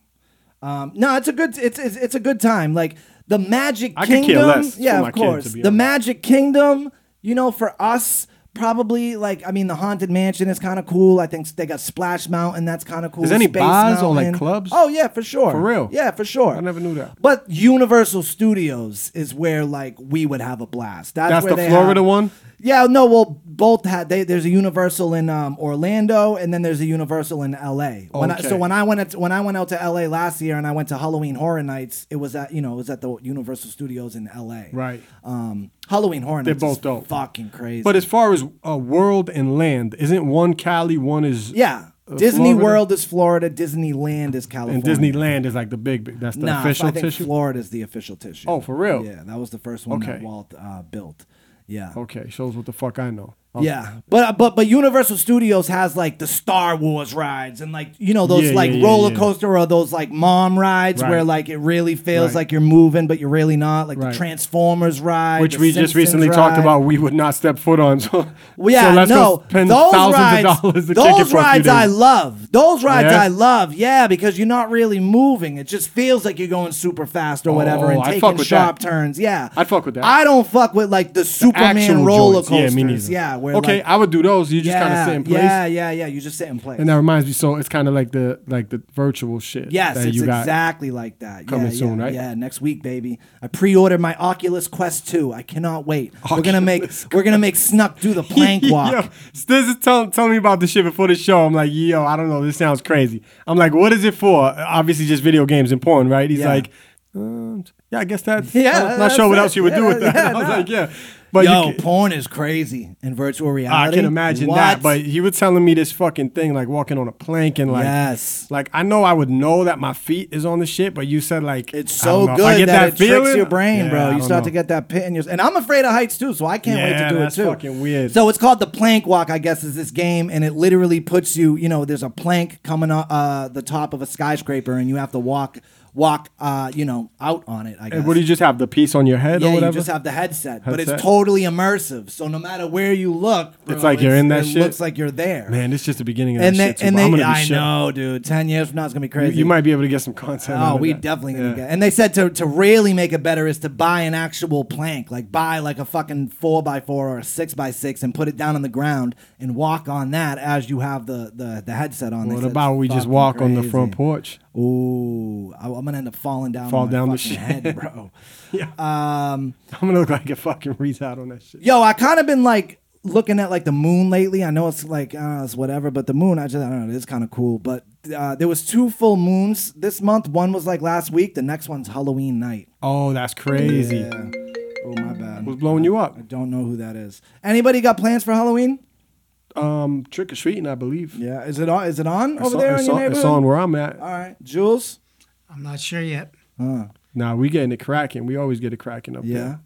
Speaker 1: Um, no, it's a good. It's, it's it's a good time. Like the Magic
Speaker 2: I could care
Speaker 1: Kingdom.
Speaker 2: less for
Speaker 1: yeah,
Speaker 2: my
Speaker 1: of
Speaker 2: kid, to
Speaker 1: course.
Speaker 2: be
Speaker 1: the
Speaker 2: honest.
Speaker 1: Magic Kingdom. You know, for us, probably like I mean, the Haunted Mansion is kind of cool. I think they got Splash Mountain. That's kind of cool.
Speaker 2: Is there any
Speaker 1: Space
Speaker 2: bars or, like,
Speaker 1: Mountain.
Speaker 2: clubs?
Speaker 1: Oh yeah, for sure.
Speaker 2: For real?
Speaker 1: Yeah, for sure.
Speaker 2: I never knew that.
Speaker 1: But Universal Studios is where like we would have a blast. That's,
Speaker 2: That's
Speaker 1: where
Speaker 2: the
Speaker 1: they
Speaker 2: Florida
Speaker 1: have-
Speaker 2: one?
Speaker 1: Yeah, no, well, both had. They, there's a Universal in um, Orlando, and then there's a Universal in L.A. When I, so
Speaker 11: Okay.
Speaker 1: when I went out- when I went out to L.A. last year, and I went to Halloween Horror Nights, it was at you know it was at the Universal Studios in L.A.
Speaker 2: Right.
Speaker 1: Um, Halloween Horror
Speaker 2: They're
Speaker 1: Nights.
Speaker 2: both
Speaker 1: is
Speaker 2: dope.
Speaker 1: Fucking crazy.
Speaker 2: But as far as uh, world and land, isn't one Cali, one is
Speaker 1: yeah,
Speaker 2: uh,
Speaker 1: Disney
Speaker 2: Florida?
Speaker 1: World is Florida, Disneyland is California.
Speaker 2: and Disneyland is like the big, big that's the
Speaker 1: Nah,
Speaker 2: official
Speaker 1: I think
Speaker 2: tissue.
Speaker 1: Florida is the official tissue.
Speaker 2: Oh, for real?
Speaker 1: Yeah, that was the first one that
Speaker 2: Okay.
Speaker 1: Walt uh, built. Yeah.
Speaker 2: Okay, shows what the fuck I know. Uh,
Speaker 1: Yeah, but uh, but but Universal Studios has like the Star Wars rides and like you know those
Speaker 2: Yeah,
Speaker 1: like
Speaker 2: yeah, yeah,
Speaker 1: roller
Speaker 2: yeah.
Speaker 1: coaster or those like mom rides
Speaker 2: Right.
Speaker 1: where like it really feels
Speaker 2: Right.
Speaker 1: like you're moving but you're really not like
Speaker 2: Right.
Speaker 1: the Transformers ride,
Speaker 2: Which
Speaker 1: the
Speaker 2: we just
Speaker 1: Simpsons
Speaker 2: recently talked
Speaker 1: ride.
Speaker 2: about, we would not step foot on. So,
Speaker 1: Well, yeah,
Speaker 2: so let's
Speaker 1: no,
Speaker 2: go spend
Speaker 1: those
Speaker 2: thousands
Speaker 1: rides,
Speaker 2: of dollars to kick it
Speaker 1: those
Speaker 2: for a few
Speaker 1: rides I
Speaker 2: days.
Speaker 1: love. Those rides
Speaker 2: Yeah?
Speaker 1: I love. Yeah, because you're not really moving. It just feels like you're going super fast or whatever
Speaker 2: Oh,
Speaker 1: and
Speaker 2: I
Speaker 1: taking
Speaker 2: fuck with
Speaker 1: sharp
Speaker 2: that.
Speaker 1: turns. Yeah,
Speaker 2: I'd fuck with that.
Speaker 1: I don't fuck with like the Superman
Speaker 2: Actual
Speaker 1: roller
Speaker 2: joints. Yeah,
Speaker 1: coasters.
Speaker 2: me
Speaker 1: Yeah,
Speaker 2: neither.
Speaker 1: where
Speaker 2: okay,
Speaker 1: like,
Speaker 2: I would do those. You just kind of sit in place.
Speaker 1: Yeah, yeah, yeah. You just sit in place.
Speaker 2: And that reminds me, so it's kind of like the like the virtual shit.
Speaker 1: yes,
Speaker 2: that
Speaker 1: it's
Speaker 2: you got.
Speaker 1: exactly like that.
Speaker 2: coming
Speaker 1: yeah,
Speaker 2: soon,
Speaker 1: yeah,
Speaker 2: right?
Speaker 1: Yeah, next week, baby. I pre-ordered my Oculus Quest 2. I cannot wait. We're gonna make we're gonna make Snuck do the plank walk.
Speaker 2: yo, this is tell, tell me about the shit before the show. I'm like, yo, I don't know. This sounds crazy. I'm like, what is it for? Obviously, just video games and porn, right? He's
Speaker 1: Yeah.
Speaker 2: like, um, yeah, I guess that's.
Speaker 1: Yeah,
Speaker 2: I'm not sure
Speaker 1: that's
Speaker 2: what
Speaker 1: it.
Speaker 2: else you would do
Speaker 1: Yeah,
Speaker 2: with that.
Speaker 1: yeah,
Speaker 2: I was
Speaker 1: nah.
Speaker 2: like, yeah, but
Speaker 1: Yo,
Speaker 2: you can,
Speaker 1: porn is crazy in virtual
Speaker 2: I
Speaker 1: reality.
Speaker 2: can imagine
Speaker 1: What?
Speaker 2: that. But you were telling me this fucking thing, like walking on a plank and like,
Speaker 1: Yes.
Speaker 2: like I know I would know that my feet is on the shit, but you said like it's
Speaker 1: so good
Speaker 2: I get
Speaker 1: that, it tricks
Speaker 2: feeling,
Speaker 1: your brain,
Speaker 2: yeah, I
Speaker 1: bro. You
Speaker 2: don't
Speaker 1: start
Speaker 2: know.
Speaker 1: to get that pit in your. And I'm afraid of heights too, so I can't wait
Speaker 2: Yeah,
Speaker 1: to do
Speaker 2: that's
Speaker 1: it too.
Speaker 2: fucking weird.
Speaker 1: So it's called the plank walk, I guess, is this game, and it literally puts you. You know, there's a plank coming up uh, the top of a skyscraper, and you have to walk, walk, uh, you know, out on it. I guess.
Speaker 2: And what do you just have the piece on your head
Speaker 1: yeah,
Speaker 2: or
Speaker 1: you
Speaker 2: whatever?
Speaker 1: just have the headset, but it's
Speaker 2: Headset.
Speaker 1: totally immersive. So no matter where you look, bro,
Speaker 2: It's like you're in that
Speaker 1: it
Speaker 2: shit.
Speaker 1: Looks like you're there.
Speaker 2: Man, it's just the beginning of
Speaker 1: and
Speaker 2: that
Speaker 1: they,
Speaker 2: shit. Too, but
Speaker 1: and they,
Speaker 2: I'm gonna be
Speaker 1: I
Speaker 2: shook.
Speaker 1: know, dude. Ten years from now, it's gonna be
Speaker 2: You,
Speaker 1: crazy.
Speaker 2: you might be able to get some content. out
Speaker 1: Oh,
Speaker 2: of
Speaker 1: we
Speaker 2: that.
Speaker 1: definitely gonna
Speaker 2: Yeah.
Speaker 1: get. And they said to to really make it better is to buy an actual plank, like buy like a fucking four by four or a six by six, and put it down on the ground and walk on that as you have the the, the headset on. They
Speaker 2: What
Speaker 1: said
Speaker 2: about
Speaker 1: it's
Speaker 2: we just
Speaker 1: fucking
Speaker 2: walk on the front
Speaker 1: crazy.
Speaker 2: porch?
Speaker 1: Ooh, I, am gonna end up falling down.
Speaker 2: Fall
Speaker 1: on my
Speaker 2: down the
Speaker 1: fucking
Speaker 2: shit.
Speaker 1: head, bro.
Speaker 2: Yeah.
Speaker 1: Um,
Speaker 2: I'm gonna look like a fucking retard on that shit.
Speaker 1: yo, I kind of been like looking at like the moon lately. I know it's like uh, it's whatever, but the moon, I just I don't know, it's kind of cool. But uh, there was two full moons this month. One was like last week. The next one's Halloween night.
Speaker 2: Oh, that's crazy.
Speaker 1: Yeah. Oh my bad.
Speaker 2: Who's blowing you up?
Speaker 1: I don't know who that is. Anybody got plans for Halloween?
Speaker 2: Um, trick or treating, I believe.
Speaker 1: Yeah. Is it on? Is it on
Speaker 2: I
Speaker 1: over
Speaker 2: saw-
Speaker 1: there
Speaker 2: I
Speaker 1: in
Speaker 2: saw-
Speaker 1: your
Speaker 2: I
Speaker 1: neighborhood?
Speaker 2: saw on where I'm at.
Speaker 1: All right, Jules.
Speaker 9: I'm not sure yet.
Speaker 1: Uh,
Speaker 2: Nah, we getting it cracking. We always get it cracking up
Speaker 1: yeah.
Speaker 2: there.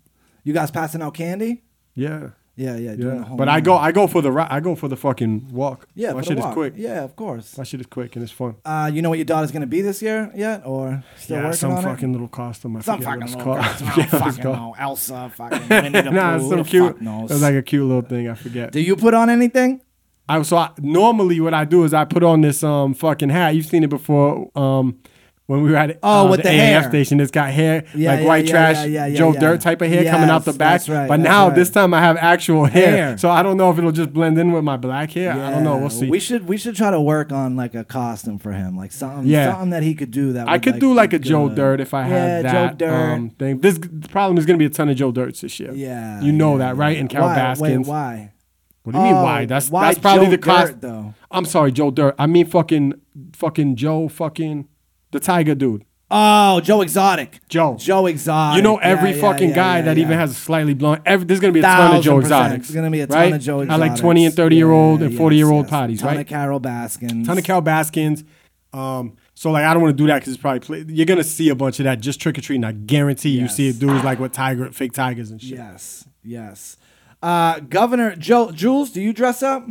Speaker 1: You guys passing out candy?
Speaker 2: Yeah.
Speaker 1: Yeah, yeah. doing the
Speaker 2: Yeah.
Speaker 1: whole
Speaker 2: But I
Speaker 1: nine.
Speaker 2: go, I go for the, ri- I go for the fucking walk.
Speaker 1: Yeah,
Speaker 2: my
Speaker 1: for the
Speaker 2: shit is
Speaker 1: walk.
Speaker 2: quick.
Speaker 1: Yeah, of course.
Speaker 2: My shit is quick and it's fun.
Speaker 1: Uh, you know what your daughter's gonna be this year yet, or still
Speaker 2: yeah,
Speaker 1: working
Speaker 2: some
Speaker 1: on
Speaker 2: fucking
Speaker 1: it?
Speaker 2: little costume. I
Speaker 1: Some
Speaker 2: forget what
Speaker 1: fucking
Speaker 2: it's
Speaker 1: little
Speaker 2: called.
Speaker 1: costume.
Speaker 2: I forget
Speaker 1: I
Speaker 2: what it's
Speaker 1: fucking
Speaker 2: called.
Speaker 1: know. Elsa, fucking Winnie the
Speaker 2: nah,
Speaker 1: Pooh,
Speaker 2: it's some
Speaker 1: the
Speaker 2: cute.
Speaker 1: fuck knows.
Speaker 2: It's like a cute little thing. I forget.
Speaker 1: Do you put on anything?
Speaker 2: I so I, normally what I do is I put on this um fucking hat. You've seen it before. Um, when we were at
Speaker 1: Oh,
Speaker 2: uh,
Speaker 1: with the
Speaker 2: AAF
Speaker 1: hair.
Speaker 2: station, it's got hair
Speaker 1: Yeah,
Speaker 2: like
Speaker 1: yeah,
Speaker 2: white
Speaker 1: yeah,
Speaker 2: trash,
Speaker 1: yeah, yeah, yeah,
Speaker 2: Joe
Speaker 1: yeah.
Speaker 2: Dirt type of hair coming out the
Speaker 1: Yes,
Speaker 2: back.
Speaker 1: that's right,
Speaker 2: but
Speaker 1: that's
Speaker 2: now
Speaker 1: right.
Speaker 2: this time I have actual hair,
Speaker 1: Hair.
Speaker 2: so I don't know if it'll just blend in with my black hair. I don't know. We'll see.
Speaker 1: We should we should try to work on like a costume for him, like something
Speaker 2: Yeah.
Speaker 1: something that he could do that
Speaker 2: I
Speaker 1: would,
Speaker 2: could do
Speaker 1: be
Speaker 2: like a Joe
Speaker 1: good.
Speaker 2: Dirt if I had
Speaker 1: yeah,
Speaker 2: that
Speaker 1: Joe Dirt.
Speaker 2: Um, thing. This the problem is going to be a ton of Joe Dirts this year.
Speaker 1: Yeah,
Speaker 2: you know
Speaker 1: yeah,
Speaker 2: that, right?
Speaker 1: yeah.
Speaker 2: And Carol
Speaker 1: why?
Speaker 2: Baskins.
Speaker 1: Wait, why?
Speaker 2: What do you mean
Speaker 1: Oh,
Speaker 2: why? That's
Speaker 1: why
Speaker 2: that's probably
Speaker 1: Joe
Speaker 2: the cost.
Speaker 1: Dirt, though?
Speaker 2: I'm sorry, Joe Dirt. I mean fucking fucking Joe fucking the Tiger dude.
Speaker 1: Oh, Joe Exotic.
Speaker 2: Joe.
Speaker 1: Joe Exotic.
Speaker 2: you know every
Speaker 1: Yeah, yeah,
Speaker 2: fucking
Speaker 1: yeah,
Speaker 2: guy
Speaker 1: yeah,
Speaker 2: that
Speaker 1: yeah.
Speaker 2: even has a slightly blonde. Every, there's gonna be a ton of Joe
Speaker 1: 1000%.
Speaker 2: Exotics.
Speaker 1: There's gonna be a ton
Speaker 2: right?
Speaker 1: of Joe
Speaker 2: At like
Speaker 1: Exotics.
Speaker 2: 20 and 30 year old
Speaker 1: Yeah,
Speaker 2: and 40 year old
Speaker 1: yes, yes.
Speaker 2: potties,
Speaker 1: Ton
Speaker 2: right?
Speaker 1: of Carol Baskins.
Speaker 2: ton of Cal Baskins. Um, so like I don't want to do that because it's probably play- you're gonna see a bunch of that just trick or treating. I guarantee you
Speaker 1: Yes. Ah.
Speaker 2: see it dudes like with tiger, fake tigers and shit.
Speaker 1: Yes, yes. Uh, Governor Joe Jules, do you dress up?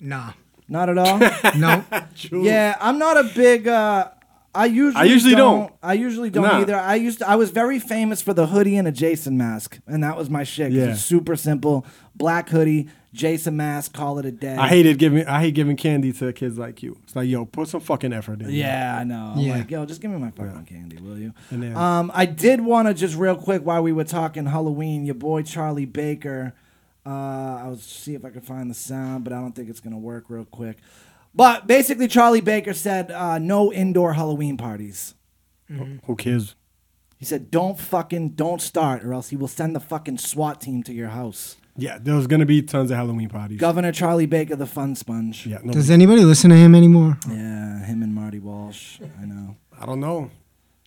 Speaker 9: Nah.
Speaker 1: Not at all.
Speaker 9: No.
Speaker 1: Yeah, I'm not a big. Uh, I usually.
Speaker 2: I usually don't.
Speaker 1: I usually don't
Speaker 2: Nah.
Speaker 1: either. I used. To, I was very famous for the hoodie and a Jason mask, and that was my shit. 'cause
Speaker 2: Yeah.
Speaker 1: It's super simple. Black hoodie, Jason mask. Call it a day.
Speaker 2: I hated giving I hate giving candy to kids like you. It's like yo, put some fucking effort in.
Speaker 1: Yeah, I know. I'm
Speaker 9: Yeah.
Speaker 1: like, yo, just give me my fucking candy, will you?
Speaker 2: And then-
Speaker 1: Um, I did want to just real quick while we were talking Halloween, your boy Charlie Baker. Uh, I was see if I could find the sound, but I don't think it's gonna work real quick. But basically, Charlie Baker said uh, no indoor Halloween parties.
Speaker 2: Who cares?
Speaker 1: He said, "Don't fucking don't start, or else he will send the fucking SWAT team to your house."
Speaker 2: Yeah, there's gonna be tons of Halloween parties.
Speaker 1: Governor Charlie Baker, the fun sponge.
Speaker 2: Yeah.
Speaker 9: Does anybody listen to him anymore?
Speaker 1: Yeah, him and Marty Walsh. I know.
Speaker 2: I don't know.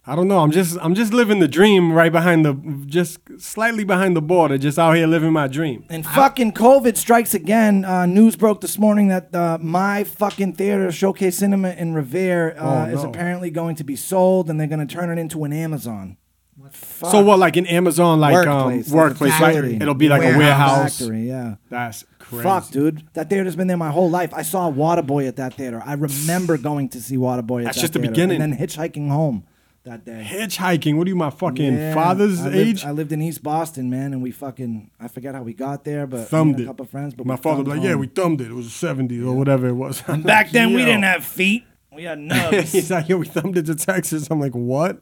Speaker 2: I don't know. I'm just I'm just living the dream right behind the just slightly behind the border, just out here living my dream.
Speaker 1: And fucking COVID strikes again. Uh, news broke this morning that uh, my fucking theater, Showcase Cinema in Revere, uh,
Speaker 2: Oh,
Speaker 1: is
Speaker 2: no.
Speaker 1: apparently going to be sold, and they're going to turn it into an Amazon.
Speaker 2: So what, like an Amazon, like
Speaker 1: Workplace,
Speaker 2: um, workplace,
Speaker 1: like a
Speaker 2: like,
Speaker 1: factory.
Speaker 2: it'll be like a warehouse.
Speaker 1: Warehouse. Factory, yeah.
Speaker 2: That's crazy.
Speaker 1: Fuck, dude. That theater's been there my whole life. I saw Waterboy at that theater. I remember going to see Waterboy at
Speaker 2: That's
Speaker 1: that
Speaker 2: just the
Speaker 1: theater,
Speaker 2: beginning.
Speaker 1: And then hitchhiking home that day.
Speaker 2: Hitchhiking. What are you, my fucking
Speaker 1: Yeah,
Speaker 2: father's
Speaker 1: I lived-
Speaker 2: age?
Speaker 1: I lived in East Boston, man, and we fucking I forget how we got there, but
Speaker 2: thumbed
Speaker 1: we
Speaker 2: it.
Speaker 1: had a couple friends. But
Speaker 2: my
Speaker 1: we
Speaker 2: father
Speaker 1: thumbed
Speaker 2: was like, yeah,
Speaker 1: home.
Speaker 2: we thumbed it. It was the 70s or whatever it was.
Speaker 1: And back then we
Speaker 2: Yo.
Speaker 1: didn't have feet. We had nubs.
Speaker 2: He's like, yeah, we thumbed it to Texas. I'm like, what?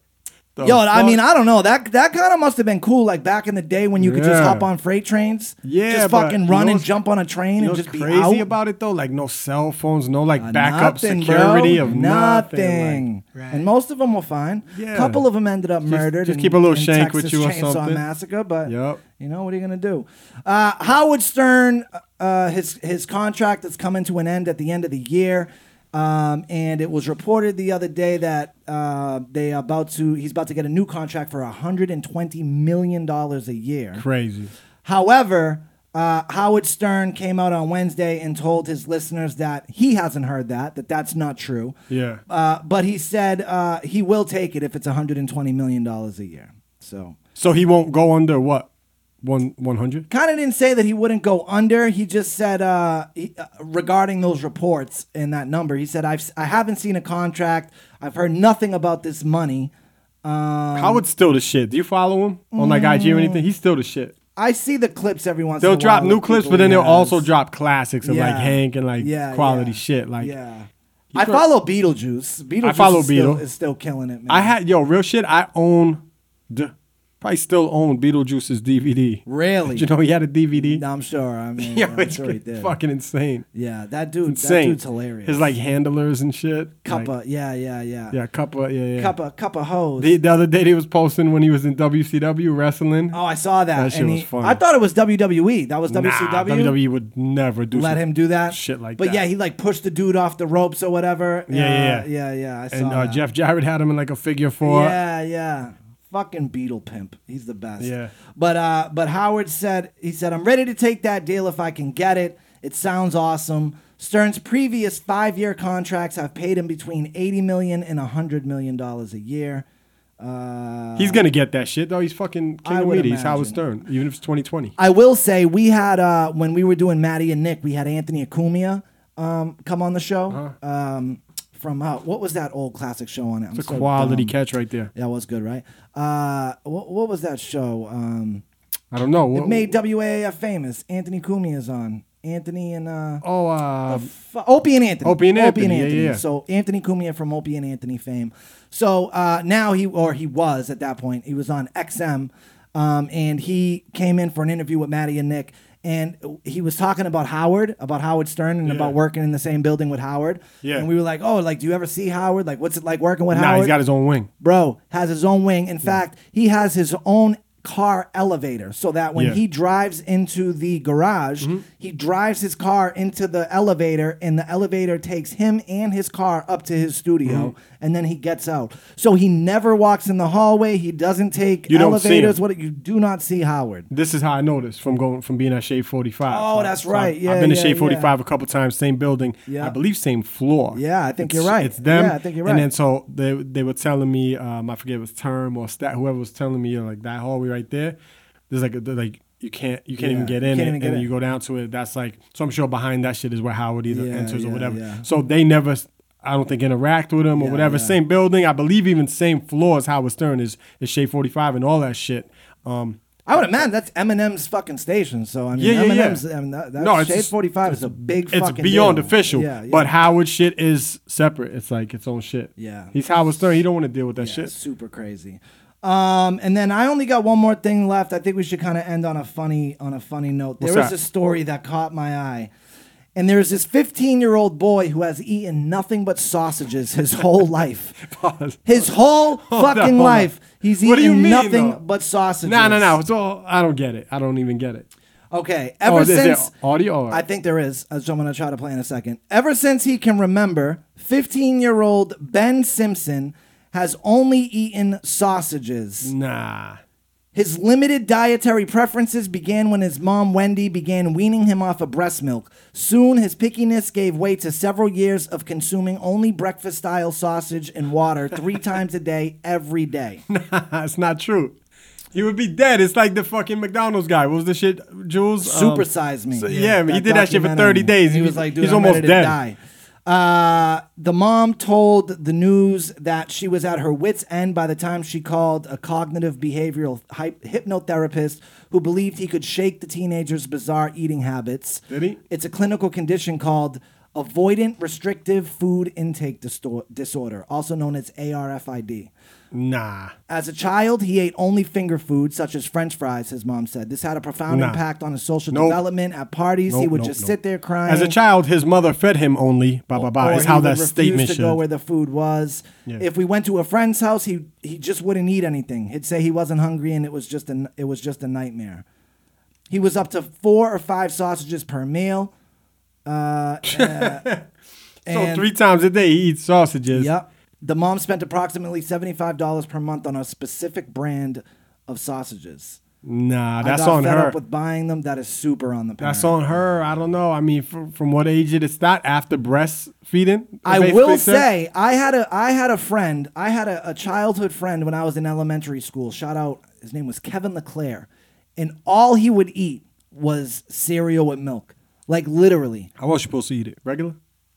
Speaker 2: the
Speaker 1: Yo, I
Speaker 2: fuck?"
Speaker 1: mean, I don't know. That that kind of must have been cool, like back in the day when you could just
Speaker 2: Yeah.
Speaker 1: hop on freight trains,
Speaker 2: Yeah,
Speaker 1: just
Speaker 2: but
Speaker 1: fucking
Speaker 2: you
Speaker 1: run
Speaker 2: know
Speaker 1: and
Speaker 2: what's-
Speaker 1: jump on a
Speaker 2: You
Speaker 1: train
Speaker 2: know
Speaker 1: and
Speaker 2: what's
Speaker 1: just be
Speaker 2: crazy
Speaker 1: out. Uh,
Speaker 2: about it though, like no cell phones, no like backup security
Speaker 1: bro.
Speaker 2: of nothing. like-
Speaker 1: And most of them were fine. A
Speaker 2: Yeah.
Speaker 1: couple of them ended up murdered.
Speaker 2: just
Speaker 1: in-
Speaker 2: keep a little
Speaker 1: in
Speaker 2: shank with
Speaker 1: Texas
Speaker 2: you or
Speaker 1: Chainsaw
Speaker 2: something.
Speaker 1: Massacre, but
Speaker 2: Yep.
Speaker 1: you know what are you gonna do? Uh, Howard Stern, uh, his his contract is coming to an end at the end of the year. Um, and it was reported the other day that uh, they are about to he's about to get a new contract for 120 million dollars a year.
Speaker 2: Crazy.
Speaker 1: However, uh, Howard Stern came out on Wednesday and told his listeners that he hasn't heard that, that that's not true.
Speaker 2: Yeah.
Speaker 1: Uh, but he said uh, he will take it if it's $120 million a year. So
Speaker 2: So he won't go under what? One one hundred?
Speaker 1: kind of didn't say that he wouldn't go under. He just said uh, he, uh, regarding those reports and that number, he said, I've, I haven't seen a contract. I've heard nothing about this money. Um,
Speaker 2: Howard's still the shit. Do you follow him on like IG or anything? He's still the shit.
Speaker 1: I see the clips every once in a
Speaker 2: They'll
Speaker 1: while
Speaker 2: drop
Speaker 1: of
Speaker 2: new clips,
Speaker 1: people
Speaker 2: but then
Speaker 1: he
Speaker 2: they'll
Speaker 1: has.
Speaker 2: also drop classics of like
Speaker 1: Yeah.
Speaker 2: Hank and like
Speaker 1: Yeah,
Speaker 2: quality
Speaker 1: yeah.
Speaker 2: shit. Like
Speaker 1: Yeah. I
Speaker 2: throw-
Speaker 1: follow Beetlejuice. Beetlejuice
Speaker 2: I follow
Speaker 1: is, still,
Speaker 2: Beetle.
Speaker 1: is still killing it, man.
Speaker 2: I had yo real shit. I own, d- probably still own Beetlejuice's DVD.
Speaker 1: Really?
Speaker 2: Did you know he had a DVD?
Speaker 1: I'm sure. I mean,
Speaker 2: Yo,
Speaker 1: I'm
Speaker 2: it's
Speaker 1: sure he did.
Speaker 2: fucking insane.
Speaker 1: Yeah, that dude. That
Speaker 2: Insane.
Speaker 1: dude's hilarious.
Speaker 2: His like handlers and shit.
Speaker 1: cuppa.
Speaker 2: Like,
Speaker 1: yeah, yeah, yeah.
Speaker 2: yeah, cuppa. Yeah, yeah.
Speaker 1: Cuppa, cuppa hose.
Speaker 2: The, the other day he was posting when he was in WCW wrestling.
Speaker 1: oh, I saw that.
Speaker 2: That shit
Speaker 1: and
Speaker 2: was
Speaker 1: he-
Speaker 2: funny.
Speaker 1: I thought it was WWE. That was
Speaker 2: Nah,
Speaker 1: WCW.
Speaker 2: WWE would never do
Speaker 1: Let
Speaker 2: some
Speaker 1: him do that.
Speaker 2: shit like
Speaker 1: but
Speaker 2: that.
Speaker 1: yeah, he like pushed the dude off the ropes or whatever.
Speaker 2: Yeah, yeah, yeah,
Speaker 1: Uh, yeah, yeah. I saw
Speaker 2: and uh,
Speaker 1: that.
Speaker 2: Jeff Jarrett had him in like a figure four.
Speaker 1: Yeah, yeah. Fucking Beetle pimp. He's the best.
Speaker 2: Yeah.
Speaker 1: But uh, but Howard said he said I'm ready to take that deal if I can get it. It sounds awesome. Stern's previous five year contracts have paid him between eighty million and hundred million dollars a year. Uh,
Speaker 2: He's gonna get that shit though. He's fucking king
Speaker 1: I
Speaker 2: of
Speaker 1: would
Speaker 2: media. He's Howard
Speaker 1: imagine.
Speaker 2: Stern, even if it's 2020.
Speaker 1: I will say we had uh, when we were doing Maddie and Nick, we had Anthony Acumia um, come on the show um, from uh, what was that old classic show on it? I'm
Speaker 2: Uh-huh. It's a
Speaker 1: so
Speaker 2: quality
Speaker 1: dumb.
Speaker 2: catch right there.
Speaker 1: That was good, right? Uh, what, what was that show? Um,
Speaker 2: I don't know. What,
Speaker 1: It made WAF famous. Anthony Cumia is on. Anthony and uh,
Speaker 2: oh, uh,
Speaker 1: fu- Opie and Anthony.
Speaker 2: Opie and Anthony, yeah, yeah.
Speaker 1: So Anthony Cumia from Opie and Anthony fame. So uh, now he or he was at that point. He was on XM, um, and he came in for an interview with Maddie and Nick. And he was talking about Howard, about Howard Stern, and
Speaker 2: Yeah.
Speaker 1: about working in the same building with Howard.
Speaker 2: Yeah.
Speaker 1: And we were like, "Oh, like, do you ever see Howard? Like, what's it like working with
Speaker 2: nah,
Speaker 1: Howard?"
Speaker 2: he's got his own wing.
Speaker 1: bro has his own wing in fact he has his own car elevator so that when
Speaker 2: Yeah. Mm-hmm.
Speaker 1: he drives into the garage he drives his car into the elevator and the elevator takes him and his car up to his studio
Speaker 2: Mm-hmm.
Speaker 1: and then he gets out so he never walks in the hallway he doesn't take
Speaker 2: You don't see
Speaker 1: elevators
Speaker 2: him.
Speaker 1: what you do not see howard
Speaker 2: This is how I know this from going from being at Shade 45.
Speaker 1: Oh, that's right.
Speaker 2: I've,
Speaker 1: Yeah,
Speaker 2: I've been to
Speaker 1: yeah,
Speaker 2: Shade
Speaker 1: yeah.
Speaker 2: 45 a couple times, same building.
Speaker 1: Yeah.
Speaker 2: I believe same floor.
Speaker 1: Yeah, I
Speaker 2: It's-
Speaker 1: think you're right.
Speaker 2: It's them.
Speaker 1: Yeah, I think you're
Speaker 2: And
Speaker 1: right.
Speaker 2: then so they they were telling me, um, I forget it was term or stat, whoever was telling me, you know, like that hallway right there. There's like a, they're like you can't you can't
Speaker 1: Yeah,
Speaker 2: even get
Speaker 1: you
Speaker 2: in
Speaker 1: can't
Speaker 2: it,
Speaker 1: even
Speaker 2: and
Speaker 1: get in.
Speaker 2: you go down to it. That's like so. I'm sure behind that shit is where Howard either
Speaker 1: Yeah,
Speaker 2: enters
Speaker 1: yeah,
Speaker 2: or whatever.
Speaker 1: yeah.
Speaker 2: So they never. I don't think interact with him or
Speaker 1: Yeah,
Speaker 2: whatever.
Speaker 1: yeah.
Speaker 2: Same building, I believe, even same floor as Howard Stern is is Shade 45 and all that shit. Um,
Speaker 1: I would imagine that's Eminem's fucking station. So I mean,
Speaker 2: Yeah, yeah, yeah.
Speaker 1: Eminem's I mean, that, that
Speaker 2: No,
Speaker 1: no,
Speaker 2: it's
Speaker 1: Shade
Speaker 2: just-
Speaker 1: Forty Five is a big.
Speaker 2: it's
Speaker 1: fucking
Speaker 2: beyond
Speaker 1: deal.
Speaker 2: official.
Speaker 1: Yeah, yeah.
Speaker 2: But Howard shit is separate. It's like its own shit.
Speaker 1: Yeah.
Speaker 2: He's Howard Stern. He don't want to deal with that
Speaker 1: Yeah,
Speaker 2: shit.
Speaker 1: Super crazy. Um, and then I only got one more thing left. I think we should kind of end on a funny on a funny note. There
Speaker 2: What's
Speaker 1: was
Speaker 2: that?
Speaker 1: a story that caught my eye. And there's this 15 year old boy who has eaten nothing but sausages his whole life.
Speaker 2: Pause.
Speaker 1: His whole
Speaker 2: Hold on,
Speaker 1: fucking
Speaker 2: hold on.
Speaker 1: life. He's
Speaker 2: What do you
Speaker 1: eating
Speaker 2: mean,
Speaker 1: nothing
Speaker 2: though?
Speaker 1: but sausages.
Speaker 2: No, no, no. It's all. I don't get it. I don't even get it.
Speaker 1: Okay.
Speaker 2: Oh,
Speaker 1: Ever
Speaker 2: is there
Speaker 1: since
Speaker 2: audio or-
Speaker 1: I think there is. uh, So I'm gonna try to play in a second. Ever since he can remember, 15 year old Ben Simpson has only eaten sausages.
Speaker 2: Nah.
Speaker 1: His limited dietary preferences began when his mom Wendy began weaning him off of breast milk. Soon, his pickiness gave way to several years of consuming only breakfast style sausage and water three times a day, every day.
Speaker 2: That's not true. He would be dead. It's like the fucking McDonald's guy. What was the shit, Jules? Uh,
Speaker 1: Super Size Me.
Speaker 2: um, so- yeah, he did that shit for 30
Speaker 1: documentary.
Speaker 2: days.
Speaker 1: He was like, dude,
Speaker 2: he's
Speaker 1: I'm
Speaker 2: almost
Speaker 1: ready
Speaker 2: dead.
Speaker 1: To die. Uh, the mom told the news that she was at her wits' end by the time she called a cognitive behavioral hy- hypnotherapist who believed he could shake the teenager's bizarre eating habits.
Speaker 2: Did he?
Speaker 1: It's a clinical condition called avoidant restrictive food intake distor- disorder, also known as ARFID.
Speaker 2: Nah.
Speaker 1: As a child, he ate only finger food, such as French fries, his mom said. This had a profound
Speaker 2: Nah.
Speaker 1: impact on his social
Speaker 2: Nope.
Speaker 1: development. At parties, he
Speaker 2: Nope,
Speaker 1: would
Speaker 2: nope,
Speaker 1: just
Speaker 2: nope.
Speaker 1: sit there crying.
Speaker 2: As a child, his mother fed him only. Blah blah blah.
Speaker 1: or
Speaker 2: Is
Speaker 1: he
Speaker 2: how
Speaker 1: would
Speaker 2: that
Speaker 1: refuse
Speaker 2: statement
Speaker 1: to
Speaker 2: should.
Speaker 1: go where the food was.
Speaker 2: Yeah.
Speaker 1: If we went to a friend's house, he he just wouldn't eat anything. He'd say he wasn't hungry and it was just a it was just a nightmare. He was up to four or five sausages per meal. Uh, uh,
Speaker 2: so
Speaker 1: and-
Speaker 2: three times a day he eats sausages.
Speaker 1: Yep. The mom spent approximately seventy-five dollars per month on a specific brand of sausages.
Speaker 2: Nah, that's
Speaker 1: I got
Speaker 2: on
Speaker 1: fed
Speaker 2: her.
Speaker 1: up with buying them. That is super on the parent.
Speaker 2: That's on her. I don't know. I mean, from, from what age it is that after breastfeeding? if
Speaker 1: I
Speaker 2: they
Speaker 1: will
Speaker 2: fix it?
Speaker 1: say I had a I had a friend I had a, a childhood friend when I was in elementary school. Shout out his name was Kevin LeClaire, and all he would eat was cereal with milk, like literally.
Speaker 2: I was supposed to eat it regular.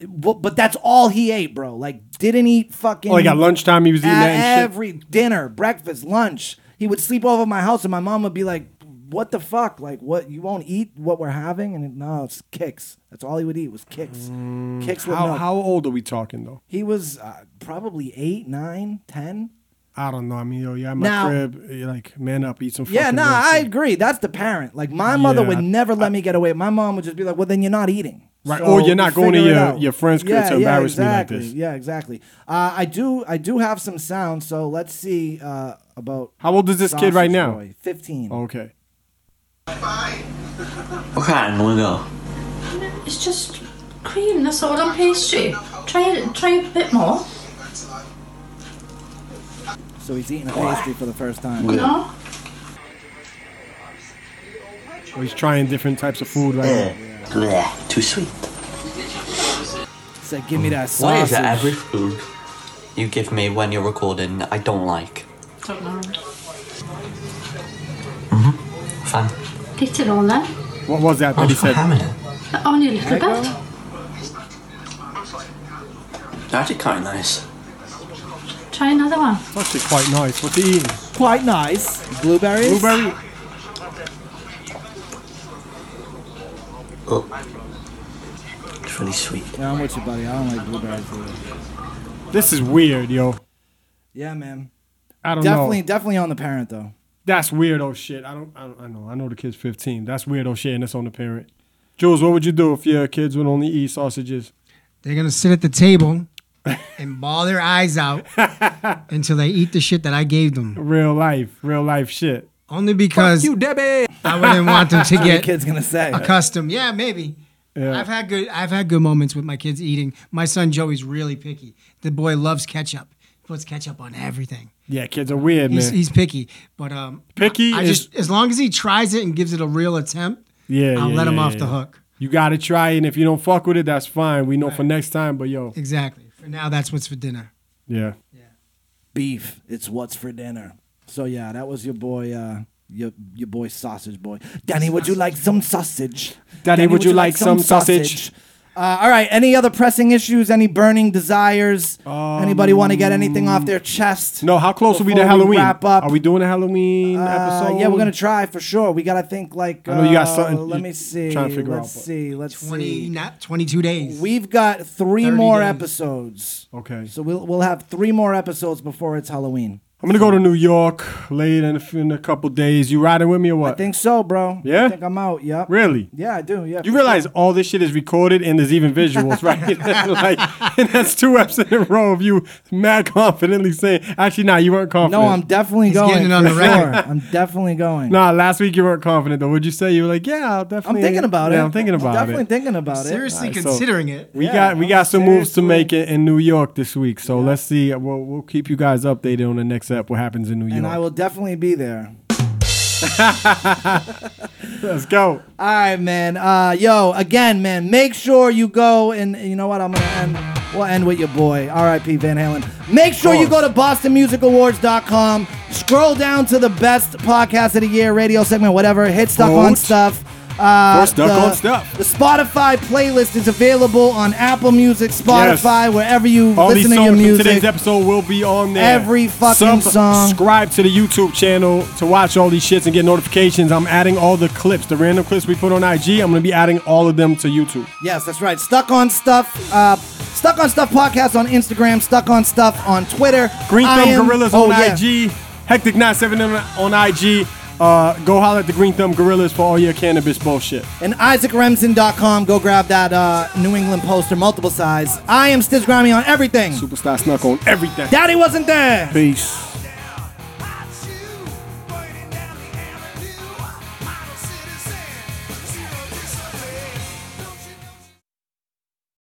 Speaker 1: But, but that's all he ate, bro. Like didn't eat fucking.
Speaker 2: Oh, like at lunchtime he was eating
Speaker 1: at
Speaker 2: that and shit?
Speaker 1: every dinner, breakfast, lunch. He would sleep over at my house, and my mom would be like, "What the fuck? Like, what? You won't eat what we're having?" And no, it's kicks. That's all he would eat was kicks. kicks with
Speaker 2: Mm, How
Speaker 1: milk.
Speaker 2: how old are we talking though?
Speaker 1: He was uh, probably eight, nine, ten.
Speaker 2: I don't know. I mean, yo, yeah, my
Speaker 1: Now-
Speaker 2: crib, you're like, man up, eat some.
Speaker 1: Yeah,
Speaker 2: fucking
Speaker 1: no,
Speaker 2: real
Speaker 1: I
Speaker 2: shit.
Speaker 1: agree. That's the parent. Like my mother would
Speaker 2: I-
Speaker 1: never let me get away. My mom would just be like, "Well, then you're not eating."
Speaker 2: Right, or you're not going to
Speaker 1: figure it
Speaker 2: your-
Speaker 1: out."
Speaker 2: your friend's crib to embarrass me like
Speaker 1: exactly.
Speaker 2: this.
Speaker 1: Yeah, exactly. Uh, I do, I do have some sound. So let's see uh, about.
Speaker 2: How old is this kid
Speaker 1: Sausage
Speaker 2: right now?
Speaker 1: Boy. Fifteen.
Speaker 2: Oh, Okay.
Speaker 11: What kind, Lingo?
Speaker 12: It's just cream. That's all on pastry. Try it. Try a bit more.
Speaker 1: So he's eating a pastry for the first time.
Speaker 12: No.
Speaker 2: Well, he's trying different types of food right now.
Speaker 11: Bleh, too sweet.
Speaker 1: Said, "Give me that sausage."
Speaker 11: What is every food you give me when you're recording I don't like?
Speaker 12: Don't know.
Speaker 11: Fun.
Speaker 12: Get it on there.
Speaker 2: What was that that he said?
Speaker 12: Only a little bit.
Speaker 11: That's kind of nice.
Speaker 12: Try another one.
Speaker 2: It's actually quite nice. What's he eating?
Speaker 1: Quite nice. Blueberries.
Speaker 2: Blueberry.
Speaker 11: It's really sweet.
Speaker 1: Yeah, I'm with you, buddy. I don't like blueberries. Either.
Speaker 2: This is weird, yo.
Speaker 1: Yeah, man.
Speaker 2: I don't
Speaker 1: Definitely,
Speaker 2: know.
Speaker 1: definitely on the parent though.
Speaker 2: That's weirdo shit. I don't, I don't. I know. I know the kid's 15. That's weirdo shit, and that's on the parent. Jules, what would you do if your kids would only eat sausages?
Speaker 9: They're gonna sit at the table and ball their eyes out until they eat the shit that I gave them.
Speaker 2: Real life, real life shit.
Speaker 9: Only because
Speaker 2: you, Debbie.
Speaker 9: I wouldn't want them to
Speaker 1: What the
Speaker 9: get
Speaker 1: kid's gonna say?
Speaker 9: accustomed. Yeah, maybe. I've had good. I've had good moments with my kids eating. My son Joey's really picky. The boy loves ketchup. Puts ketchup on everything.
Speaker 2: Yeah, kids are weird,
Speaker 9: He's,
Speaker 2: man.
Speaker 9: he's picky, but um,
Speaker 2: Picky
Speaker 9: I
Speaker 2: is-
Speaker 9: just as long as he tries it and gives it a real attempt,
Speaker 2: yeah,
Speaker 9: I'll
Speaker 2: yeah,
Speaker 9: let him
Speaker 2: yeah,
Speaker 9: off
Speaker 2: yeah.
Speaker 9: the hook.
Speaker 2: You gotta try, it, and if you don't fuck with it, that's fine. We know for next time. But yo,
Speaker 9: Exactly. For now, that's what's for dinner.
Speaker 2: yeah,
Speaker 1: beef. It's what's for dinner. So yeah, that was your boy. Uh, your your boy sausage boy. Danny, would you like some sausage?
Speaker 2: Danny, would you like some sausage?
Speaker 1: Uh, all right. Any other pressing issues? Any burning desires? Anybody want to get anything off their chest?
Speaker 2: No, how close are we to
Speaker 1: Before
Speaker 2: Halloween?
Speaker 1: wrap up.
Speaker 2: Are we doing a Halloween
Speaker 1: Uh,
Speaker 2: episode?
Speaker 1: yeah, we're gonna try for sure. We gotta think like.
Speaker 2: I know you got
Speaker 1: uh,
Speaker 2: something
Speaker 1: Let
Speaker 2: you
Speaker 1: me see.
Speaker 2: trying to figure
Speaker 1: let's
Speaker 2: out, but-
Speaker 1: see. Let's
Speaker 9: 20,
Speaker 1: see.
Speaker 9: not 22 days.
Speaker 1: We've got three
Speaker 9: 30
Speaker 1: more
Speaker 9: days.
Speaker 1: episodes,
Speaker 2: Okay.
Speaker 1: so we'll we'll have three more episodes before it's Halloween.
Speaker 2: I'm gonna go to New York late in a, in a couple days. You riding with me or what? I think
Speaker 1: so, bro.
Speaker 2: Yeah.
Speaker 1: I think I'm out. Yep.
Speaker 2: Really?
Speaker 1: Yeah, I do. Yeah.
Speaker 2: You realize all this shit is recorded and there's even visuals, right? like, and that's two eps in a row of you mad confidently saying, "Actually, nah, you weren't confident."
Speaker 1: No, I'm definitely going. for sure. I'm definitely going.
Speaker 2: Nah, last week you weren't confident though. What'd you say? You were like, "Yeah, I'll definitely."
Speaker 1: I'm thinking about
Speaker 2: yeah,
Speaker 1: it.
Speaker 2: I'm thinking about it.
Speaker 1: Definitely thinking about it.
Speaker 2: All right, so We got we got some moves to make in, in New York this week. So let's see. We'll, we'll keep you guys updated on the next app. What happens in New York?
Speaker 1: And I will definitely be there.
Speaker 2: Let's go.
Speaker 1: All right, man. Uh, yo, again, man. Make sure you go and you know what? I'm gonna end. We'll end with your boy, R.I.P. Van Halen. Make sure you go to BostonMusicAwards.com. Scroll down to the best podcast of the year, radio segment, whatever. Hit stuff on
Speaker 2: Vote.
Speaker 1: stuff. Uh,
Speaker 2: Vote Stuck
Speaker 1: the-
Speaker 2: on Stuff.
Speaker 1: The Spotify playlist is available on Apple Music, Spotify, wherever you
Speaker 2: All these
Speaker 1: listen to your
Speaker 2: songs from
Speaker 1: music.
Speaker 2: today's episode will be on there.
Speaker 1: Every fucking song.
Speaker 2: Subscribe to the YouTube channel to watch all these shits and get notifications. I'm adding all the clips, the random clips we put on IG. I'm gonna be adding all of them to YouTube.
Speaker 1: Yes, that's right. Stuck on stuff. Uh, stuck on stuff podcast on Instagram. Stuck on stuff on Twitter.
Speaker 2: Green
Speaker 1: I
Speaker 2: Thumb
Speaker 1: am-
Speaker 2: Gorillas
Speaker 1: oh,
Speaker 2: on
Speaker 1: yeah.
Speaker 2: IG. Hectic 97 on IG. Uh, go holler at the Green Thumb Gorillas for all your cannabis bullshit.
Speaker 1: And IsaacRemsen.com. Go grab that uh, New England poster, multiple size. I am Stiz Grammy on everything.
Speaker 2: Superstar Snuck on everything.
Speaker 1: Daddy wasn't there.
Speaker 2: Peace.